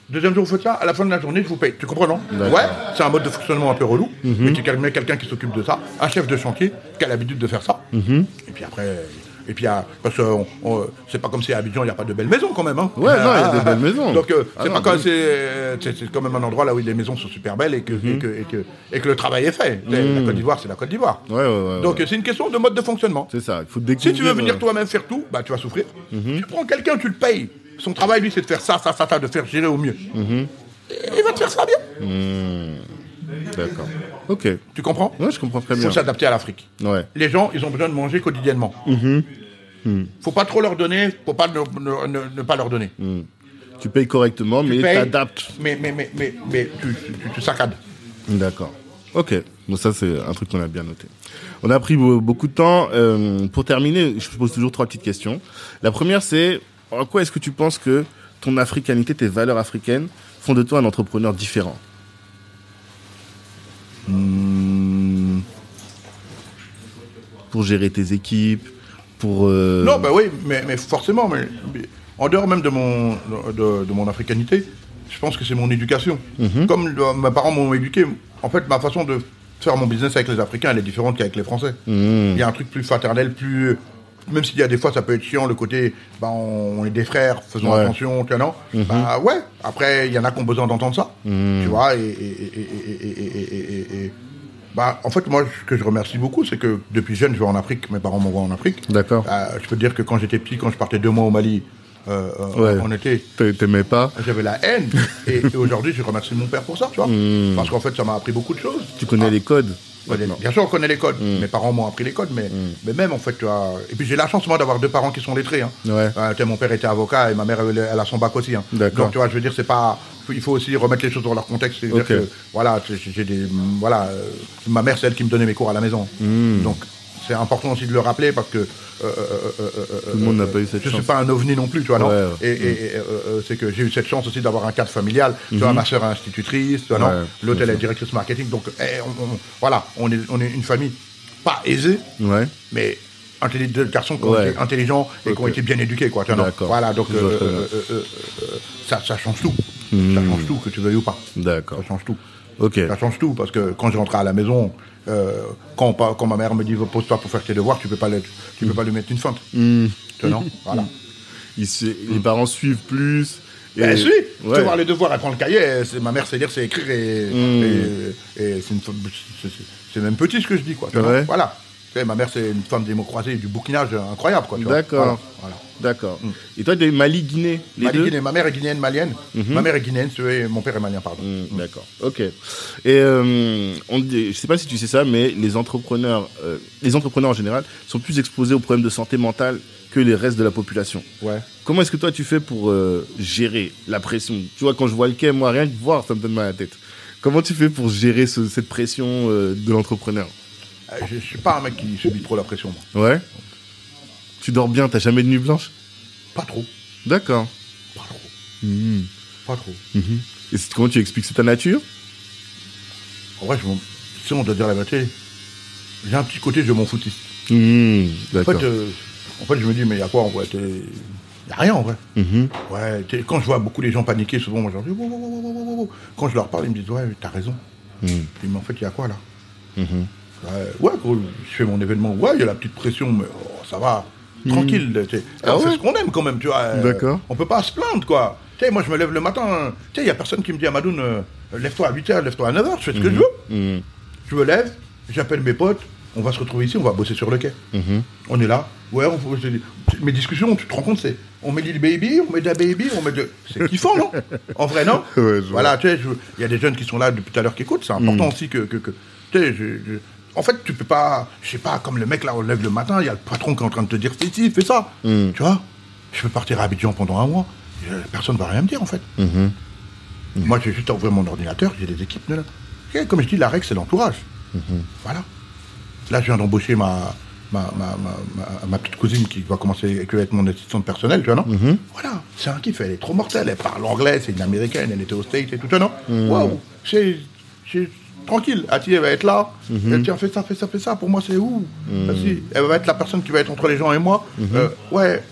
Speaker 2: Deuxième jour, vous faites ça, à la fin de la journée, je vous paye. Tu comprends, non
Speaker 1: D'accord. Mhm.
Speaker 2: Ouais, c'est un mode de fonctionnement un peu relou, mais tu calmes quelqu'un qui s'occupe de ça, un chef de chantier qui a l'habitude de faire ça.
Speaker 1: Mhm.
Speaker 2: Et puis après, et puis, ah, parce que on- on- c'est pas comme si à Abidjan, il n'y a pas de belles maisons quand même. Hein.
Speaker 1: Ouais, non, il y a des belles maisons.
Speaker 2: Donc, euh,
Speaker 1: Ah
Speaker 2: c'est
Speaker 1: non,
Speaker 2: pas
Speaker 1: mais
Speaker 2: comme
Speaker 1: oui. Mhm.
Speaker 2: c'est euh, c'est- c'est quand même un endroit là où les maisons sont super belles et que, et que, et que, et que le travail est fait. C'est- La Côte d'Ivoire, c'est la Côte d'Ivoire.
Speaker 1: Ouais, ouais, ouais,
Speaker 2: Donc,
Speaker 1: ouais.
Speaker 2: c'est une question de mode de fonctionnement.
Speaker 1: c'est ça. Il faut
Speaker 2: Si
Speaker 1: découvrir.
Speaker 2: tu veux venir
Speaker 1: euh, Mhm.
Speaker 2: toi-même faire tout, bah tu vas souffrir. Tu prends quelqu'un, tu le payes. Son travail, lui, c'est de faire ça, ça, ça, ça, de faire gérer au mieux.
Speaker 1: Mhm.
Speaker 2: Et Il va te faire ça bien.
Speaker 1: D'accord. Ok.
Speaker 2: Tu comprends
Speaker 1: Ouais, je comprends très
Speaker 2: Il
Speaker 1: bien.
Speaker 2: faut s'adapter à l'afrique.
Speaker 1: Ouais.
Speaker 2: Les gens, ils ont besoin de manger quotidiennement.
Speaker 1: Mhm.
Speaker 2: Faut pas trop leur donner, faut pas ne, ne- ne- ne pas leur donner.
Speaker 1: Tu payes correctement, mais
Speaker 2: Paye,
Speaker 1: t'adaptes.
Speaker 2: Mais, mais, mais, mais, mais tu, tu- tu saccades.
Speaker 1: D'accord. Ok. Bon, ça, c'est un truc qu'on a bien noté. On a pris be- beaucoup de temps. Euh, pour terminer, je pose toujours trois petites questions. La première, c'est en quoi est-ce que tu penses que ton africanité, tes valeurs africaines font de toi un entrepreneur différent Hmm. Pour gérer tes équipes, pour... euh,
Speaker 2: Non, bah oui, mais, mais forcément, mais, mais en dehors même de mon, de, de mon africanité, je pense que c'est mon éducation. Comme euh, mes parents m'ont éduqué, en fait, ma façon de faire mon business avec les Africains, elle est différente qu'avec les Français. Il
Speaker 1: Mmh.
Speaker 2: y a un truc plus fraternel, plus. Même s'il y a des fois, ça peut être chiant, le côté, bah, on est des frères, faisons
Speaker 1: Ouais.
Speaker 2: attention, tu vois, non Bah ouais, après, il y en a qui ont besoin d'entendre ça, tu vois, et. et- et- et- et- et- et- et- et- Bah, en fait, moi, ce que je remercie beaucoup, c'est que depuis jeune, je vais en Afrique, mes parents m'envoient en Afrique.
Speaker 1: D'accord.
Speaker 2: Bah, je peux te dire que quand j'étais petit, quand je partais deux mois au Mali, euh, euh,
Speaker 1: Ouais.
Speaker 2: on était.
Speaker 1: T'a- T'aimais pas
Speaker 2: J'avais la haine, et, et aujourd'hui, je remercie mon père pour ça, tu vois, parce qu'en fait, ça m'a appris beaucoup de choses.
Speaker 1: Hmm. Tu Hmm. connais les codes
Speaker 2: Ouais, les- Bien sûr, on connaît les codes. Mes parents m'ont appris les codes, mais,
Speaker 1: Hmm.
Speaker 2: mais même en fait, tu vois, Et puis j'ai la chance, moi, d'avoir deux parents qui sont lettrés. hein.
Speaker 1: Ouais.
Speaker 2: Euh, tu sais, mon père était avocat et ma mère, elle, elle a son bac aussi. hein.
Speaker 1: D'accord.
Speaker 2: Donc, tu vois, je veux dire, c'est pas. faut- Il faut aussi remettre les choses dans leur contexte. C'est-à-dire
Speaker 1: Ok.
Speaker 2: que, voilà, j'ai- j'ai des. Voilà, euh, ma mère, c'est elle qui me donnait mes cours à la maison.
Speaker 1: Hmm.
Speaker 2: Donc, c'est important aussi de le rappeler parce que. euh, euh, euh, euh,
Speaker 1: Tout le monde n'a pas eu cette
Speaker 2: je
Speaker 1: chance.
Speaker 2: suis pas un ovni non plus, tu vois, non
Speaker 1: Ouais, ouais.
Speaker 2: Et, et- et, euh, euh, c'est que j'ai eu cette chance aussi d'avoir un cadre familial. Tu vois, ma soeur est institutrice, tu vois,
Speaker 1: Mhm. Ouais,
Speaker 2: non L'autre, elle est directrice marketing. Donc, eh, on, on- voilà, on est, on est une famille pas aisée,
Speaker 1: Ouais.
Speaker 2: mais intelli- deux garçons qui ont
Speaker 1: Ouais.
Speaker 2: été intelligents et qui ont
Speaker 1: Ok.
Speaker 2: été bien éduqués, quoi, tu vois, non
Speaker 1: D'accord.
Speaker 2: Voilà, donc,
Speaker 1: Je vois
Speaker 2: euh,
Speaker 1: très bien. Hmm.
Speaker 2: euh, euh, euh, ça, ça change tout. Ça change tout, que tu veuilles ou pas.
Speaker 1: D'accord.
Speaker 2: Ça change tout.
Speaker 1: Ok.
Speaker 2: Ça change tout, parce que quand je rentrais à la maison, euh, quand, on par- quand ma mère me dit pose-toi pour faire tes devoirs, tu peux pas, le- tu
Speaker 1: Hmm.
Speaker 2: peux pas lui mettre une feinte. Tu vois, non Voilà.
Speaker 1: Ils se- Les parents suivent plus. Et...
Speaker 2: Ben, si, tu
Speaker 1: Ouais. Hmm.
Speaker 2: vas voir les devoirs, elle prend le cahier, c'est- ma mère sait lire, c'est écrire, et, et- et c'est, une femme- c'est- c'est- c'est même petit ce que je dis, quoi. tu vois.
Speaker 1: Ouais.
Speaker 2: Voilà. Tu sais, ma mère, c'est une femme des mots croisés, et du bouquinage incroyable, quoi. tu vois.
Speaker 1: D'accord.
Speaker 2: Voilà. voilà.
Speaker 1: D'accord. Et toi, tu es Mali-Guinée, les
Speaker 2: Mali,
Speaker 1: deux Mhm.
Speaker 2: Guinée, ma mère est guinéenne, malienne. Ma mère est guinéenne, tu vois, et mon père est malien, pardon.
Speaker 1: Mm, D'accord, ok. Et euh, on, dit- je sais pas si tu sais ça, mais les entrepreneurs, euh, les entrepreneurs en général, sont plus exposés aux problèmes de santé mentale que les restes de la population.
Speaker 2: Ouais.
Speaker 1: Comment est-ce que toi tu fais pour euh, gérer la pression Tu vois, quand je vois le quai, moi rien que voir, ça me donne mal à la tête. Comment tu fais pour gérer ce- cette pression euh, de l'entrepreneur
Speaker 2: Euh, Je, je suis pas un mec qui subit trop la pression, moi.
Speaker 1: Ouais. Tu dors bien, t'as jamais de nuit blanche
Speaker 2: Pas trop.
Speaker 1: D'accord.
Speaker 2: Pas trop.
Speaker 1: Mhm.
Speaker 2: Pas trop.
Speaker 1: Mhm. Et c'est- comment tu expliques C'est ta nature
Speaker 2: En vrai, je m'en- si on doit dire la vérité, j'ai un petit côté, je m'en foutiste.
Speaker 1: Mhm.
Speaker 2: En
Speaker 1: D'accord.
Speaker 2: fait, euh, en fait, je me dis, mais il y a quoi en vrai T'es- Y a rien en vrai.
Speaker 1: Mhm.
Speaker 2: Ouais, t'es- quand je vois beaucoup les gens paniquer, souvent, moi, je leur dis, wow, wow, wow, wow, wow, wow, wow. quand je leur parle, ils me disent, ouais, t'as raison.
Speaker 1: Mhm.
Speaker 2: Je dis, mais en fait, il y a quoi là
Speaker 1: Mhm.
Speaker 2: Ouais, Ouais, gros, je fais mon événement, ouais, il y a la petite pression, mais oh, ça va, tranquille. t'es-
Speaker 1: Ah
Speaker 2: on fait
Speaker 1: ouais
Speaker 2: ce qu'on aime quand même, tu vois. euh,
Speaker 1: D'accord.
Speaker 2: On peut pas se plaindre, quoi. Tu sais, moi, je me lève le matin, hein, tu sais, il y a personne qui me dit, Amadoun, euh, lève-toi à 8h, lève-toi à 9h, je fais ce que je veux.
Speaker 1: Mhm.
Speaker 2: Je me lève, j'appelle mes potes, on va se retrouver ici, on va bosser sur le quai.
Speaker 1: Mhm.
Speaker 2: On est là. Ouais, on, faut- c'est- mes discussions, tu te rends compte, c'est on met Lil Baby, on met de la Baby, on met de. C'est kiffant, non En vrai, non
Speaker 1: Ouais, je vois. Mhm.
Speaker 2: Voilà, tu sais, je- il y a des jeunes qui sont là depuis tout à l'heure qui écoutent, c'est important aussi que. que- que- tu sais, je- je- En fait, tu peux pas. Je sais pas, comme le mec là, on lève le matin, il y a le patron qui est en train de te dire fais ci, fais ça.
Speaker 1: Mhm.
Speaker 2: Tu vois Je peux partir à Abidjan pendant un mois, je- personne va rien me dire en fait. Mhm. Moi, j'ai juste à ouvrir mon ordinateur, j'ai des équipes. là. Et comme je dis, la règle, c'est l'entourage. Voilà. Là, je viens d'embaucher ma, ma, ma, ma- ma- ma petite cousine qui va commencer qui va être mon assistante personnelle, tu vois, non Voilà, c'est un kiff, elle est trop mortelle, elle parle anglais, c'est une américaine, elle était au States et tout, tu vois, non Waouh, c'est c'est tranquille, Ati, elle va être là, elle tient, fais ça, fais ça, fais ça, pour moi, c'est où Vas-y. Elle va être la personne qui va être entre les gens et moi. Euh, ouais,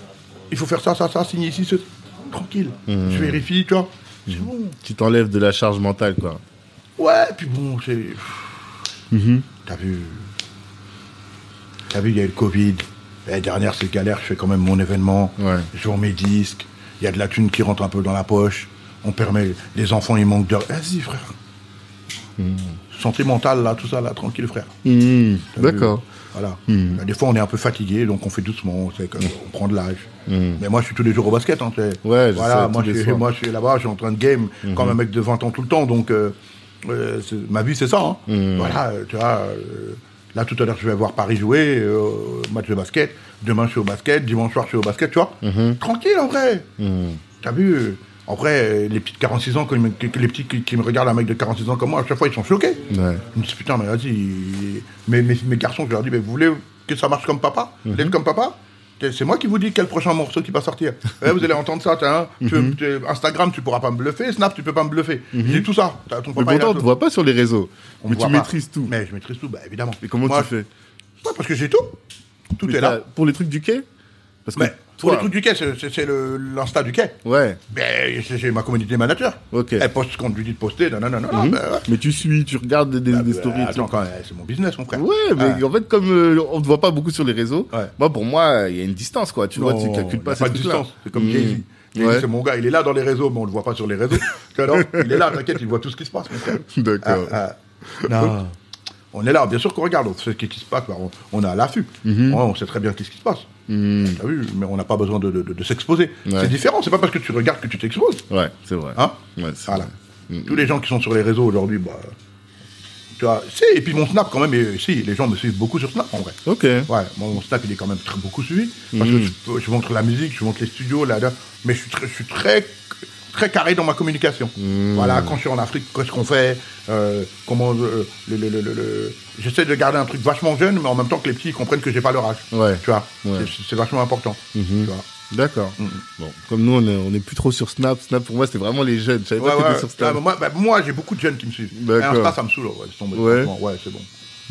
Speaker 2: il faut faire ça, ça, ça, signer ici, ce... tranquille, je vérifie, tu vois. C'est bon.
Speaker 1: Tu t'enlèves de la charge mentale, quoi.
Speaker 2: Ouais, puis bon, c'est. T'as vu. T'as vu, il y a eu le Covid. L'année dernière, c'est galère, je fais quand même mon événement.
Speaker 1: Ouais.
Speaker 2: Je vends mes disques. Il y a de la thune qui rentre un peu dans la poche. On permet. Les enfants, ils manquent de. Vas-y, frère. Santé mentale, là, tout ça, là, tranquille, frère. T'as vu
Speaker 1: Mm-hmm. D'accord. Hmm.
Speaker 2: Voilà. Bah, Des fois, on est un peu fatigué, donc on fait doucement, c'est que- on prend de l'âge. Mais moi, je suis tous les jours au basket. Hein, tu sais.
Speaker 1: Hmm. Ouais, je
Speaker 2: voilà,
Speaker 1: sais,
Speaker 2: moi,
Speaker 1: tous
Speaker 2: je
Speaker 1: les
Speaker 2: suis,
Speaker 1: soirs. Hmm.
Speaker 2: moi, je suis là-bas, je suis en train de game, comme un mec de 20 ans tout le temps, donc euh, euh, c'est- ma vie, c'est ça. hein.
Speaker 1: Hmm.
Speaker 2: Voilà, euh, tu vois, euh, là, tout à l'heure, je vais voir Paris jouer, euh, au match de basket. Demain, je suis au basket. Dimanche soir, je suis au basket, tu vois.
Speaker 1: Hmm.
Speaker 2: Tranquille, en vrai. T'as vu euh, en vrai, euh, les petits de 46 ans, comme- que- que les petits qui, qui me regardent, un mec de 46 ans comme moi, à chaque fois, ils sont choqués.
Speaker 1: Ouais.
Speaker 2: Je me dis, putain, mais vas-y, mes, mes, mes garçons, je leur dis, mais vous voulez que ça marche comme papa Vous
Speaker 1: Mhm.
Speaker 2: voulez être comme papa C'est moi qui vous dis quel prochain morceau qui va sortir. Eh, vous allez entendre ça, t'as un- tu-
Speaker 1: Mhm.
Speaker 2: tu- Instagram, tu pourras pas me bluffer, Snap, tu peux pas me bluffer. Je dis tout ça. T'as ton
Speaker 1: Mais
Speaker 2: papa, il a
Speaker 1: pourtant, on
Speaker 2: tout.
Speaker 1: te voit pas sur les réseaux.
Speaker 2: On
Speaker 1: mais
Speaker 2: me
Speaker 1: tu
Speaker 2: voit pas.
Speaker 1: maîtrises tout.
Speaker 2: Mais je maîtrise tout, bah, évidemment.
Speaker 1: Et comment
Speaker 2: Moi,
Speaker 1: tu fais
Speaker 2: Ouais, Parce que j'ai tout. Tout
Speaker 1: Mais
Speaker 2: est là.
Speaker 1: t'as- Pour les trucs du quai Parce que
Speaker 2: Mais pour
Speaker 1: toi-
Speaker 2: le truc du quai, c'est- c'est c'est le- l'Insta du quai.
Speaker 1: Ouais,
Speaker 2: Ben, c'est c'est ma communauté manager.
Speaker 1: Ok.
Speaker 2: Elle poste ce qu'on lui dit de poster, non, non, non, non.
Speaker 1: Mhm.
Speaker 2: ben, Eh, ouais.
Speaker 1: mais tu suis, tu regardes des, des
Speaker 2: Ben,
Speaker 1: stories. tu-
Speaker 2: attends, quand même, c'est mon business, mon frère.
Speaker 1: Ouais, mais
Speaker 2: Ah.
Speaker 1: en fait, comme euh, on ne te voit pas beaucoup sur les réseaux,
Speaker 2: Ouais.
Speaker 1: moi, pour moi, il y a une distance, quoi. Tu vois, tu
Speaker 2: Non,
Speaker 1: calcules pas
Speaker 2: y a
Speaker 1: cette
Speaker 2: de distance. C'est comme Jay-Z. Jay-Z,
Speaker 1: Ouais.
Speaker 2: c'est mon gars, il est là dans les réseaux, mais on le voit pas sur les réseaux. Tu vois, non, il est là, t'inquiète, il voit tout ce qui se passe. mon frère.
Speaker 1: D'accord.
Speaker 2: Ah, ah. Non. On est là, bien sûr qu'on regarde, on sait ce qui qui se passe, bah, on, on est à l'affût.
Speaker 1: Mhm.
Speaker 2: Ouais, on sait très bien qu'est-ce qui se passe.
Speaker 1: Hmm.
Speaker 2: T'as vu, mais on n'a pas besoin de, de- de- de s'exposer.
Speaker 1: Ouais.
Speaker 2: C'est différent, c'est pas parce que tu regardes que tu t'exposes.
Speaker 1: Ouais, c'est vrai.
Speaker 2: Hein
Speaker 1: Ouais, c'est
Speaker 2: Voilà.
Speaker 1: vrai.
Speaker 2: Tous les gens qui sont sur les réseaux aujourd'hui, bah, tu vois, si, et puis mon Snap quand même, et, si, les gens me suivent beaucoup sur Snap en vrai.
Speaker 1: Ok.
Speaker 2: Ouais, moi, mon Snap, il est quand même très beaucoup suivi. Parce
Speaker 1: Hmm.
Speaker 2: que je, peux- je montre la musique, je montre les studios, là, là. Mais je suis très, je suis très, très carré dans ma communication.
Speaker 1: Hmm,
Speaker 2: Voilà, quand je suis en Afrique, qu'est-ce qu'on fait euh, Comment. euh, le- le- le- le- le- J'essaie de garder un truc vachement jeune, mais en même temps que les petits ils comprennent que j'ai pas leur âge.
Speaker 1: Ouais.
Speaker 2: Tu vois,
Speaker 1: Ouais.
Speaker 2: c'est- c'est vachement important. Tu vois.
Speaker 1: D'accord. Bon, comme nous, on est- on est plus trop sur Snap. Snap, pour moi, c'était vraiment les jeunes. Je savais
Speaker 2: Ouais,
Speaker 1: pas que t'étais
Speaker 2: ouais.
Speaker 1: sur
Speaker 2: Ah,
Speaker 1: Snap.
Speaker 2: bah, moi, bah, moi, j'ai beaucoup de jeunes qui me suivent. Et
Speaker 1: D'accord.
Speaker 2: Insta, ça me saoule. Ouais, laisse tomber,
Speaker 1: Ouais. Hmm.
Speaker 2: franchement. ouais c'est bon.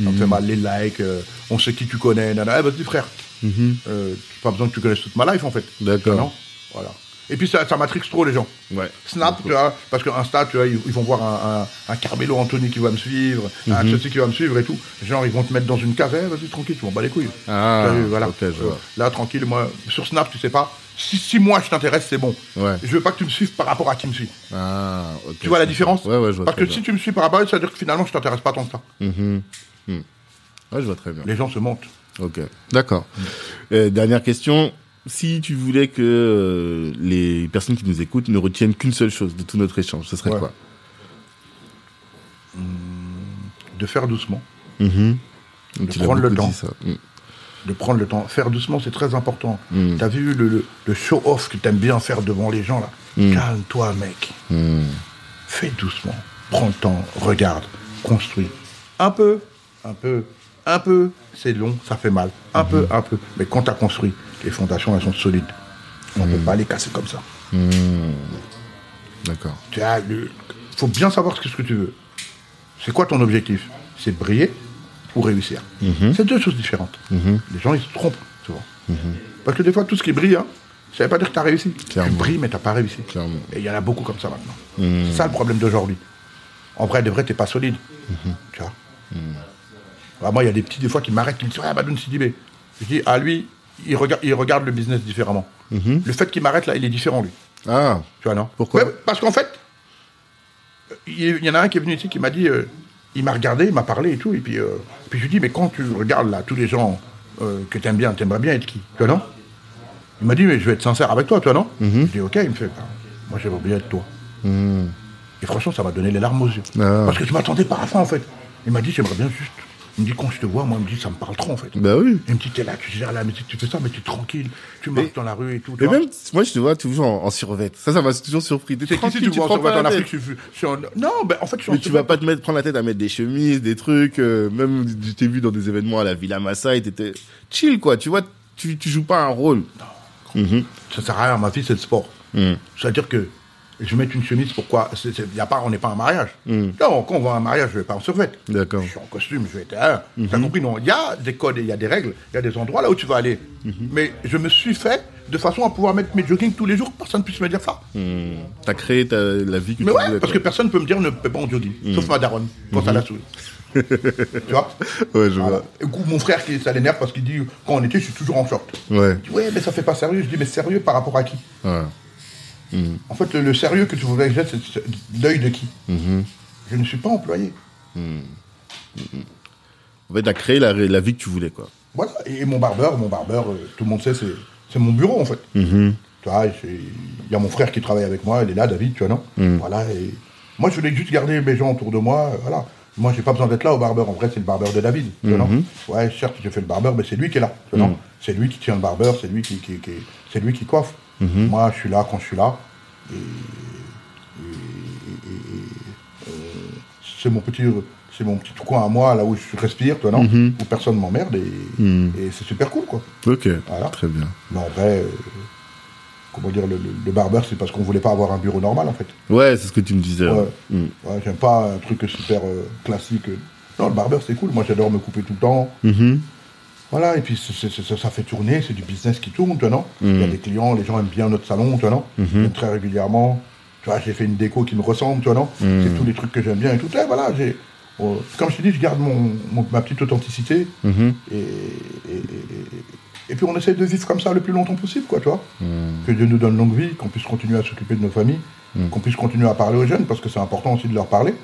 Speaker 2: Ça me fait mal, les likes, euh, on sait qui tu connais, nana. Eh, vas-y, frère. Euh, pas besoin que tu connaisses toute ma life, en fait.
Speaker 1: Mm-hmm. D'accord.
Speaker 2: Non Voilà. Et puis, ça, ça matrix trop les gens.
Speaker 1: Ouais.
Speaker 2: Snap, tu vois, parce que Insta, tu vois, ils, ils vont voir un, un, un Carmelo Anthony qui va me suivre, un
Speaker 1: Mhm.
Speaker 2: ceci qui va me suivre et tout. Genre, ils vont te mettre dans une cave, Eh, vas-y, tranquille, tu m'en bats les couilles.
Speaker 1: Ah,
Speaker 2: T'as vu, voilà.
Speaker 1: ok, je vois.
Speaker 2: Là, tranquille, moi, sur Snap, tu sais pas, si, si moi je t'intéresse, c'est bon.
Speaker 1: Ouais.
Speaker 2: Je veux pas que tu me suives par rapport à qui me suit.
Speaker 1: Ah, ok.
Speaker 2: Tu vois la différence
Speaker 1: Ouais, ouais, je vois
Speaker 2: Parce
Speaker 1: très
Speaker 2: que
Speaker 1: bien.
Speaker 2: si tu me suis par là-bas, ça veut dire que finalement, je t'intéresse pas tant que ça.
Speaker 1: Mm. Ouais, je vois très bien.
Speaker 2: Les gens se mentent.
Speaker 1: Ok. D'accord. Euh, dernière question. Si tu voulais que euh, les personnes qui nous écoutent ne retiennent qu'une seule chose de tout notre échange, ce serait
Speaker 2: Ouais.
Speaker 1: quoi
Speaker 2: De faire doucement.
Speaker 1: Mm-hmm. Tu
Speaker 2: De
Speaker 1: l'as
Speaker 2: prendre le
Speaker 1: beaucoup
Speaker 2: temps.
Speaker 1: dit, ça. Mm.
Speaker 2: De prendre le temps. Faire doucement, c'est très important. T'as vu le, le- le show-off que t'aimes bien faire devant les gens, là Calme-toi, mec. Fais doucement. Prends le temps. Regarde. Construis. Un peu. Un peu. Un peu. C'est long, ça fait mal. Un peu, un peu. Mais quand t'as construit, les fondations, elles sont solides. On ne peut pas les casser comme ça.
Speaker 1: D'accord.
Speaker 2: Tu as le- faut bien savoir ce que, ce que tu veux. C'est quoi ton objectif C'est de briller ou réussir
Speaker 1: Mhm.
Speaker 2: C'est deux choses différentes. Les gens, ils se trompent souvent. Parce que des fois, tout ce qui brille, hein, ça ne veut pas dire que tu as réussi.
Speaker 1: Clairement.
Speaker 2: Tu brilles, mais tu n'as pas réussi.
Speaker 1: Clairement. Mhm.
Speaker 2: Et il y en a beaucoup comme ça maintenant. C'est ça le problème d'aujourd'hui. En vrai, de vrai, tu n'es pas solide.
Speaker 1: Mhm.
Speaker 2: Tu vois Bah, Moi, il y a des petits, des fois, qui m'arrêtent, qui me disent Ah, Badoun Sidibé. Je dis Ah, lui, il regarde, il regarde le business différemment.
Speaker 1: Mhm.
Speaker 2: Le fait qu'il m'arrête là, il est différent, lui.
Speaker 1: Ah,
Speaker 2: Tu vois, non
Speaker 1: Pourquoi
Speaker 2: Ouais, Parce qu'en fait, il il y en a un qui est venu ici qui m'a dit, euh, il m'a regardé, il m'a parlé et tout, et puis, euh, puis je lui dis, mais quand tu regardes là tous les gens euh, que t'aimes bien, t'aimerais bien être qui Tu vois, non Il m'a dit, mais je vais être sincère avec toi, tu vois, non Je dis, ok, il me fait, bah, moi j'aimerais bien être toi. Et franchement, ça m'a donné les larmes aux yeux.
Speaker 1: Ah.
Speaker 2: Parce que je m'attendais pas à ça, en fait. Il m'a dit, j'aimerais bien juste. Il me dit, quand je te vois, moi, il me dit, ça me parle trop, en fait.
Speaker 1: bah oui.
Speaker 2: Il me dit, t'es là, tu gères la musique, tu fais ça, mais t'es tranquille, tu marches dans la rue et tout. tu
Speaker 1: Et
Speaker 2: vois.
Speaker 1: même, moi, je te vois toujours en, en survêt. Ça, ça m'a toujours surpris. T'es
Speaker 2: C'est qui si
Speaker 1: tranquille,
Speaker 2: tu
Speaker 1: tu,
Speaker 2: vois en
Speaker 1: prends
Speaker 2: survêt
Speaker 1: pas
Speaker 2: en
Speaker 1: la
Speaker 2: Afrique
Speaker 1: tête.
Speaker 2: je suis- je suis en- Non, ben en fait, je suis en
Speaker 1: Mais tu vas pas te mettre, prendre la tête à mettre des chemises, des trucs. euh, même, je t'ai vu dans des événements à la Villa Maasai, t'étais chill, quoi. Tu vois, tu, tu joues pas un rôle.
Speaker 2: Ça sert à rien, ma fille, c'est le sport.
Speaker 1: Hmm.
Speaker 2: C'est-à-dire que je vais mettre une chemise, pourquoi C'est- c'est- y a pas, On n'est pas un mariage. Non, quand on va à un mariage, je vais pas en survêt.
Speaker 1: Hmm. D'accord. Hmm.
Speaker 2: Je suis en costume, je vais être. Hein, T'as compris Non, il y a des codes et il y a des règles, il y a des endroits là où tu vas aller.
Speaker 1: Hmm.
Speaker 2: Mais je me suis fait de façon à pouvoir mettre mes jogging tous les jours, personne ne puisse me dire ça.
Speaker 1: Hmm. T'as créé ta, la vie que
Speaker 2: Mais
Speaker 1: tu
Speaker 2: ouais,
Speaker 1: voulais,
Speaker 2: parce que
Speaker 1: quoi.
Speaker 2: personne ne peut me dire ne peux pas en jogging,
Speaker 1: Hmm.
Speaker 2: sauf ma daronne, quand ça la saoule. tu vois
Speaker 1: Ouais, Hmm. je
Speaker 2: Voilà.
Speaker 1: vois.
Speaker 2: Et coup, Mon frère, qui, ça l'énerve parce qu'il dit quand on était, je suis toujours en short.
Speaker 1: Ouais.
Speaker 2: Il dit, ouais, mais ça fait pas sérieux. Je dis, mais sérieux par rapport à qui
Speaker 1: Ouais.
Speaker 2: En fait, le, le sérieux que tu voudrais que j'ai, c'est c'est l'œil de qui Je ne suis pas employé.
Speaker 1: En fait, t'as créé la, la vie que tu voulais, quoi.
Speaker 2: Voilà. Et, et mon barbeur, mon barbeur, euh, tout le monde sait, c'est, c'est mon bureau, en fait. Tu vois, j'ai- il y a mon frère qui travaille avec moi, il est là, David, tu vois, non Voilà. Et moi, je voulais juste garder mes gens autour de moi, euh, voilà. Moi, j'ai pas besoin d'être là au barbeur. En vrai, c'est le barbeur de David. tu vois, non ouais, certes, j'ai fait le barbeur, mais c'est lui qui est là. tu vois, non c'est lui qui tient le barbeur, c'est lui qui, qui- qui- c'est lui qui coiffe. Moi, je suis là quand je suis là. euh, c'est mon petit c'est mon petit coin à moi là où je respire toi non où personne m'emmerde et, et c'est super cool quoi
Speaker 1: Ok.
Speaker 2: Voilà.
Speaker 1: Très bien.
Speaker 2: mais en vrai euh, comment dire le, le- le barbeur c'est parce qu'on voulait pas avoir un bureau normal en fait
Speaker 1: Ouais, c'est ce que tu me disais.
Speaker 2: ouais,
Speaker 1: Mm.
Speaker 2: Ouais, j'aime pas un euh.
Speaker 1: Mhm.
Speaker 2: truc super euh, classique non le barbeur c'est cool moi j'adore me couper tout le temps Voilà, et puis c'est- c'est- c'est- ça fait tourner, c'est du business qui tourne, tu vois, non Il y a des clients, les gens aiment bien notre salon, tu vois, non Ils viennent très régulièrement. Tu vois, j'ai fait une déco qui me ressemble, tu vois, non C'est tous les trucs que j'aime bien et tout. Eh, voilà, j'ai. euh, comme je te dis, je garde mon, mon- ma petite authenticité.
Speaker 1: Mhm.
Speaker 2: Et, et- et- et puis on essaie de vivre comme ça le plus longtemps possible, quoi, tu vois. Que Dieu nous donne longue vie, qu'on puisse continuer à s'occuper de nos familles, qu'on puisse continuer à parler aux jeunes, parce que c'est important aussi de leur parler.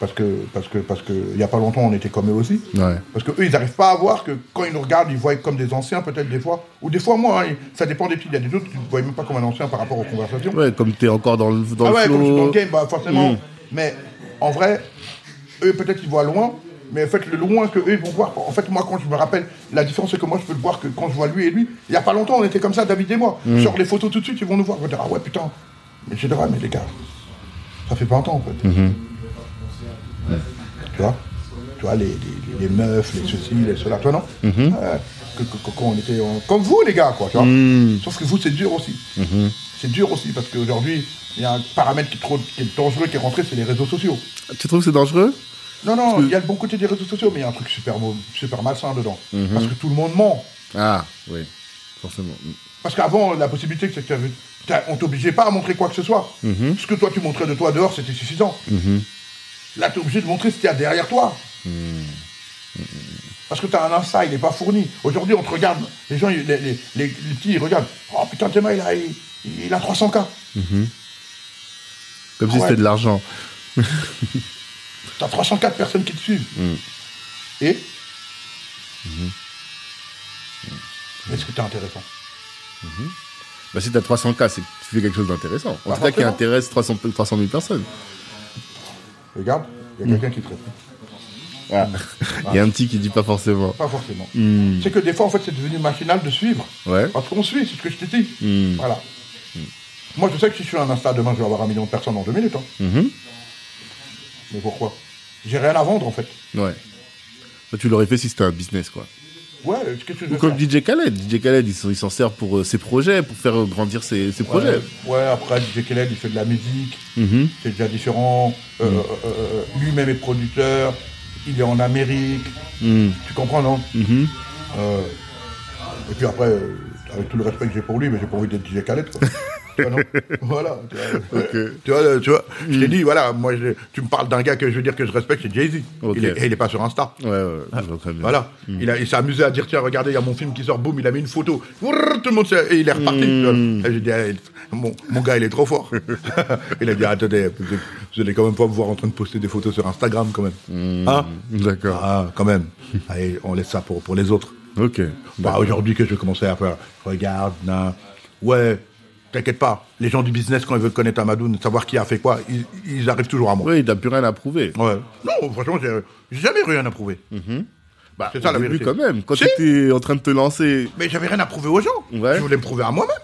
Speaker 2: Parce que, parce que, parce que, il n'y a pas longtemps, on était comme eux aussi.
Speaker 1: Ouais.
Speaker 2: Parce que eux, ils n'arrivent pas à voir que quand ils nous regardent, ils voient comme des anciens, peut-être des fois. Ou des fois, moi, hein, ça dépend des petits. Il y a des autres, tu ne voyais même pas comme un ancien par rapport aux conversations.
Speaker 1: Ouais, comme t'es encore dans le, dans
Speaker 2: ah ouais,
Speaker 1: le
Speaker 2: comme je suis dans
Speaker 1: flow.
Speaker 2: le
Speaker 1: Mm.
Speaker 2: game, bah, forcément. Mais en vrai, eux, peut-être ils voient loin. Mais en fait, le loin que eux ils vont voir. En fait, moi, quand je me rappelle, la différence, c'est que moi, je peux le voir que quand je vois lui et lui. Il n'y a pas longtemps, on était comme ça, David et moi.
Speaker 1: Mm.
Speaker 2: Sur les photos tout de suite, ils vont nous voir. Ils vont dire, ah ouais, putain. Mais je dis, ouais, mais les gars, ça fait 20 ans, en fait.
Speaker 1: Mm-hmm.
Speaker 2: Tu vois Tu vois, les, les- les- les meufs, les ceci, les cela, toi, non
Speaker 1: Mm-hmm.
Speaker 2: Ouais. Que- que- que- Quand on était en- Comme vous, les gars, quoi, tu vois
Speaker 1: Mm.
Speaker 2: Sauf que vous, c'est dur aussi.
Speaker 1: Mm-hmm.
Speaker 2: C'est dur aussi, parce qu'aujourd'hui, il y a un paramètre qui est, trop, qui est dangereux, qui est rentré, c'est les réseaux sociaux.
Speaker 1: Tu trouves que c'est dangereux
Speaker 2: Non, non, il y a le bon côté des réseaux sociaux, mais il y a un truc super, mau- super malsain dedans. Parce que tout le monde ment.
Speaker 1: Ah, oui, forcément.
Speaker 2: Parce qu'avant, la possibilité, c'est que t'avais- t'as- on t'obligeait pas à montrer quoi que ce soit. Ce que toi, tu montrais de toi dehors, c'était suffisant. Là, tu es obligé de montrer ce qu'il y a derrière toi. Parce que tu as un inside, il n'est pas fourni. Aujourd'hui, on te regarde, les gens, ils- les, les- les- les petits, ils regardent. Oh putain, Tema, il a, il, il a 300K.
Speaker 1: Comme si
Speaker 2: Ah Ouais.
Speaker 1: c'était de l'argent.
Speaker 2: T'as 304 personnes qui te suivent.
Speaker 1: Mm.
Speaker 2: Et
Speaker 1: Mm-hmm.
Speaker 2: Mm-hmm. Est-ce que t'es intéressant
Speaker 1: Bah, si t'as 300K, c'est que tu fais quelque chose d'intéressant. En
Speaker 2: Bah,
Speaker 1: tout cas, qui
Speaker 2: forcément.
Speaker 1: intéresse 300, 300 000 personnes.
Speaker 2: Regarde, il y a
Speaker 1: Mm.
Speaker 2: quelqu'un qui te répond.
Speaker 1: Voilà. Il y a un petit qui dit pas forcément. Hmm.
Speaker 2: Pas forcément. C'est que des fois, en fait, c'est devenu machinal de suivre.
Speaker 1: Ouais. Hmm.
Speaker 2: Parce qu'on suit, c'est ce que je t'ai dit.
Speaker 1: Mm.
Speaker 2: Voilà. Moi, je sais que si je suis un Insta demain, je vais avoir un million de personnes en deux minutes. hein.
Speaker 1: Mhm.
Speaker 2: Mais pourquoi J'ai rien à vendre, en fait.
Speaker 1: Ouais. Toi, tu l'aurais fait si c'était un business, quoi.
Speaker 2: Ouais, qu'est-ce que tu veux
Speaker 1: Ou comme
Speaker 2: faire
Speaker 1: DJ Khaled. DJ Khaled, il s'en- il s'en sert pour euh, ses projets, pour faire euh, grandir ses, ses projets. Mhm.
Speaker 2: Ouais, ouais, après, DJ Khaled, il fait de la musique, c'est déjà différent. Euh, euh, euh, Lui-même est producteur, il est en Amérique. Tu comprends, non Euh, Et puis après, euh, avec tout le respect que j'ai pour lui, mais j'ai pas envie d'être DJ Khaled. quoi. Tu vois, non voilà. Tu vois, tu vois, euh, tu vois, je t'ai dit, voilà, moi, je- tu me parles d'un gars que je veux dire que je respecte, c'est Jay-Z.
Speaker 1: Ok.
Speaker 2: Il, est, et il est pas sur Insta.
Speaker 1: Ouais, ouais, ouais, je vois très bien.
Speaker 2: Ah. Voilà, il, a- il s'est amusé à dire tiens regardez il y a mon film qui sort boum il a mis une photo Wrrr, tout le monde s'est- et il est reparti. Et J'ai dit Ah, il- mon, mon gars il est trop fort. il a dit ah, attendez vous allez- vous allez quand même pas me voir en train de poster des photos sur Instagram quand même. Hein
Speaker 1: D'accord.
Speaker 2: ah quand même. Allez on laisse ça pour pour les autres.
Speaker 1: Ok.
Speaker 2: Bah, aujourd'hui que je commençais à faire, regarde, nan. ouais, t'inquiète pas, les gens du business, quand ils veulent connaître Amadoun, savoir qui a fait quoi, ils, ils arrivent toujours à moi.
Speaker 1: Oui, il n'a plus rien à prouver.
Speaker 2: Ouais. Non, franchement, j'ai j'ai jamais rien à prouver.
Speaker 1: Bah,
Speaker 2: C'est ça,
Speaker 1: au
Speaker 2: la
Speaker 1: début,
Speaker 2: vérité.
Speaker 1: quand même. Quand
Speaker 2: Si.
Speaker 1: tu étais en train de te lancer.
Speaker 2: Mais j'avais rien à prouver aux gens.
Speaker 1: Ouais.
Speaker 2: Je voulais me prouver à moi-même.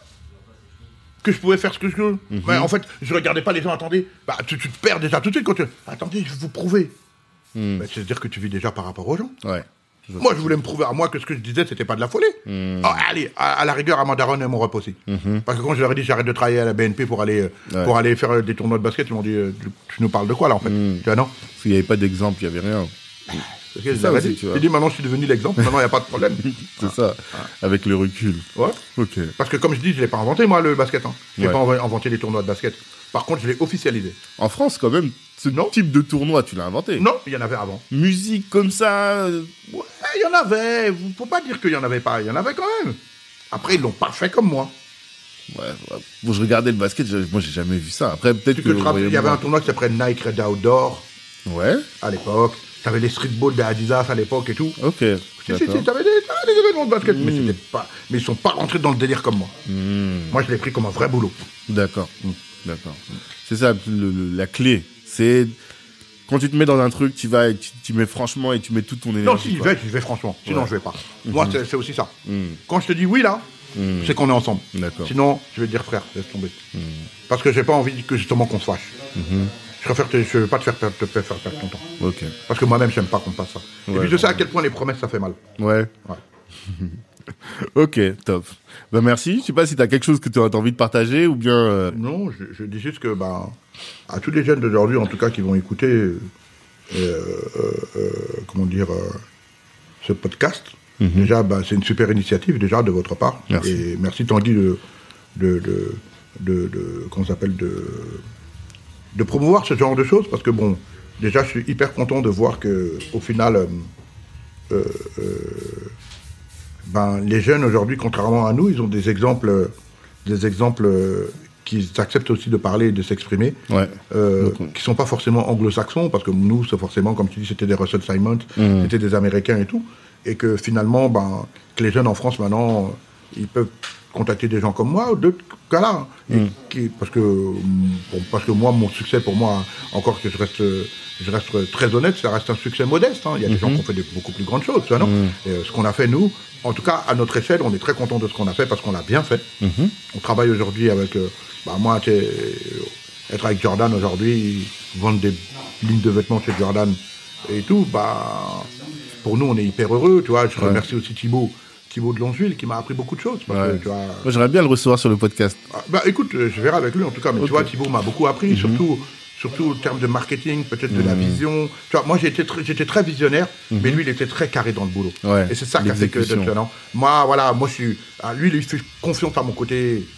Speaker 2: Que je pouvais faire ce que je veux.
Speaker 1: Mhm.
Speaker 2: Ouais, en fait, je regardais pas les gens, attendez. Bah, tu, tu te perds déjà tout de suite quand tu. Attendez, je vais vous prouver. Bah, C'est-à-dire que tu vis déjà par rapport aux gens.
Speaker 1: Mhm. Ouais. Mhm. Je-
Speaker 2: Moi, je voulais me prouver à moi que ce que je disais, c'était pas de la folie. Oh, allez, à, à la rigueur, à Mandaron et à mon rep aussi. Parce que quand je leur ai dit j'arrête de travailler à la BNP pour aller, euh,
Speaker 1: Mhm. Ouais.
Speaker 2: pour aller faire euh, des tournois de basket, ils m'ont dit euh, tu, tu nous parles de quoi là en fait
Speaker 1: Mhm.
Speaker 2: Tu vois, non
Speaker 1: Parce qu'il n'y avait pas d'exemple, il n'y avait rien.
Speaker 2: Parce que je
Speaker 1: ça
Speaker 2: leur ai
Speaker 1: aussi,
Speaker 2: dit,
Speaker 1: tu vois.
Speaker 2: J'ai dit maintenant je suis devenu l'exemple, maintenant il n'y a pas de problème.
Speaker 1: C'est ça. Avec le recul.
Speaker 2: Ah. Ouais.
Speaker 1: Ok.
Speaker 2: Parce que comme je dis, je l'ai pas inventé moi le basket. Hein. Je n'ai
Speaker 1: Ouais.
Speaker 2: pas inv- inventé les tournois de basket. Par contre, je l'ai officialisé.
Speaker 1: En France, quand même, ce
Speaker 2: Non.
Speaker 1: type de tournoi, tu l'as inventé.
Speaker 2: Non, il y en avait avant.
Speaker 1: Musique comme ça. euh,
Speaker 2: Ouais, il y en avait. Vous ne pouvez pas dire qu'il n'y en avait pas. Il y en avait quand même. Après, ils l'ont pas fait comme moi.
Speaker 1: Ouais, ouais. Bon, je regardais le basket, je- moi j'ai jamais vu ça. Après, peut-être
Speaker 2: Tu
Speaker 1: que.
Speaker 2: te rappelles, il y avait un
Speaker 1: vraiment-
Speaker 2: tournoi qui s'appelait Nike Red Outdoor
Speaker 1: Ouais,
Speaker 2: à l'époque. T'avais les streetballs des Adidas à l'époque et tout.
Speaker 1: ok.
Speaker 2: Si, si,
Speaker 1: d'accord. Hmm.
Speaker 2: si, t'avais des, t'avais des événements de basket, mais c'était pas, mais ils sont pas rentrés dans le délire comme moi. Moi, je l'ai pris comme un vrai boulot.
Speaker 1: D'accord. Hmm. D'accord. C'est ça le- le- la clé. C'est quand tu te mets dans un truc, tu vas, et tu, tu mets franchement et tu mets toute ton énergie.
Speaker 2: Non, si, je
Speaker 1: quoi. Hmm.
Speaker 2: vais, je vais franchement. Sinon, je vais pas. Moi, c'est c'est aussi ça. Quand je te dis oui, là, c'est qu'on est ensemble.
Speaker 1: D'accord. Hmm.
Speaker 2: Sinon, je vais te dire frère, laisse tomber. Parce que j'ai pas envie que justement qu'on se fâche.
Speaker 1: Mhm.
Speaker 2: Je préfère te- je veux pas te faire perdre, te faire perdre ton temps.
Speaker 1: Ok.
Speaker 2: Parce que moi-même, j'aime pas qu'on me passe ça. Et
Speaker 1: Ouais,
Speaker 2: puis, je sais à quel point les promesses, ça fait mal.
Speaker 1: Ouais.
Speaker 2: Ouais.
Speaker 1: Ok, top. Ben merci. Je sais pas si t'as quelque chose que tu as envie de partager ou bien. euh,
Speaker 2: Non, je, je dis juste que bah, à tous les jeunes d'aujourd'hui, en tout cas, qui vont écouter, euh, euh, euh, comment dire, euh, ce podcast, Déjà, bah, c'est une super initiative, déjà, de votre part.
Speaker 1: Merci.
Speaker 2: Et merci, Tanguy, de. de, de, de- de- comment ça s'appelle de, de promouvoir ce genre de choses, parce que, bon, déjà, je suis hyper content de voir que, au final. euh, euh, euh, ben, les jeunes aujourd'hui, contrairement à nous, ils ont des exemples, des exemples euh, qu'ils acceptent aussi de parler et de s'exprimer
Speaker 1: Ouais.
Speaker 2: euh,
Speaker 1: Donc, on-
Speaker 2: qui sont pas forcément anglo-saxons, parce que nous, c'est forcément, comme tu dis, c'était des Russell Simons, c'était des Américains et tout, et que finalement, ben, que les jeunes en France maintenant, euh, ils peuvent contacter des gens comme moi, ou d'autres cas-là, hein. Et qui- parce que mm, bon, parce que moi, mon succès pour moi, encore que je reste, euh, je reste très honnête, ça reste un succès modeste. hein. Il y a des gens qui ont fait des- beaucoup plus grandes choses, tu vois, non Et, euh, Ce qu'on a fait nous, en tout cas à notre échelle, on est très content de ce qu'on a fait parce qu'on l'a bien fait. On travaille aujourd'hui avec, euh, bah, moi, tu sais, être avec Jordan aujourd'hui, vendre des lignes de vêtements chez Jordan et tout, bah, pour nous, on est hyper heureux, tu vois. Je remercie aussi Thibaut, Thibaut de Lonsville, qui m'a appris beaucoup de choses. parce que,
Speaker 1: Ouais.
Speaker 2: tu vois,
Speaker 1: Moi, j'aimerais bien le recevoir sur le podcast.
Speaker 2: ah, bah, écoute, euh, je verrai avec lui en tout cas, mais
Speaker 1: Ok. Mhm.
Speaker 2: tu vois, Thibaut m'a beaucoup appris, surtout, surtout en termes de marketing, peut-être de la vision. Tu vois, moi, j'étais tr- j'étais très visionnaire, mais lui, il était très carré dans le boulot.
Speaker 1: Mhm. Ouais,
Speaker 2: Et c'est ça qui a fait que
Speaker 1: l'exécution.
Speaker 2: d'être Moi, voilà, moi, je suis. ah, lui, il fait confiance à mon côté.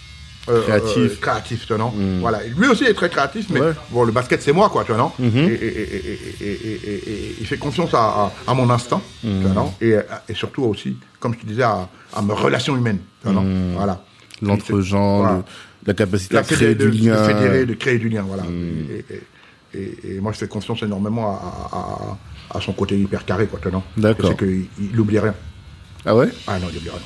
Speaker 2: euh,
Speaker 1: Créatif. Mhm.
Speaker 2: euh, créatif, tu vois, non Voilà. Et Lui aussi est très créatif, mais
Speaker 1: Ouais. Mhm.
Speaker 2: bon, le basket, c'est moi, quoi, tu vois, non et, et- et- et- et- et- et- et- il fait confiance à, à- à mon instinct, tu
Speaker 1: Mhm.
Speaker 2: vois, non et, et surtout aussi, comme je te disais, à, à mes relations humaines, tu vois, non
Speaker 1: Mhm.
Speaker 2: Voilà.
Speaker 1: L'entre-gens,
Speaker 2: Voilà.
Speaker 1: le- la capacité
Speaker 2: La
Speaker 1: à créer
Speaker 2: fédé-
Speaker 1: du
Speaker 2: de- de
Speaker 1: lien. Mm.
Speaker 2: fédérer, de créer du lien, voilà. Et, et- et- et moi, je fais confiance énormément à, à- à- à son côté hyper carré, quoi, tenant.
Speaker 1: D'accord.
Speaker 2: C'est qu'il il oublie rien.
Speaker 1: Ah ouais Hmm.
Speaker 2: Ah non, il oublie rien.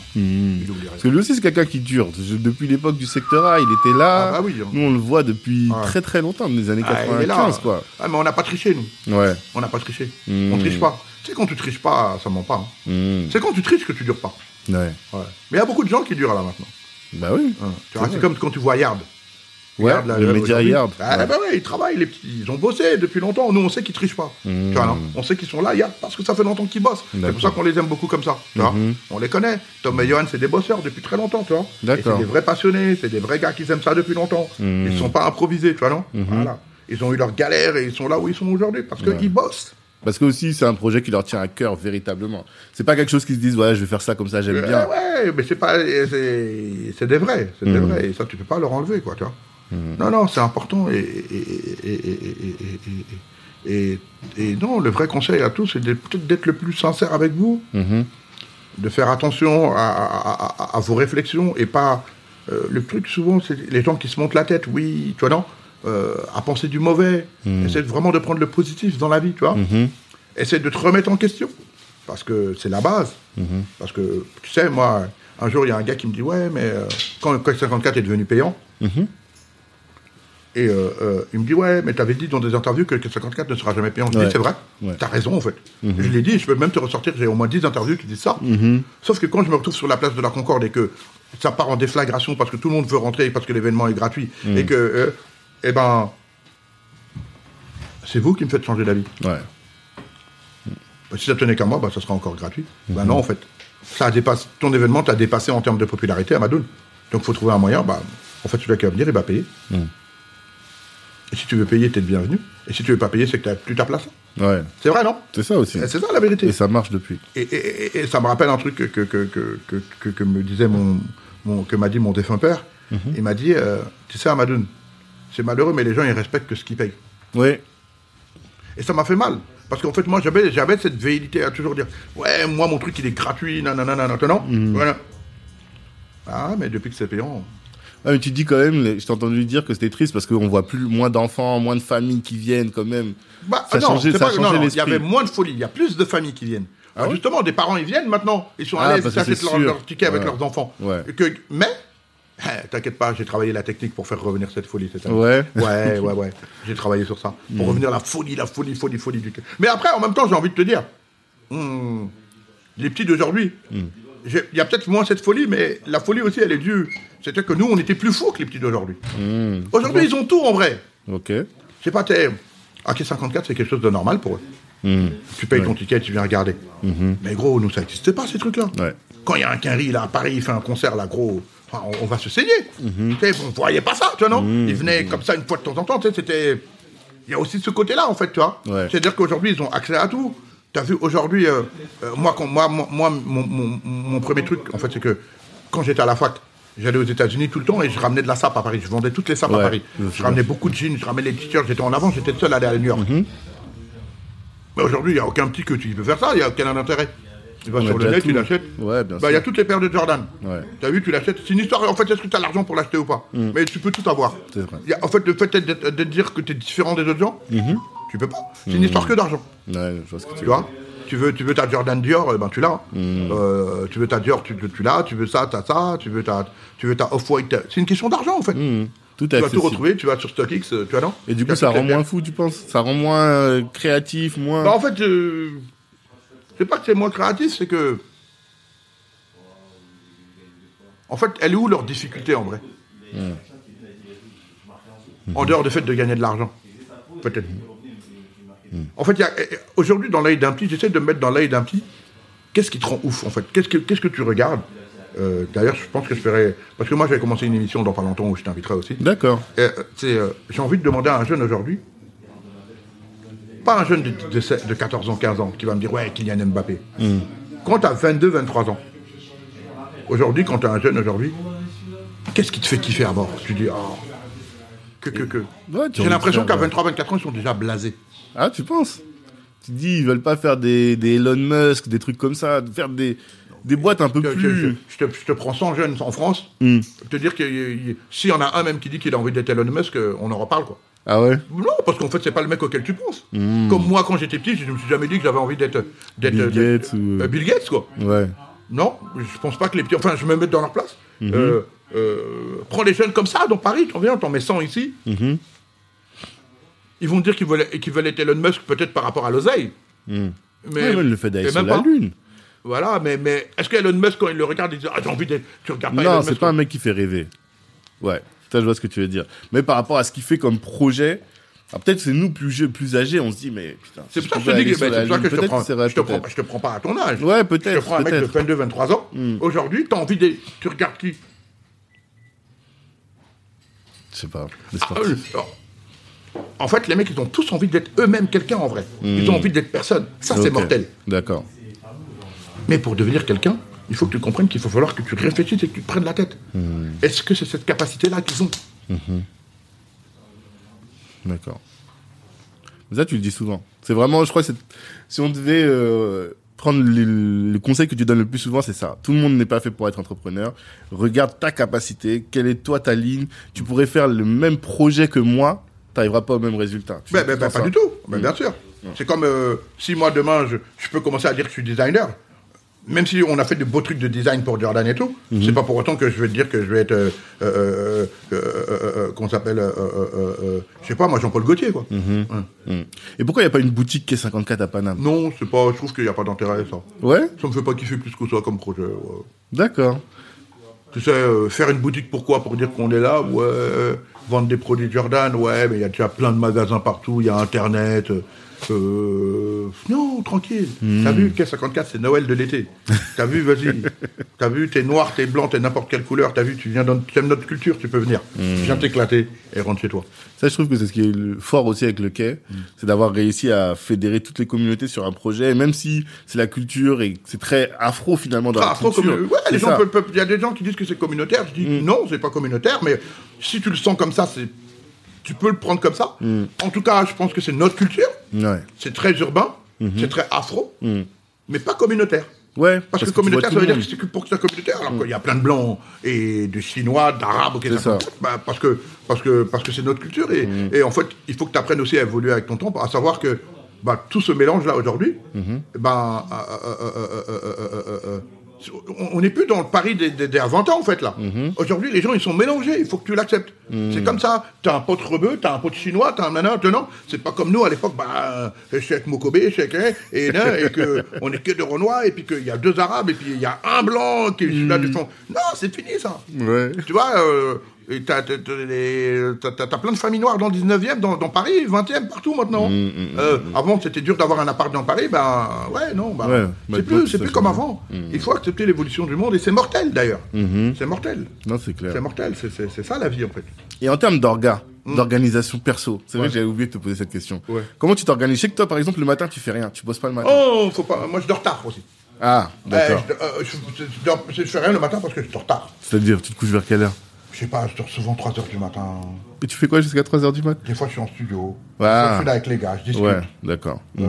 Speaker 2: Il oublie rien.
Speaker 1: Parce que lui aussi, c'est quelqu'un qui dure. Je- Depuis l'époque du secteur A, il était là.
Speaker 2: Ah bah oui, hein.
Speaker 1: Nous, on le voit depuis
Speaker 2: Ouais.
Speaker 1: très très longtemps, des années
Speaker 2: Ah, il est là.
Speaker 1: 95, quoi.
Speaker 2: Ah, mais on n'a pas triché, nous.
Speaker 1: Ouais.
Speaker 2: On n'a pas triché.
Speaker 1: Mm.
Speaker 2: On triche pas. Tu sais, quand tu triches pas, ça ment pas. hein.
Speaker 1: Mmh.
Speaker 2: C'est quand tu triches que tu dures pas.
Speaker 1: Ouais.
Speaker 2: Ouais. Mais il y a beaucoup de gens qui durent là maintenant.
Speaker 1: Bah oui.
Speaker 2: Hein. Tu vois, C'est comme quand tu vois Yard.
Speaker 1: Ouais,
Speaker 2: Yard, là,
Speaker 1: le
Speaker 2: là,
Speaker 1: média
Speaker 2: aujourd'hui.
Speaker 1: Yard.
Speaker 2: Ah,
Speaker 1: Ouais.
Speaker 2: bah ouais, ils travaillent, les petits. Ils ont bossé depuis longtemps. Nous, on sait qu'ils trichent pas. Tu vois, non on sait qu'ils sont là, Yard, parce que ça fait longtemps qu'ils bossent. C'est
Speaker 1: Mmh. D'accord. Mmh.
Speaker 2: pour ça qu'on les aime beaucoup comme ça. tu vois. On les connaît. Tom et Johan, c'est des bosseurs depuis très longtemps, tu vois. Et
Speaker 1: D'accord. Mmh.
Speaker 2: C'est des vrais passionnés, c'est des vrais gars qui aiment ça depuis longtemps. Ils sont pas improvisés, tu vois, non Voilà. Ils ont eu leur galère et ils sont là où ils sont aujourd'hui parce qu'ils bossent.
Speaker 1: Parce que aussi, c'est un projet qui leur tient à cœur véritablement. C'est pas quelque chose qu'ils se disent, ouais, je vais faire ça comme ça, j'aime
Speaker 2: Euh,
Speaker 1: bien.
Speaker 2: ouais, mais c'est pas, c'est c'est des vrais, c'est des vrais. Et ça, tu peux pas leur enlever, quoi, tu vois. Non, non, c'est important. Et, et, et, et- et- et- et- et- et non, le vrai conseil à tous, c'est d'être- peut-être d'être le plus sincère avec vous,
Speaker 1: Mhm.
Speaker 2: de faire attention à, à- à- à vos réflexions et pas. euh, le truc, souvent, c'est les gens qui se montent la tête, oui, tu vois, non, euh, à penser du mauvais.
Speaker 1: Hmm.
Speaker 2: Essaie de- vraiment de prendre le positif dans la vie, tu vois
Speaker 1: Mm-hmm.
Speaker 2: essaie de te remettre en question. Parce que c'est la base.
Speaker 1: Mhm.
Speaker 2: Parce que, tu sais, moi, un jour, il y a un gars qui me dit Ouais, mais euh, quand le Coq 54 est devenu payant,
Speaker 1: Mhm.
Speaker 2: et euh, euh, il me dit Ouais, mais t'avais dit dans des interviews que le Coq 54 ne sera jamais payant. Je
Speaker 1: Ouais.
Speaker 2: dis C'est vrai,
Speaker 1: Ouais. Mhm.
Speaker 2: t'as raison en fait. Je l'ai dit, je peux même te ressortir, j'ai au moins 10 interviews qui disent ça. Sauf que quand je me retrouve sur la place de la Concorde et que ça part en déflagration parce que tout le monde veut rentrer et parce que l'événement est gratuit,
Speaker 1: Mhm.
Speaker 2: et que, euh, eh ben, c'est vous qui me faites changer d'avis.
Speaker 1: Mm-hmm. Ouais.
Speaker 2: Bah, si ça tenait qu'à moi, bah, ça sera encore gratuit. Bah non, en fait. Ça dépasse, ton événement t'a dépassé en termes de popularité à Madoun. Donc faut trouver un moyen, bah, en fait, celui qui va venir, il va payer. Et si tu veux payer, t'es le bienvenu. Et si tu veux pas payer, c'est que t'as plus ta place.
Speaker 1: Ouais.
Speaker 2: C'est vrai, non
Speaker 1: C'est ça aussi.
Speaker 2: Et C'est ça la vérité.
Speaker 1: Hmm. Et ça marche depuis.
Speaker 2: Et, et- et- et ça me rappelle un truc que, que, que, que, que- que- que me disait mon, mon- que m'a dit mon défunt père. Il m'a dit, euh, tu sais, à Madoun, c'est malheureux, mais les gens, ils respectent que ce qu'ils payent.
Speaker 1: Ouais.
Speaker 2: Et ça m'a fait mal. Parce qu'en fait, moi, j'avais, j'avais cette véhilité à toujours dire Ouais, moi, mon truc, il est gratuit, nanana, nanana. Voilà. Ah, mais depuis que c'est payant.
Speaker 1: Ah, mais tu dis quand même, les- je t'ai entendu dire que c'était triste parce qu'on voit plus, moins d'enfants, moins de familles qui viennent quand même.
Speaker 2: Bah,
Speaker 1: ça a
Speaker 2: non,
Speaker 1: changé,
Speaker 2: c'est
Speaker 1: ça a
Speaker 2: pas-
Speaker 1: changé
Speaker 2: non, non, Il y
Speaker 1: l'esprit.
Speaker 2: avait moins de folie, il y a plus de familles qui viennent. Ah,
Speaker 1: ouais
Speaker 2: justement, des parents, ils viennent maintenant. Ils sont
Speaker 1: Ah,
Speaker 2: à l'aise,
Speaker 1: parce
Speaker 2: ils
Speaker 1: que
Speaker 2: achètent
Speaker 1: c'est
Speaker 2: leur,
Speaker 1: sûr.
Speaker 2: leur ticket avec
Speaker 1: Ouais.
Speaker 2: leurs enfants.
Speaker 1: Ouais.
Speaker 2: Et que- mais, eh, t'inquiète pas, j'ai travaillé la technique pour faire revenir cette folie cette année.
Speaker 1: Ouais. Mm.
Speaker 2: Ouais, ouais, ouais. J'ai travaillé sur ça. Pour revenir la folie, la folie, folie, folie du cœur. Mais après, en même temps, j'ai envie de te dire, hmm, les petits d'aujourd'hui,
Speaker 1: Mm.
Speaker 2: j'ai- il y a peut-être moins cette folie, mais la folie aussi, elle est due. C'est-à-dire que nous, on était plus fous que les petits d'aujourd'hui.
Speaker 1: Mm.
Speaker 2: Aujourd'hui, ils ont tout en vrai.
Speaker 1: Ok.
Speaker 2: Je sais pas, t'es. Ok, 54, c'est quelque chose de normal pour eux.
Speaker 1: Hmm.
Speaker 2: Tu payes ton ticket, tu viens regarder. Mais gros, nous, ça n'existait pas, ces trucs-là.
Speaker 1: Ouais.
Speaker 2: Quand il y a un Quinry, là, à Paris, il fait un concert, là, gros, enfin, on, on va se saigner.
Speaker 1: Hmm.
Speaker 2: Tu sais, On voyait pas ça, tu vois, non Ils venaient comme ça une fois de temps en temps, tu sais, c'était. Il y a aussi ce côté-là, en fait, tu vois.
Speaker 1: Ouais.
Speaker 2: C'est-à-dire qu'aujourd'hui, ils ont accès à tout. T'as vu, aujourd'hui, euh, euh, moi, quand- moi, moi, moi, mon, mon- mon premier truc, en fait, c'est que quand j'étais à la fac, j'allais aux États-Unis tout le temps et je ramenais de la sape à Paris. Je vendais toutes les sapes
Speaker 1: Ouais,
Speaker 2: à Paris.
Speaker 1: je me
Speaker 2: Je
Speaker 1: souviens. Mhm.
Speaker 2: ramenais beaucoup de jeans, je ramenais les t-shirts. J'étais en avant, j'étais le seul à aller à New York. Mais aujourd'hui, il n'y a aucun petit que tu peux faire ça, il n'y a aucun intérêt. Tu vas
Speaker 1: On a
Speaker 2: sur le
Speaker 1: déjà
Speaker 2: net,
Speaker 1: tout.
Speaker 2: tu l'achètes.
Speaker 1: Ouais, bien
Speaker 2: Bah, il y
Speaker 1: sûr.
Speaker 2: a toutes les paires de Jordan.
Speaker 1: Ouais. Mhm.
Speaker 2: T'as vu, tu l'achètes. C'est une histoire. En fait, est-ce que t'as l'argent pour l'acheter ou pas Mais tu peux tout avoir.
Speaker 1: C'est vrai. Mhm.
Speaker 2: Il y a- en fait, le fait d'être- de dire que t'es différent des autres gens, tu peux pas. C'est une histoire que d'argent.
Speaker 1: Ouais, je vois ce que tu
Speaker 2: Tu
Speaker 1: veux dire.
Speaker 2: vois tu veux, tu veux ta Jordan Dior, eh ben tu l'as.
Speaker 1: Mhm.
Speaker 2: Euh, tu veux ta Dior, tu, tu l'as. Tu veux ça, t'as ça. Tu veux ta, tu veux ta Off-White. t'as- C'est une question d'argent en fait.
Speaker 1: Tout
Speaker 2: Tu vas tout
Speaker 1: accessible.
Speaker 2: retrouver, tu vas sur StockX, euh, tu vois, non
Speaker 1: Et du
Speaker 2: Tu as
Speaker 1: coup, ça
Speaker 2: toutes les
Speaker 1: rend
Speaker 2: paires.
Speaker 1: moins fou, tu penses Ça rend moins euh, créatif, moins.
Speaker 2: Bah, en fait, euh, c'est pas que c'est moins créatif, c'est que. En fait, elle est où leur difficulté en vrai
Speaker 1: Hmm.
Speaker 2: En dehors du fait de gagner de l'argent. Peut-être.
Speaker 1: Hmm.
Speaker 2: En fait, il y a- eh, eh, aujourd'hui, dans l'œil d'un petit, j'essaie de me mettre dans l'œil d'un petit. Qu'est-ce qui te rend ouf en fait Qu'est-ce que Qu'est-ce que tu regardes Euh, D'ailleurs, je pense que je ferai. Parce que moi, j'avais commencé une émission dans pas longtemps où je t'inviterai aussi.
Speaker 1: D'accord.
Speaker 2: Et, euh, tu sais, euh, j'ai envie de demander à un jeune aujourd'hui, pas un jeune de, de, sept- de 14 ans, 15 ans, qui va me dire, ouais, Kylian Mbappé.
Speaker 1: Hmm.
Speaker 2: Quand tu as 22, 23 ans, aujourd'hui, quand tu as un jeune aujourd'hui, qu'est-ce qui te fait kiffer à mort Tu dis, oh, que, que, que.
Speaker 1: Ouais, tu
Speaker 2: j'ai
Speaker 1: en
Speaker 2: l'impression
Speaker 1: faire,
Speaker 2: qu'à
Speaker 1: ouais.
Speaker 2: 23, 24 ans, ils sont déjà blasés.
Speaker 1: Ah, tu penses Tu dis, ils veulent pas faire des, des Elon Musk, des trucs comme ça, faire des, des boîtes un peu
Speaker 2: Je, je- je-
Speaker 1: plus. Hmm.
Speaker 2: je te, je te prends 100 jeunes en France, te dire que euh, s'il y en a un même qui dit qu'il a envie d'être Elon Musk, euh, on en reparle, quoi.
Speaker 1: Ah ouais
Speaker 2: Non, parce qu'en fait, c'est pas le mec auquel tu penses. Comme moi, quand j'étais petit, je ne me suis jamais dit que j'avais envie d'être. d'être-
Speaker 1: Hmm. Bill
Speaker 2: d'être-
Speaker 1: Gates ou-
Speaker 2: euh, Bill Gates, quoi.
Speaker 1: Ouais.
Speaker 2: Non, je pense pas que les petits. Enfin, je me mets dans leur place.
Speaker 1: Hmm.
Speaker 2: Euh, euh, prends les jeunes comme ça, dans Paris, t'en viens, t'en mets 100 ici.
Speaker 1: Hmm.
Speaker 2: Ils vont dire qu'ils veulent, qu'ils veulent être Elon Musk, peut-être par rapport à l'oseille.
Speaker 1: Hmm. Ouais, même Ah, le fait d'aller
Speaker 2: et
Speaker 1: sur
Speaker 2: même
Speaker 1: la
Speaker 2: pas.
Speaker 1: Lune.
Speaker 2: Voilà, mais, mais est-ce qu'Elon Musk, quand il le regarde, il dit Ah, j'ai envie d'être. Tu regardes pas Elon
Speaker 1: non,
Speaker 2: Musk
Speaker 1: c'est pas un mec qui fait rêver. Ouais, ça, je vois ce que tu veux dire. Mais par rapport à ce qu'il fait comme projet, ah, peut-être c'est nous plus, jeux- plus âgés, on se dit, mais putain.
Speaker 2: C'est
Speaker 1: si
Speaker 2: pour ça que je
Speaker 1: pouvais
Speaker 2: te dis
Speaker 1: aller
Speaker 2: que,
Speaker 1: sur
Speaker 2: ben,
Speaker 1: la
Speaker 2: c'est pour ça
Speaker 1: Lune,
Speaker 2: que je te
Speaker 1: peut-être
Speaker 2: prends,
Speaker 1: c'est vrai,
Speaker 2: je te prends,
Speaker 1: peut-être.
Speaker 2: je te prends pas à ton âge.
Speaker 1: Ouais,
Speaker 2: Je te
Speaker 1: peut-être.
Speaker 2: prends un mec de
Speaker 1: peut-être. Hmm.
Speaker 2: 22, 23 ans. Aujourd'hui, t'as envie de. Tu regardes qui
Speaker 1: Je sais pas. des
Speaker 2: Ah,
Speaker 1: sportifs.
Speaker 2: euh, En fait, les mecs, ils ont tous envie d'être eux-mêmes quelqu'un en vrai. Ils ont envie d'être personne. Ça, c'est
Speaker 1: Hmm. Ok.
Speaker 2: mortel.
Speaker 1: D'accord.
Speaker 2: Mais pour devenir quelqu'un, il faut que tu comprennes qu'il faut falloir que tu réfléchisses et que tu te prennes la tête.
Speaker 1: Hmm.
Speaker 2: Est-ce que c'est cette capacité-là qu'ils ont
Speaker 1: D'accord. Mais Ça, tu le dis souvent. C'est vraiment, je crois, que c'est- si on devait euh, prendre le, le conseil que tu donnes le plus souvent, c'est ça. Tout le monde n'est pas fait pour être entrepreneur. Regarde ta capacité. Quelle est toi ta ligne Tu pourrais faire le même projet que moi. T'arriveras pas au même résultat. Tu
Speaker 2: Ben,
Speaker 1: dis
Speaker 2: ben,
Speaker 1: tout
Speaker 2: ben,
Speaker 1: le temps
Speaker 2: pas
Speaker 1: ça. Hmm.
Speaker 2: du tout. Ben, Bien sûr. C'est comme euh, si moi demain je, je peux commencer à dire que je suis designer. Même si on a fait de beaux trucs de design pour Jordan et tout,
Speaker 1: Hmm.
Speaker 2: c'est pas pour autant que je vais te dire que je vais être euh, euh, euh, euh, euh, euh, qu'on s'appelle, euh, euh, euh, euh, je sais pas, moi Jean-Paul Gaultier quoi. Ouais.
Speaker 1: Mm. Et pourquoi il n'y a pas une boutique qui est 54 à Paname
Speaker 2: Non, c'est pas. Je trouve qu'il n'y a pas d'intérêt ça.
Speaker 1: Ouais,
Speaker 2: Ça me fait pas kiffer plus que ça comme projet. ouais.
Speaker 1: d'accord.
Speaker 2: Tu sais, euh, faire une boutique pourquoi Pour dire qu'on est là, ouais. euh, Vendre des produits Jordan, ouais, mais il y a déjà plein de magasins partout, il y a Internet. euh, euh, non, tranquille.
Speaker 1: Hmm.
Speaker 2: T'as vu, K54, c'est Noël de l'été. T'as vu, vas-y. T'as vu, t'es noir, t'es blanc, t'es n'importe quelle couleur. T'as vu, tu viens dans, t'aimes notre culture, tu peux venir.
Speaker 1: Hmm.
Speaker 2: Viens t'éclater et rentre chez toi.
Speaker 1: Ça, je trouve que c'est ce qui est le- fort aussi avec le quai,
Speaker 2: Mm.
Speaker 1: c'est d'avoir réussi à fédérer toutes les communautés sur un projet, même si c'est la culture et que c'est très afro finalement dans
Speaker 2: Ah,
Speaker 1: la
Speaker 2: trop
Speaker 1: culture.
Speaker 2: commun- ouais,
Speaker 1: C'est
Speaker 2: les gens
Speaker 1: ça. Hmm.
Speaker 2: peuvent- peuvent- Il y a des gens qui disent que c'est communautaire. Je dis non, c'est pas communautaire, mais si tu le sens comme ça, c'est. Tu peux le prendre comme ça.
Speaker 1: Hmm.
Speaker 2: En tout cas, je pense que c'est notre culture.
Speaker 1: Ouais.
Speaker 2: C'est très urbain,
Speaker 1: Mhm.
Speaker 2: c'est très afro, mais pas communautaire.
Speaker 1: Ouais,
Speaker 2: Parce,
Speaker 1: Mhm.
Speaker 2: que,
Speaker 1: tu vois
Speaker 2: communautaire,
Speaker 1: tout le
Speaker 2: ça veut dire que
Speaker 1: monde. Mhm.
Speaker 2: c'est que pour que ça communautaire. Alors qu'il y a plein de blancs et de chinois, d'arabes, qui
Speaker 1: C'est ça.
Speaker 2: Bah, parce que parce que parce que c'est notre culture et, et en fait il faut que tu apprennes aussi à évoluer avec ton temps, à savoir que bah, tout ce mélange là aujourd'hui, ben, euh, euh, euh, euh, euh, euh, euh, euh, on- on n'est plus dans le pari des, des, des 20 ans en fait là. Aujourd'hui les gens ils sont mélangés, il faut que tu l'acceptes. C'est comme ça, t'as un pote rebeu, t'as un pote chinois, t'as un nanan, t'as non, c'est pas comme nous à l'époque, bah, euh, je suis avec Mokobé, je suis avec, hein, et, nan, et que on est que de Renois, et puis qu'il y a deux Arabes, et puis il y a un blanc qui est là du fond. Non, c'est fini ça.
Speaker 1: Ouais.
Speaker 2: Tu vois, euh, et t'as t'as- t'as les- t'as- t'as- t'as plein de familles noires dans le 19e, dans, dans Paris, 20e, partout
Speaker 1: Mm,
Speaker 2: maintenant. Euh, avant, c'était dur d'avoir un appart dans Paris, ben ouais, non, ben,
Speaker 1: Ouais,
Speaker 2: c'est
Speaker 1: maintenant,
Speaker 2: plus, c'est
Speaker 1: ça Mm.
Speaker 2: plus
Speaker 1: change.
Speaker 2: comme avant. Il faut accepter l'évolution du monde, et c'est
Speaker 1: Mm-hmm.
Speaker 2: mortel d'ailleurs. C'est mortel.
Speaker 1: Non, c'est clair.
Speaker 2: C'est mortel, c'est- c'est c'est ça la vie en fait.
Speaker 1: Et en termes d'orgas, d'organisation perso. C'est vrai que j'avais oublié de te poser cette question.
Speaker 2: Ouais.
Speaker 1: Comment tu t'organises Je sais que toi, par exemple, le matin, tu fais rien. Tu bosses pas le matin.
Speaker 2: Oh, faut pas. Moi, je dors tard aussi.
Speaker 1: Ah, d'accord.
Speaker 2: Eh, je, euh, je- je- je dors- je fais rien le matin parce que je dors tard.
Speaker 1: C'est-à-dire, tu te couches vers quelle heure
Speaker 2: Je sais pas, je dors souvent 3 heures du matin.
Speaker 1: Et tu fais quoi jusqu'à 3h du matin
Speaker 2: Des fois, je suis en studio.
Speaker 1: Ouais.
Speaker 2: Des fois, je suis là avec les gars, je discute.
Speaker 1: Ouais, d'accord.
Speaker 2: Euh,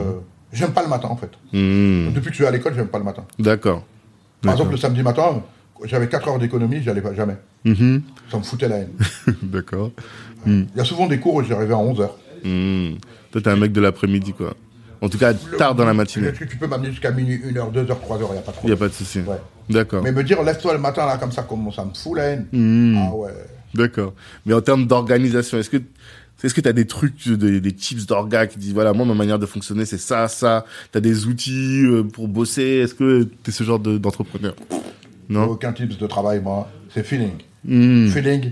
Speaker 2: j'aime pas le matin, en fait.
Speaker 1: Mmh,
Speaker 2: Depuis que je suis à l'école, j'aime pas le matin.
Speaker 1: D'accord.
Speaker 2: Par exemple, le samedi matin, j'avais 4 heures d'économie, j'allais pas jamais.
Speaker 1: Mhm,
Speaker 2: Ça me foutait la haine.
Speaker 1: D'accord.
Speaker 2: Il y a souvent des cours où j'arrivais à 11 heures.
Speaker 1: Mmh. Toi, t'es un mec de l'après-midi, quoi. En tout cas, tard dans la matinée.
Speaker 2: Est-ce que tu peux m'amener jusqu'à minuit, 1 heure, 2 heures, 3 heures, il n'y a pas de
Speaker 1: Y a
Speaker 2: problème.
Speaker 1: pas de souci.
Speaker 2: Ouais.
Speaker 1: D'accord.
Speaker 2: Mais me dire, lève-toi le matin, là, comme ça, comment ça me fout la haine.
Speaker 1: Mm.
Speaker 2: Ah ouais.
Speaker 1: D'accord. Mais en termes d'organisation, est-ce que est-ce que t'as des trucs, des, des tips d'orga qui disent voilà moi ma manière de fonctionner c'est ça ça. T'as des outils euh, pour bosser. Est-ce que t'es ce genre de- d'entrepreneur Non.
Speaker 2: Aucun tips de travail, moi. C'est feeling.
Speaker 1: Hmm.
Speaker 2: Feeling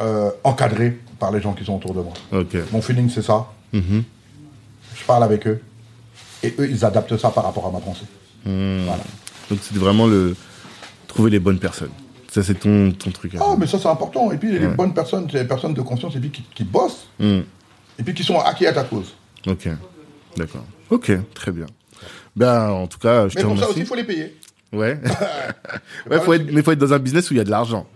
Speaker 2: euh, encadré par les gens qui sont autour de moi.
Speaker 1: Ok.
Speaker 2: Mon feeling, c'est ça.
Speaker 1: Mm-hmm.
Speaker 2: Je parle avec eux. Et eux, ils adaptent ça par rapport à ma pensée. Voilà.
Speaker 1: Donc c'est vraiment le trouver les bonnes personnes. Ça c'est ton ton truc. hein.
Speaker 2: Ah, mais ça, c'est important. Et puis, les
Speaker 1: Mm.
Speaker 2: bonnes personnes, c'est les personnes de conscience, et puis qui, qui bossent,
Speaker 1: Hmm.
Speaker 2: et puis qui sont acquis à ta cause.
Speaker 1: Ok. D'accord. Ok. Très bien. Ben en tout cas je
Speaker 2: Mais
Speaker 1: te
Speaker 2: pour ça
Speaker 1: remercie.
Speaker 2: aussi, il faut les payer.
Speaker 1: Ouais. ouais faut être, mais faut être dans un business où il y a de l'argent.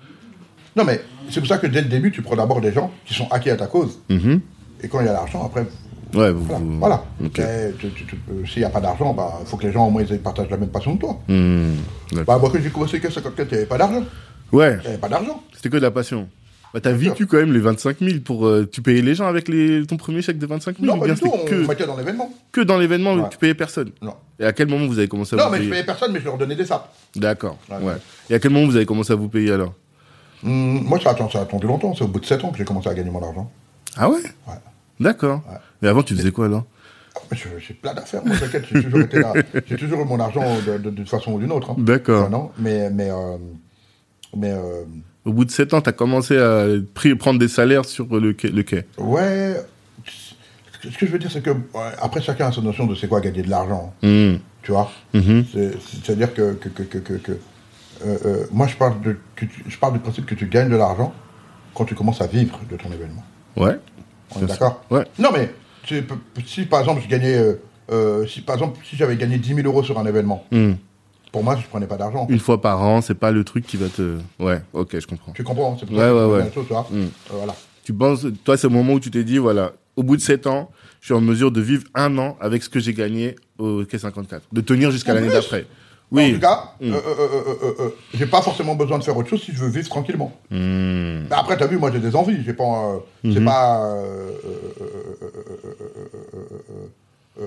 Speaker 2: Non, mais c'est pour ça que dès le début, tu prends d'abord des gens qui sont acquis à ta cause.
Speaker 1: Mhm.
Speaker 2: Et quand il y a l'argent, après,
Speaker 1: Ouais. vous-
Speaker 2: voilà.
Speaker 1: vous-
Speaker 2: voilà.
Speaker 1: Ok.
Speaker 2: Mais tu- tu- tu- euh, S'il n'y a pas d'argent, il faut que les gens, au moins, ils partagent la même passion que toi.
Speaker 1: Hmm. D'accord.
Speaker 2: Bah, moi, quand j'ai commencé que 54, il n'y avait pas d'argent.
Speaker 1: Ouais.
Speaker 2: Il n'y avait pas d'argent.
Speaker 1: C'était que de la passion. Bah, t'as vécu quand même les 25 000 pour. euh, tu payais les gens avec les, ton premier chèque de 25 000
Speaker 2: Non,
Speaker 1: ou
Speaker 2: pas
Speaker 1: bien
Speaker 2: du tout.
Speaker 1: c'était
Speaker 2: On
Speaker 1: que,
Speaker 2: mettait dans l'événement.
Speaker 1: que dans l'événement où
Speaker 2: Ouais.
Speaker 1: tu payais personne
Speaker 2: Non.
Speaker 1: Et à quel moment vous avez commencé à
Speaker 2: Non,
Speaker 1: vous
Speaker 2: mais je
Speaker 1: payer
Speaker 2: payais personne, mais je leur donnais des sapes.
Speaker 1: D'accord.
Speaker 2: Ouais.
Speaker 1: Ouais. Et à quel moment vous avez commencé à vous payer alors
Speaker 2: Hum, moi, ça a, attend- ça a attendu longtemps. C'est au bout de 7 ans que j'ai commencé à gagner mon argent.
Speaker 1: Ah ouais
Speaker 2: Ouais.
Speaker 1: D'accord.
Speaker 2: Ouais.
Speaker 1: Et avant, tu faisais quoi alors
Speaker 2: Ah, mais je- J'ai plein d'affaires, moi, t'inquiète, j'ai toujours été là. J'ai toujours eu mon argent de- de- d'une façon ou d'une autre. hein.
Speaker 1: D'accord.
Speaker 2: Ah non, mais. Mais. euh, mais euh,
Speaker 1: Au bout de 7 ans, t'as commencé à pri- prendre des salaires sur le quai. Le quai.
Speaker 2: ouais. Ce que je veux dire, c'est que. ouais, après, chacun a sa notion de c'est quoi gagner de l'argent.
Speaker 1: Hmm.
Speaker 2: Tu vois
Speaker 1: Mhm.
Speaker 2: C'est- C'est-à-dire que. que, que, que, que, que, euh, euh, moi, je parle, de, que tu- je parle du principe que tu gagnes de l'argent quand tu commences à vivre de ton événement.
Speaker 1: Ouais.
Speaker 2: On est d'accord
Speaker 1: Ouais.
Speaker 2: Non, mais tu- p- p- si par exemple je gagnais, euh, euh, si par exemple si j'avais gagné 10 000 euros sur un événement,
Speaker 1: Hmm.
Speaker 2: pour moi je prenais pas d'argent.
Speaker 1: Une fois par an, c'est pas le truc qui va te. Ouais, ok, je comprends.
Speaker 2: Tu comprends C'est pour
Speaker 1: Ouais,
Speaker 2: ça que
Speaker 1: ouais,
Speaker 2: je
Speaker 1: ouais.
Speaker 2: fais la chose, tu vois
Speaker 1: Mm.
Speaker 2: Euh, Voilà.
Speaker 1: Tu penses, toi, c'est le moment où tu t'es dit, voilà, au bout de 7 ans, je suis en mesure de vivre un an avec ce que j'ai gagné au Quai 54. De tenir jusqu'à
Speaker 2: En
Speaker 1: l'année
Speaker 2: plus.
Speaker 1: d'après.
Speaker 2: En
Speaker 1: Oui. Mm.
Speaker 2: tout cas, euh, euh, euh, euh, euh, euh, j'ai pas forcément besoin de faire autre chose si je veux vivre tranquillement.
Speaker 1: Mmh.
Speaker 2: Mais Après, t'as vu, moi j'ai des envies. J'ai pas, euh,
Speaker 1: Mhm.
Speaker 2: c'est pas. euh, euh, euh, euh, euh, euh, euh,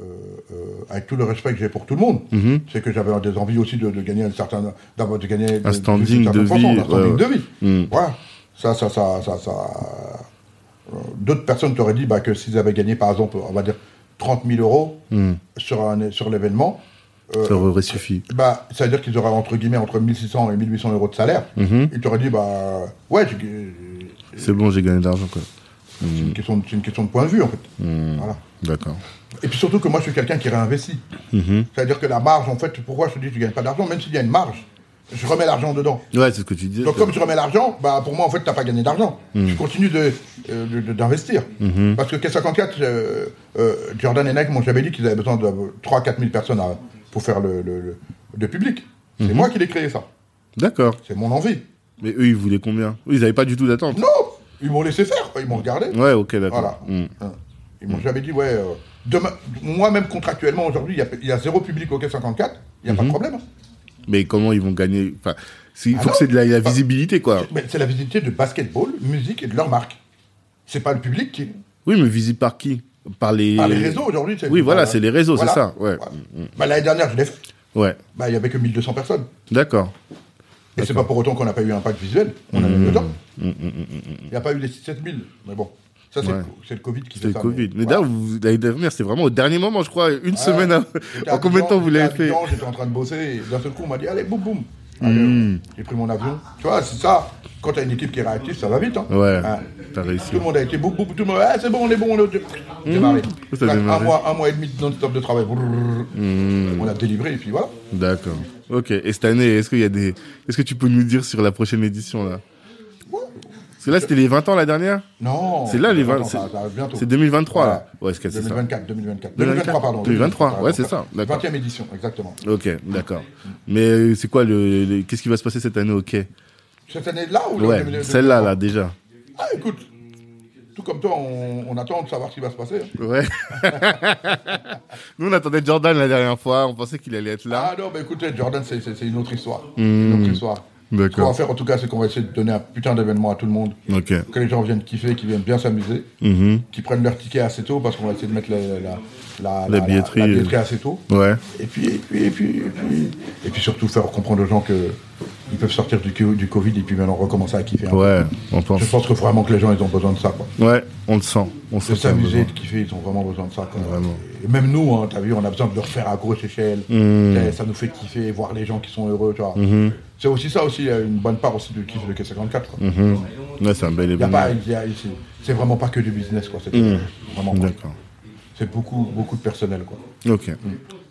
Speaker 2: euh, avec tout le respect que j'ai pour tout le monde,
Speaker 1: Mmh.
Speaker 2: c'est que j'avais des envies aussi de, de gagner un certain, d'avoir de gagner de-
Speaker 1: standing
Speaker 2: d'une certaine
Speaker 1: de
Speaker 2: façon,
Speaker 1: vie,
Speaker 2: un standing
Speaker 1: ouais,
Speaker 2: de vie.
Speaker 1: Mhm.
Speaker 2: Voilà. Ça, ça, ça, ça, ça. euh, D'autres personnes t'auraient dit bah, que s'ils avaient gagné, par exemple, on va dire 30 000 euros sur un, sur l'événement, euh,
Speaker 1: Mmh. Ça aurait suffi.
Speaker 2: bah, ça veut dire qu'ils auraient entre guillemets entre 1600 et 1800 euros de salaire. Ils t'auraient dit, bah, ouais, tu- euh,
Speaker 1: Mmh. C'est bon, j'ai gagné de l'argent, quoi.
Speaker 2: c'est une, question de- c'est une question de point de vue, en fait. Voilà.
Speaker 1: D'accord. Mmh.
Speaker 2: Et puis surtout que moi, je suis quelqu'un qui réinvestit. C'est-à-dire que la marge, en fait, pourquoi je te dis que tu gagnes pas d'argent, même s'il y a une marge, je remets l'argent dedans.
Speaker 1: Ouais, c'est ce que tu disais.
Speaker 2: Donc
Speaker 1: toi.
Speaker 2: comme je remets l'argent, bah, pour moi, en fait, tu n'as pas gagné d'argent. Je continue de, euh, de- de- d'investir.
Speaker 1: Hmm. Mmh.
Speaker 2: Parce que K54, euh, euh, Jordan et Nike m'ont jamais dit qu'ils avaient besoin de 3-4 000 personnes à- pour faire le, le, le- le public. C'est moi qui l'ai créé, ça.
Speaker 1: D'accord.
Speaker 2: C'est mon envie.
Speaker 1: Mais eux, ils voulaient combien Ils n'avaient pas du tout d'attente.
Speaker 2: Non Ils m'ont laissé faire, ils m'ont regardé.
Speaker 1: Ouais, ok, d'accord.
Speaker 2: Voilà.
Speaker 1: Mmh.
Speaker 2: Hein. Ils m'ont jamais dit, ouais, euh, demain, moi-même contractuellement aujourd'hui, il y a- il y, a zéro public au K54, il n'y a
Speaker 1: Mhm.
Speaker 2: pas de problème.
Speaker 1: Mais comment ils vont gagner Enfin, c'est- il faut
Speaker 2: Ah
Speaker 1: que c'est de la, la
Speaker 2: Bah,
Speaker 1: visibilité, quoi.
Speaker 2: Mais c'est la visibilité de basketball, musique et de leur marque. C'est pas le public qui.
Speaker 1: Oui, mais visible par qui Par les...
Speaker 2: Ah, les réseaux aujourd'hui, c'est.
Speaker 1: Oui, voilà,
Speaker 2: bah,
Speaker 1: c'est les réseaux, c'est ça, ouais.
Speaker 2: Bah, l'année dernière, je l'ai fait.
Speaker 1: Ouais,
Speaker 2: Bah, il n'y avait que 1200 personnes.
Speaker 1: d'accord.
Speaker 2: Et c'est pas pour autant qu'on n'a pas eu un impact visuel. On a
Speaker 1: Mhm.
Speaker 2: eu le temps. Il n'y a pas eu les 7000. Mais bon, ça, c'est
Speaker 1: Ouais.
Speaker 2: le- c'est le Covid qui
Speaker 1: C'était
Speaker 2: fait
Speaker 1: le
Speaker 2: ça.
Speaker 1: Covid. Mais
Speaker 2: voilà.
Speaker 1: d'ailleurs, vous- l'année dernière, c'était vraiment au dernier moment, je crois, une semaine avant.
Speaker 2: J'étais à
Speaker 1: En combien de temps
Speaker 2: Abidjan,
Speaker 1: vous
Speaker 2: j'étais à
Speaker 1: l'avez fait Hmm.
Speaker 2: Abidjan, J'étais en train de bosser et d'un seul coup on m'a dit allez boum boum. Allez, euh, J'ai pris mon avion. Tu vois, c'est ça. Quand t'as une équipe qui est réactive, ça va vite. Hein.
Speaker 1: Ouais,
Speaker 2: Hein.
Speaker 1: t'as réussi.
Speaker 2: Tout le monde a été boum boum, tout le monde, ah, c'est bon, on est bon, on est au démarré.
Speaker 1: Hmm. Ça a
Speaker 2: Là, un,
Speaker 1: démarré.
Speaker 2: mois, un mois et demi de non-stop de travail. Brrr.
Speaker 1: Hmm.
Speaker 2: On a délivré et puis voilà.
Speaker 1: D'accord. Ok. Et cette année, est-ce qu'il y a des, est-ce que tu peux nous dire sur la prochaine édition là Parce que là, c'était les 20 ans la dernière
Speaker 2: Non.
Speaker 1: C'est là les 20.
Speaker 2: Attends,
Speaker 1: c'est-
Speaker 2: ça- ça arrive bientôt.
Speaker 1: C'est 2023 là.
Speaker 2: Voilà.
Speaker 1: Ouais, c'est c'est ça.
Speaker 2: 2024, 2024. 2023, pardon.
Speaker 1: 2023, ouais, c'est ça, d'accord.
Speaker 2: 20e édition, exactement.
Speaker 1: Ok, d'accord. Mais euh, c'est quoi le, le- qu'est-ce qui va se passer cette année au quai
Speaker 2: Cette année-là ou le- le-
Speaker 1: Ouais,
Speaker 2: le-
Speaker 1: celle-là là déjà.
Speaker 2: Ah, écoute, tout comme toi, on, on attend de savoir ce qui va se passer. hein.
Speaker 1: Ouais. Nous on attendait Jordan la dernière fois, on pensait qu'il allait être là.
Speaker 2: Ah non, mais écoute, Jordan, c'est- c'est c'est une autre histoire. Une autre histoire. Ce qu'on va
Speaker 1: Hmm. D'accord.
Speaker 2: faire, en tout cas, c'est qu'on va essayer de donner un putain d'événement à tout le monde.
Speaker 1: Ok.
Speaker 2: Que les gens viennent kiffer, qu'ils viennent bien s'amuser,
Speaker 1: Mhm.
Speaker 2: qu'ils prennent leur ticket assez tôt, parce qu'on va essayer de mettre la, la, la, la-
Speaker 1: La
Speaker 2: la-
Speaker 1: billetterie,
Speaker 2: la
Speaker 1: euh.
Speaker 2: billetterie assez tôt.
Speaker 1: Ouais.
Speaker 2: Et puis, et puis, et puis, et puis, et puis surtout faire comprendre aux gens que ils peuvent sortir du, co- du Covid et puis maintenant recommencer à kiffer. un peu.
Speaker 1: Ouais, on
Speaker 2: Je
Speaker 1: pense.
Speaker 2: pense que vraiment que les gens, ils ont besoin de ça, quoi.
Speaker 1: Ouais, on le sent. On
Speaker 2: De
Speaker 1: sent qu'il y a
Speaker 2: s'amuser,
Speaker 1: besoin.
Speaker 2: de kiffer, ils ont vraiment besoin de ça. quoi.
Speaker 1: Vraiment.
Speaker 2: Et même nous, hein, t'as vu, on a besoin de le refaire à grosse échelle.
Speaker 1: Mmh.
Speaker 2: Eh, Ça nous fait kiffer, voir les gens qui sont heureux, tu vois. C'est aussi ça, aussi, euh, une bonne part aussi du kiff de K54, quoi.
Speaker 1: Mmh. Ouais, c'est un bel
Speaker 2: Y a
Speaker 1: événement.
Speaker 2: pas, y a- c'est- c'est vraiment pas que du business, quoi. C'est vraiment pas.
Speaker 1: Mmh. D'accord.
Speaker 2: C'est beaucoup, beaucoup de personnel, quoi.
Speaker 1: Ok.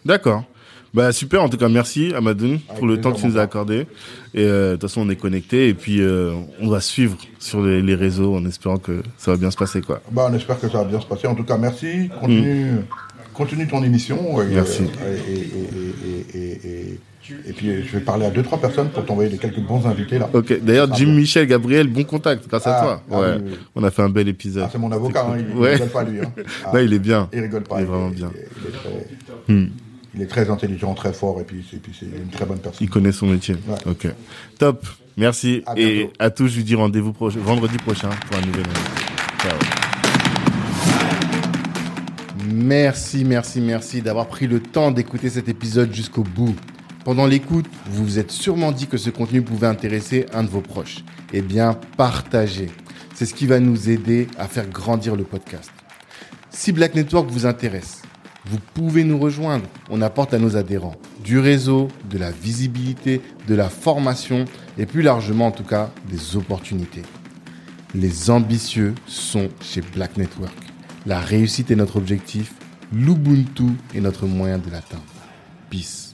Speaker 1: D'accord. Bah super, en tout cas merci Amadoun pour le
Speaker 2: plaisir,
Speaker 1: temps que tu nous as
Speaker 2: mon
Speaker 1: accordé. Et euh, de toute façon on est connectés et puis euh, on va suivre sur les, les réseaux en espérant que ça va bien se passer quoi.
Speaker 2: Bah, on espère que ça va bien se passer. En tout cas, merci. Continue, continue ton émission. et,
Speaker 1: Mmh. Merci.
Speaker 2: euh, Et, et- et- et- et- et- et puis, euh, je vais parler à deux, trois personnes pour t'envoyer des quelques bons invités, là.
Speaker 1: Ok. D'ailleurs Jim Michel Gabriel bon contact grâce à
Speaker 2: Ah,
Speaker 1: toi.
Speaker 2: ah
Speaker 1: ouais.
Speaker 2: oui, oui.
Speaker 1: On a fait un bel épisode.
Speaker 2: Ah, c'est mon avocat, hein, il,
Speaker 1: Ouais.
Speaker 2: il rigole pas, lui. hein. Ah,
Speaker 1: Là il est bien.
Speaker 2: il rigole pas.
Speaker 1: Il est vraiment bien. Hmm.
Speaker 2: Il est très, il est très intelligent, très fort, et puis, c'est- et puis c'est une très bonne personne.
Speaker 1: Il connaît son métier.
Speaker 2: Ouais.
Speaker 1: Ok. Top. Merci
Speaker 2: À
Speaker 1: et
Speaker 2: bientôt.
Speaker 1: à tous je vous dis rendez-vous proche- vendredi prochain pour un nouvel invité. Ciao. Merci, merci, merci d'avoir pris le temps d'écouter cet épisode jusqu'au bout. Pendant l'écoute, vous vous êtes sûrement dit que ce contenu pouvait intéresser un de vos proches. Eh bien, partagez. C'est ce qui va nous aider à faire grandir le podcast. Si Black Network vous intéresse, vous pouvez nous rejoindre. On apporte à nos adhérents du réseau, de la visibilité, de la formation et plus largement en tout cas des opportunités. Les ambitieux sont chez Black Network. La réussite est notre objectif, l'Ubuntu est notre moyen de l'atteindre. Peace.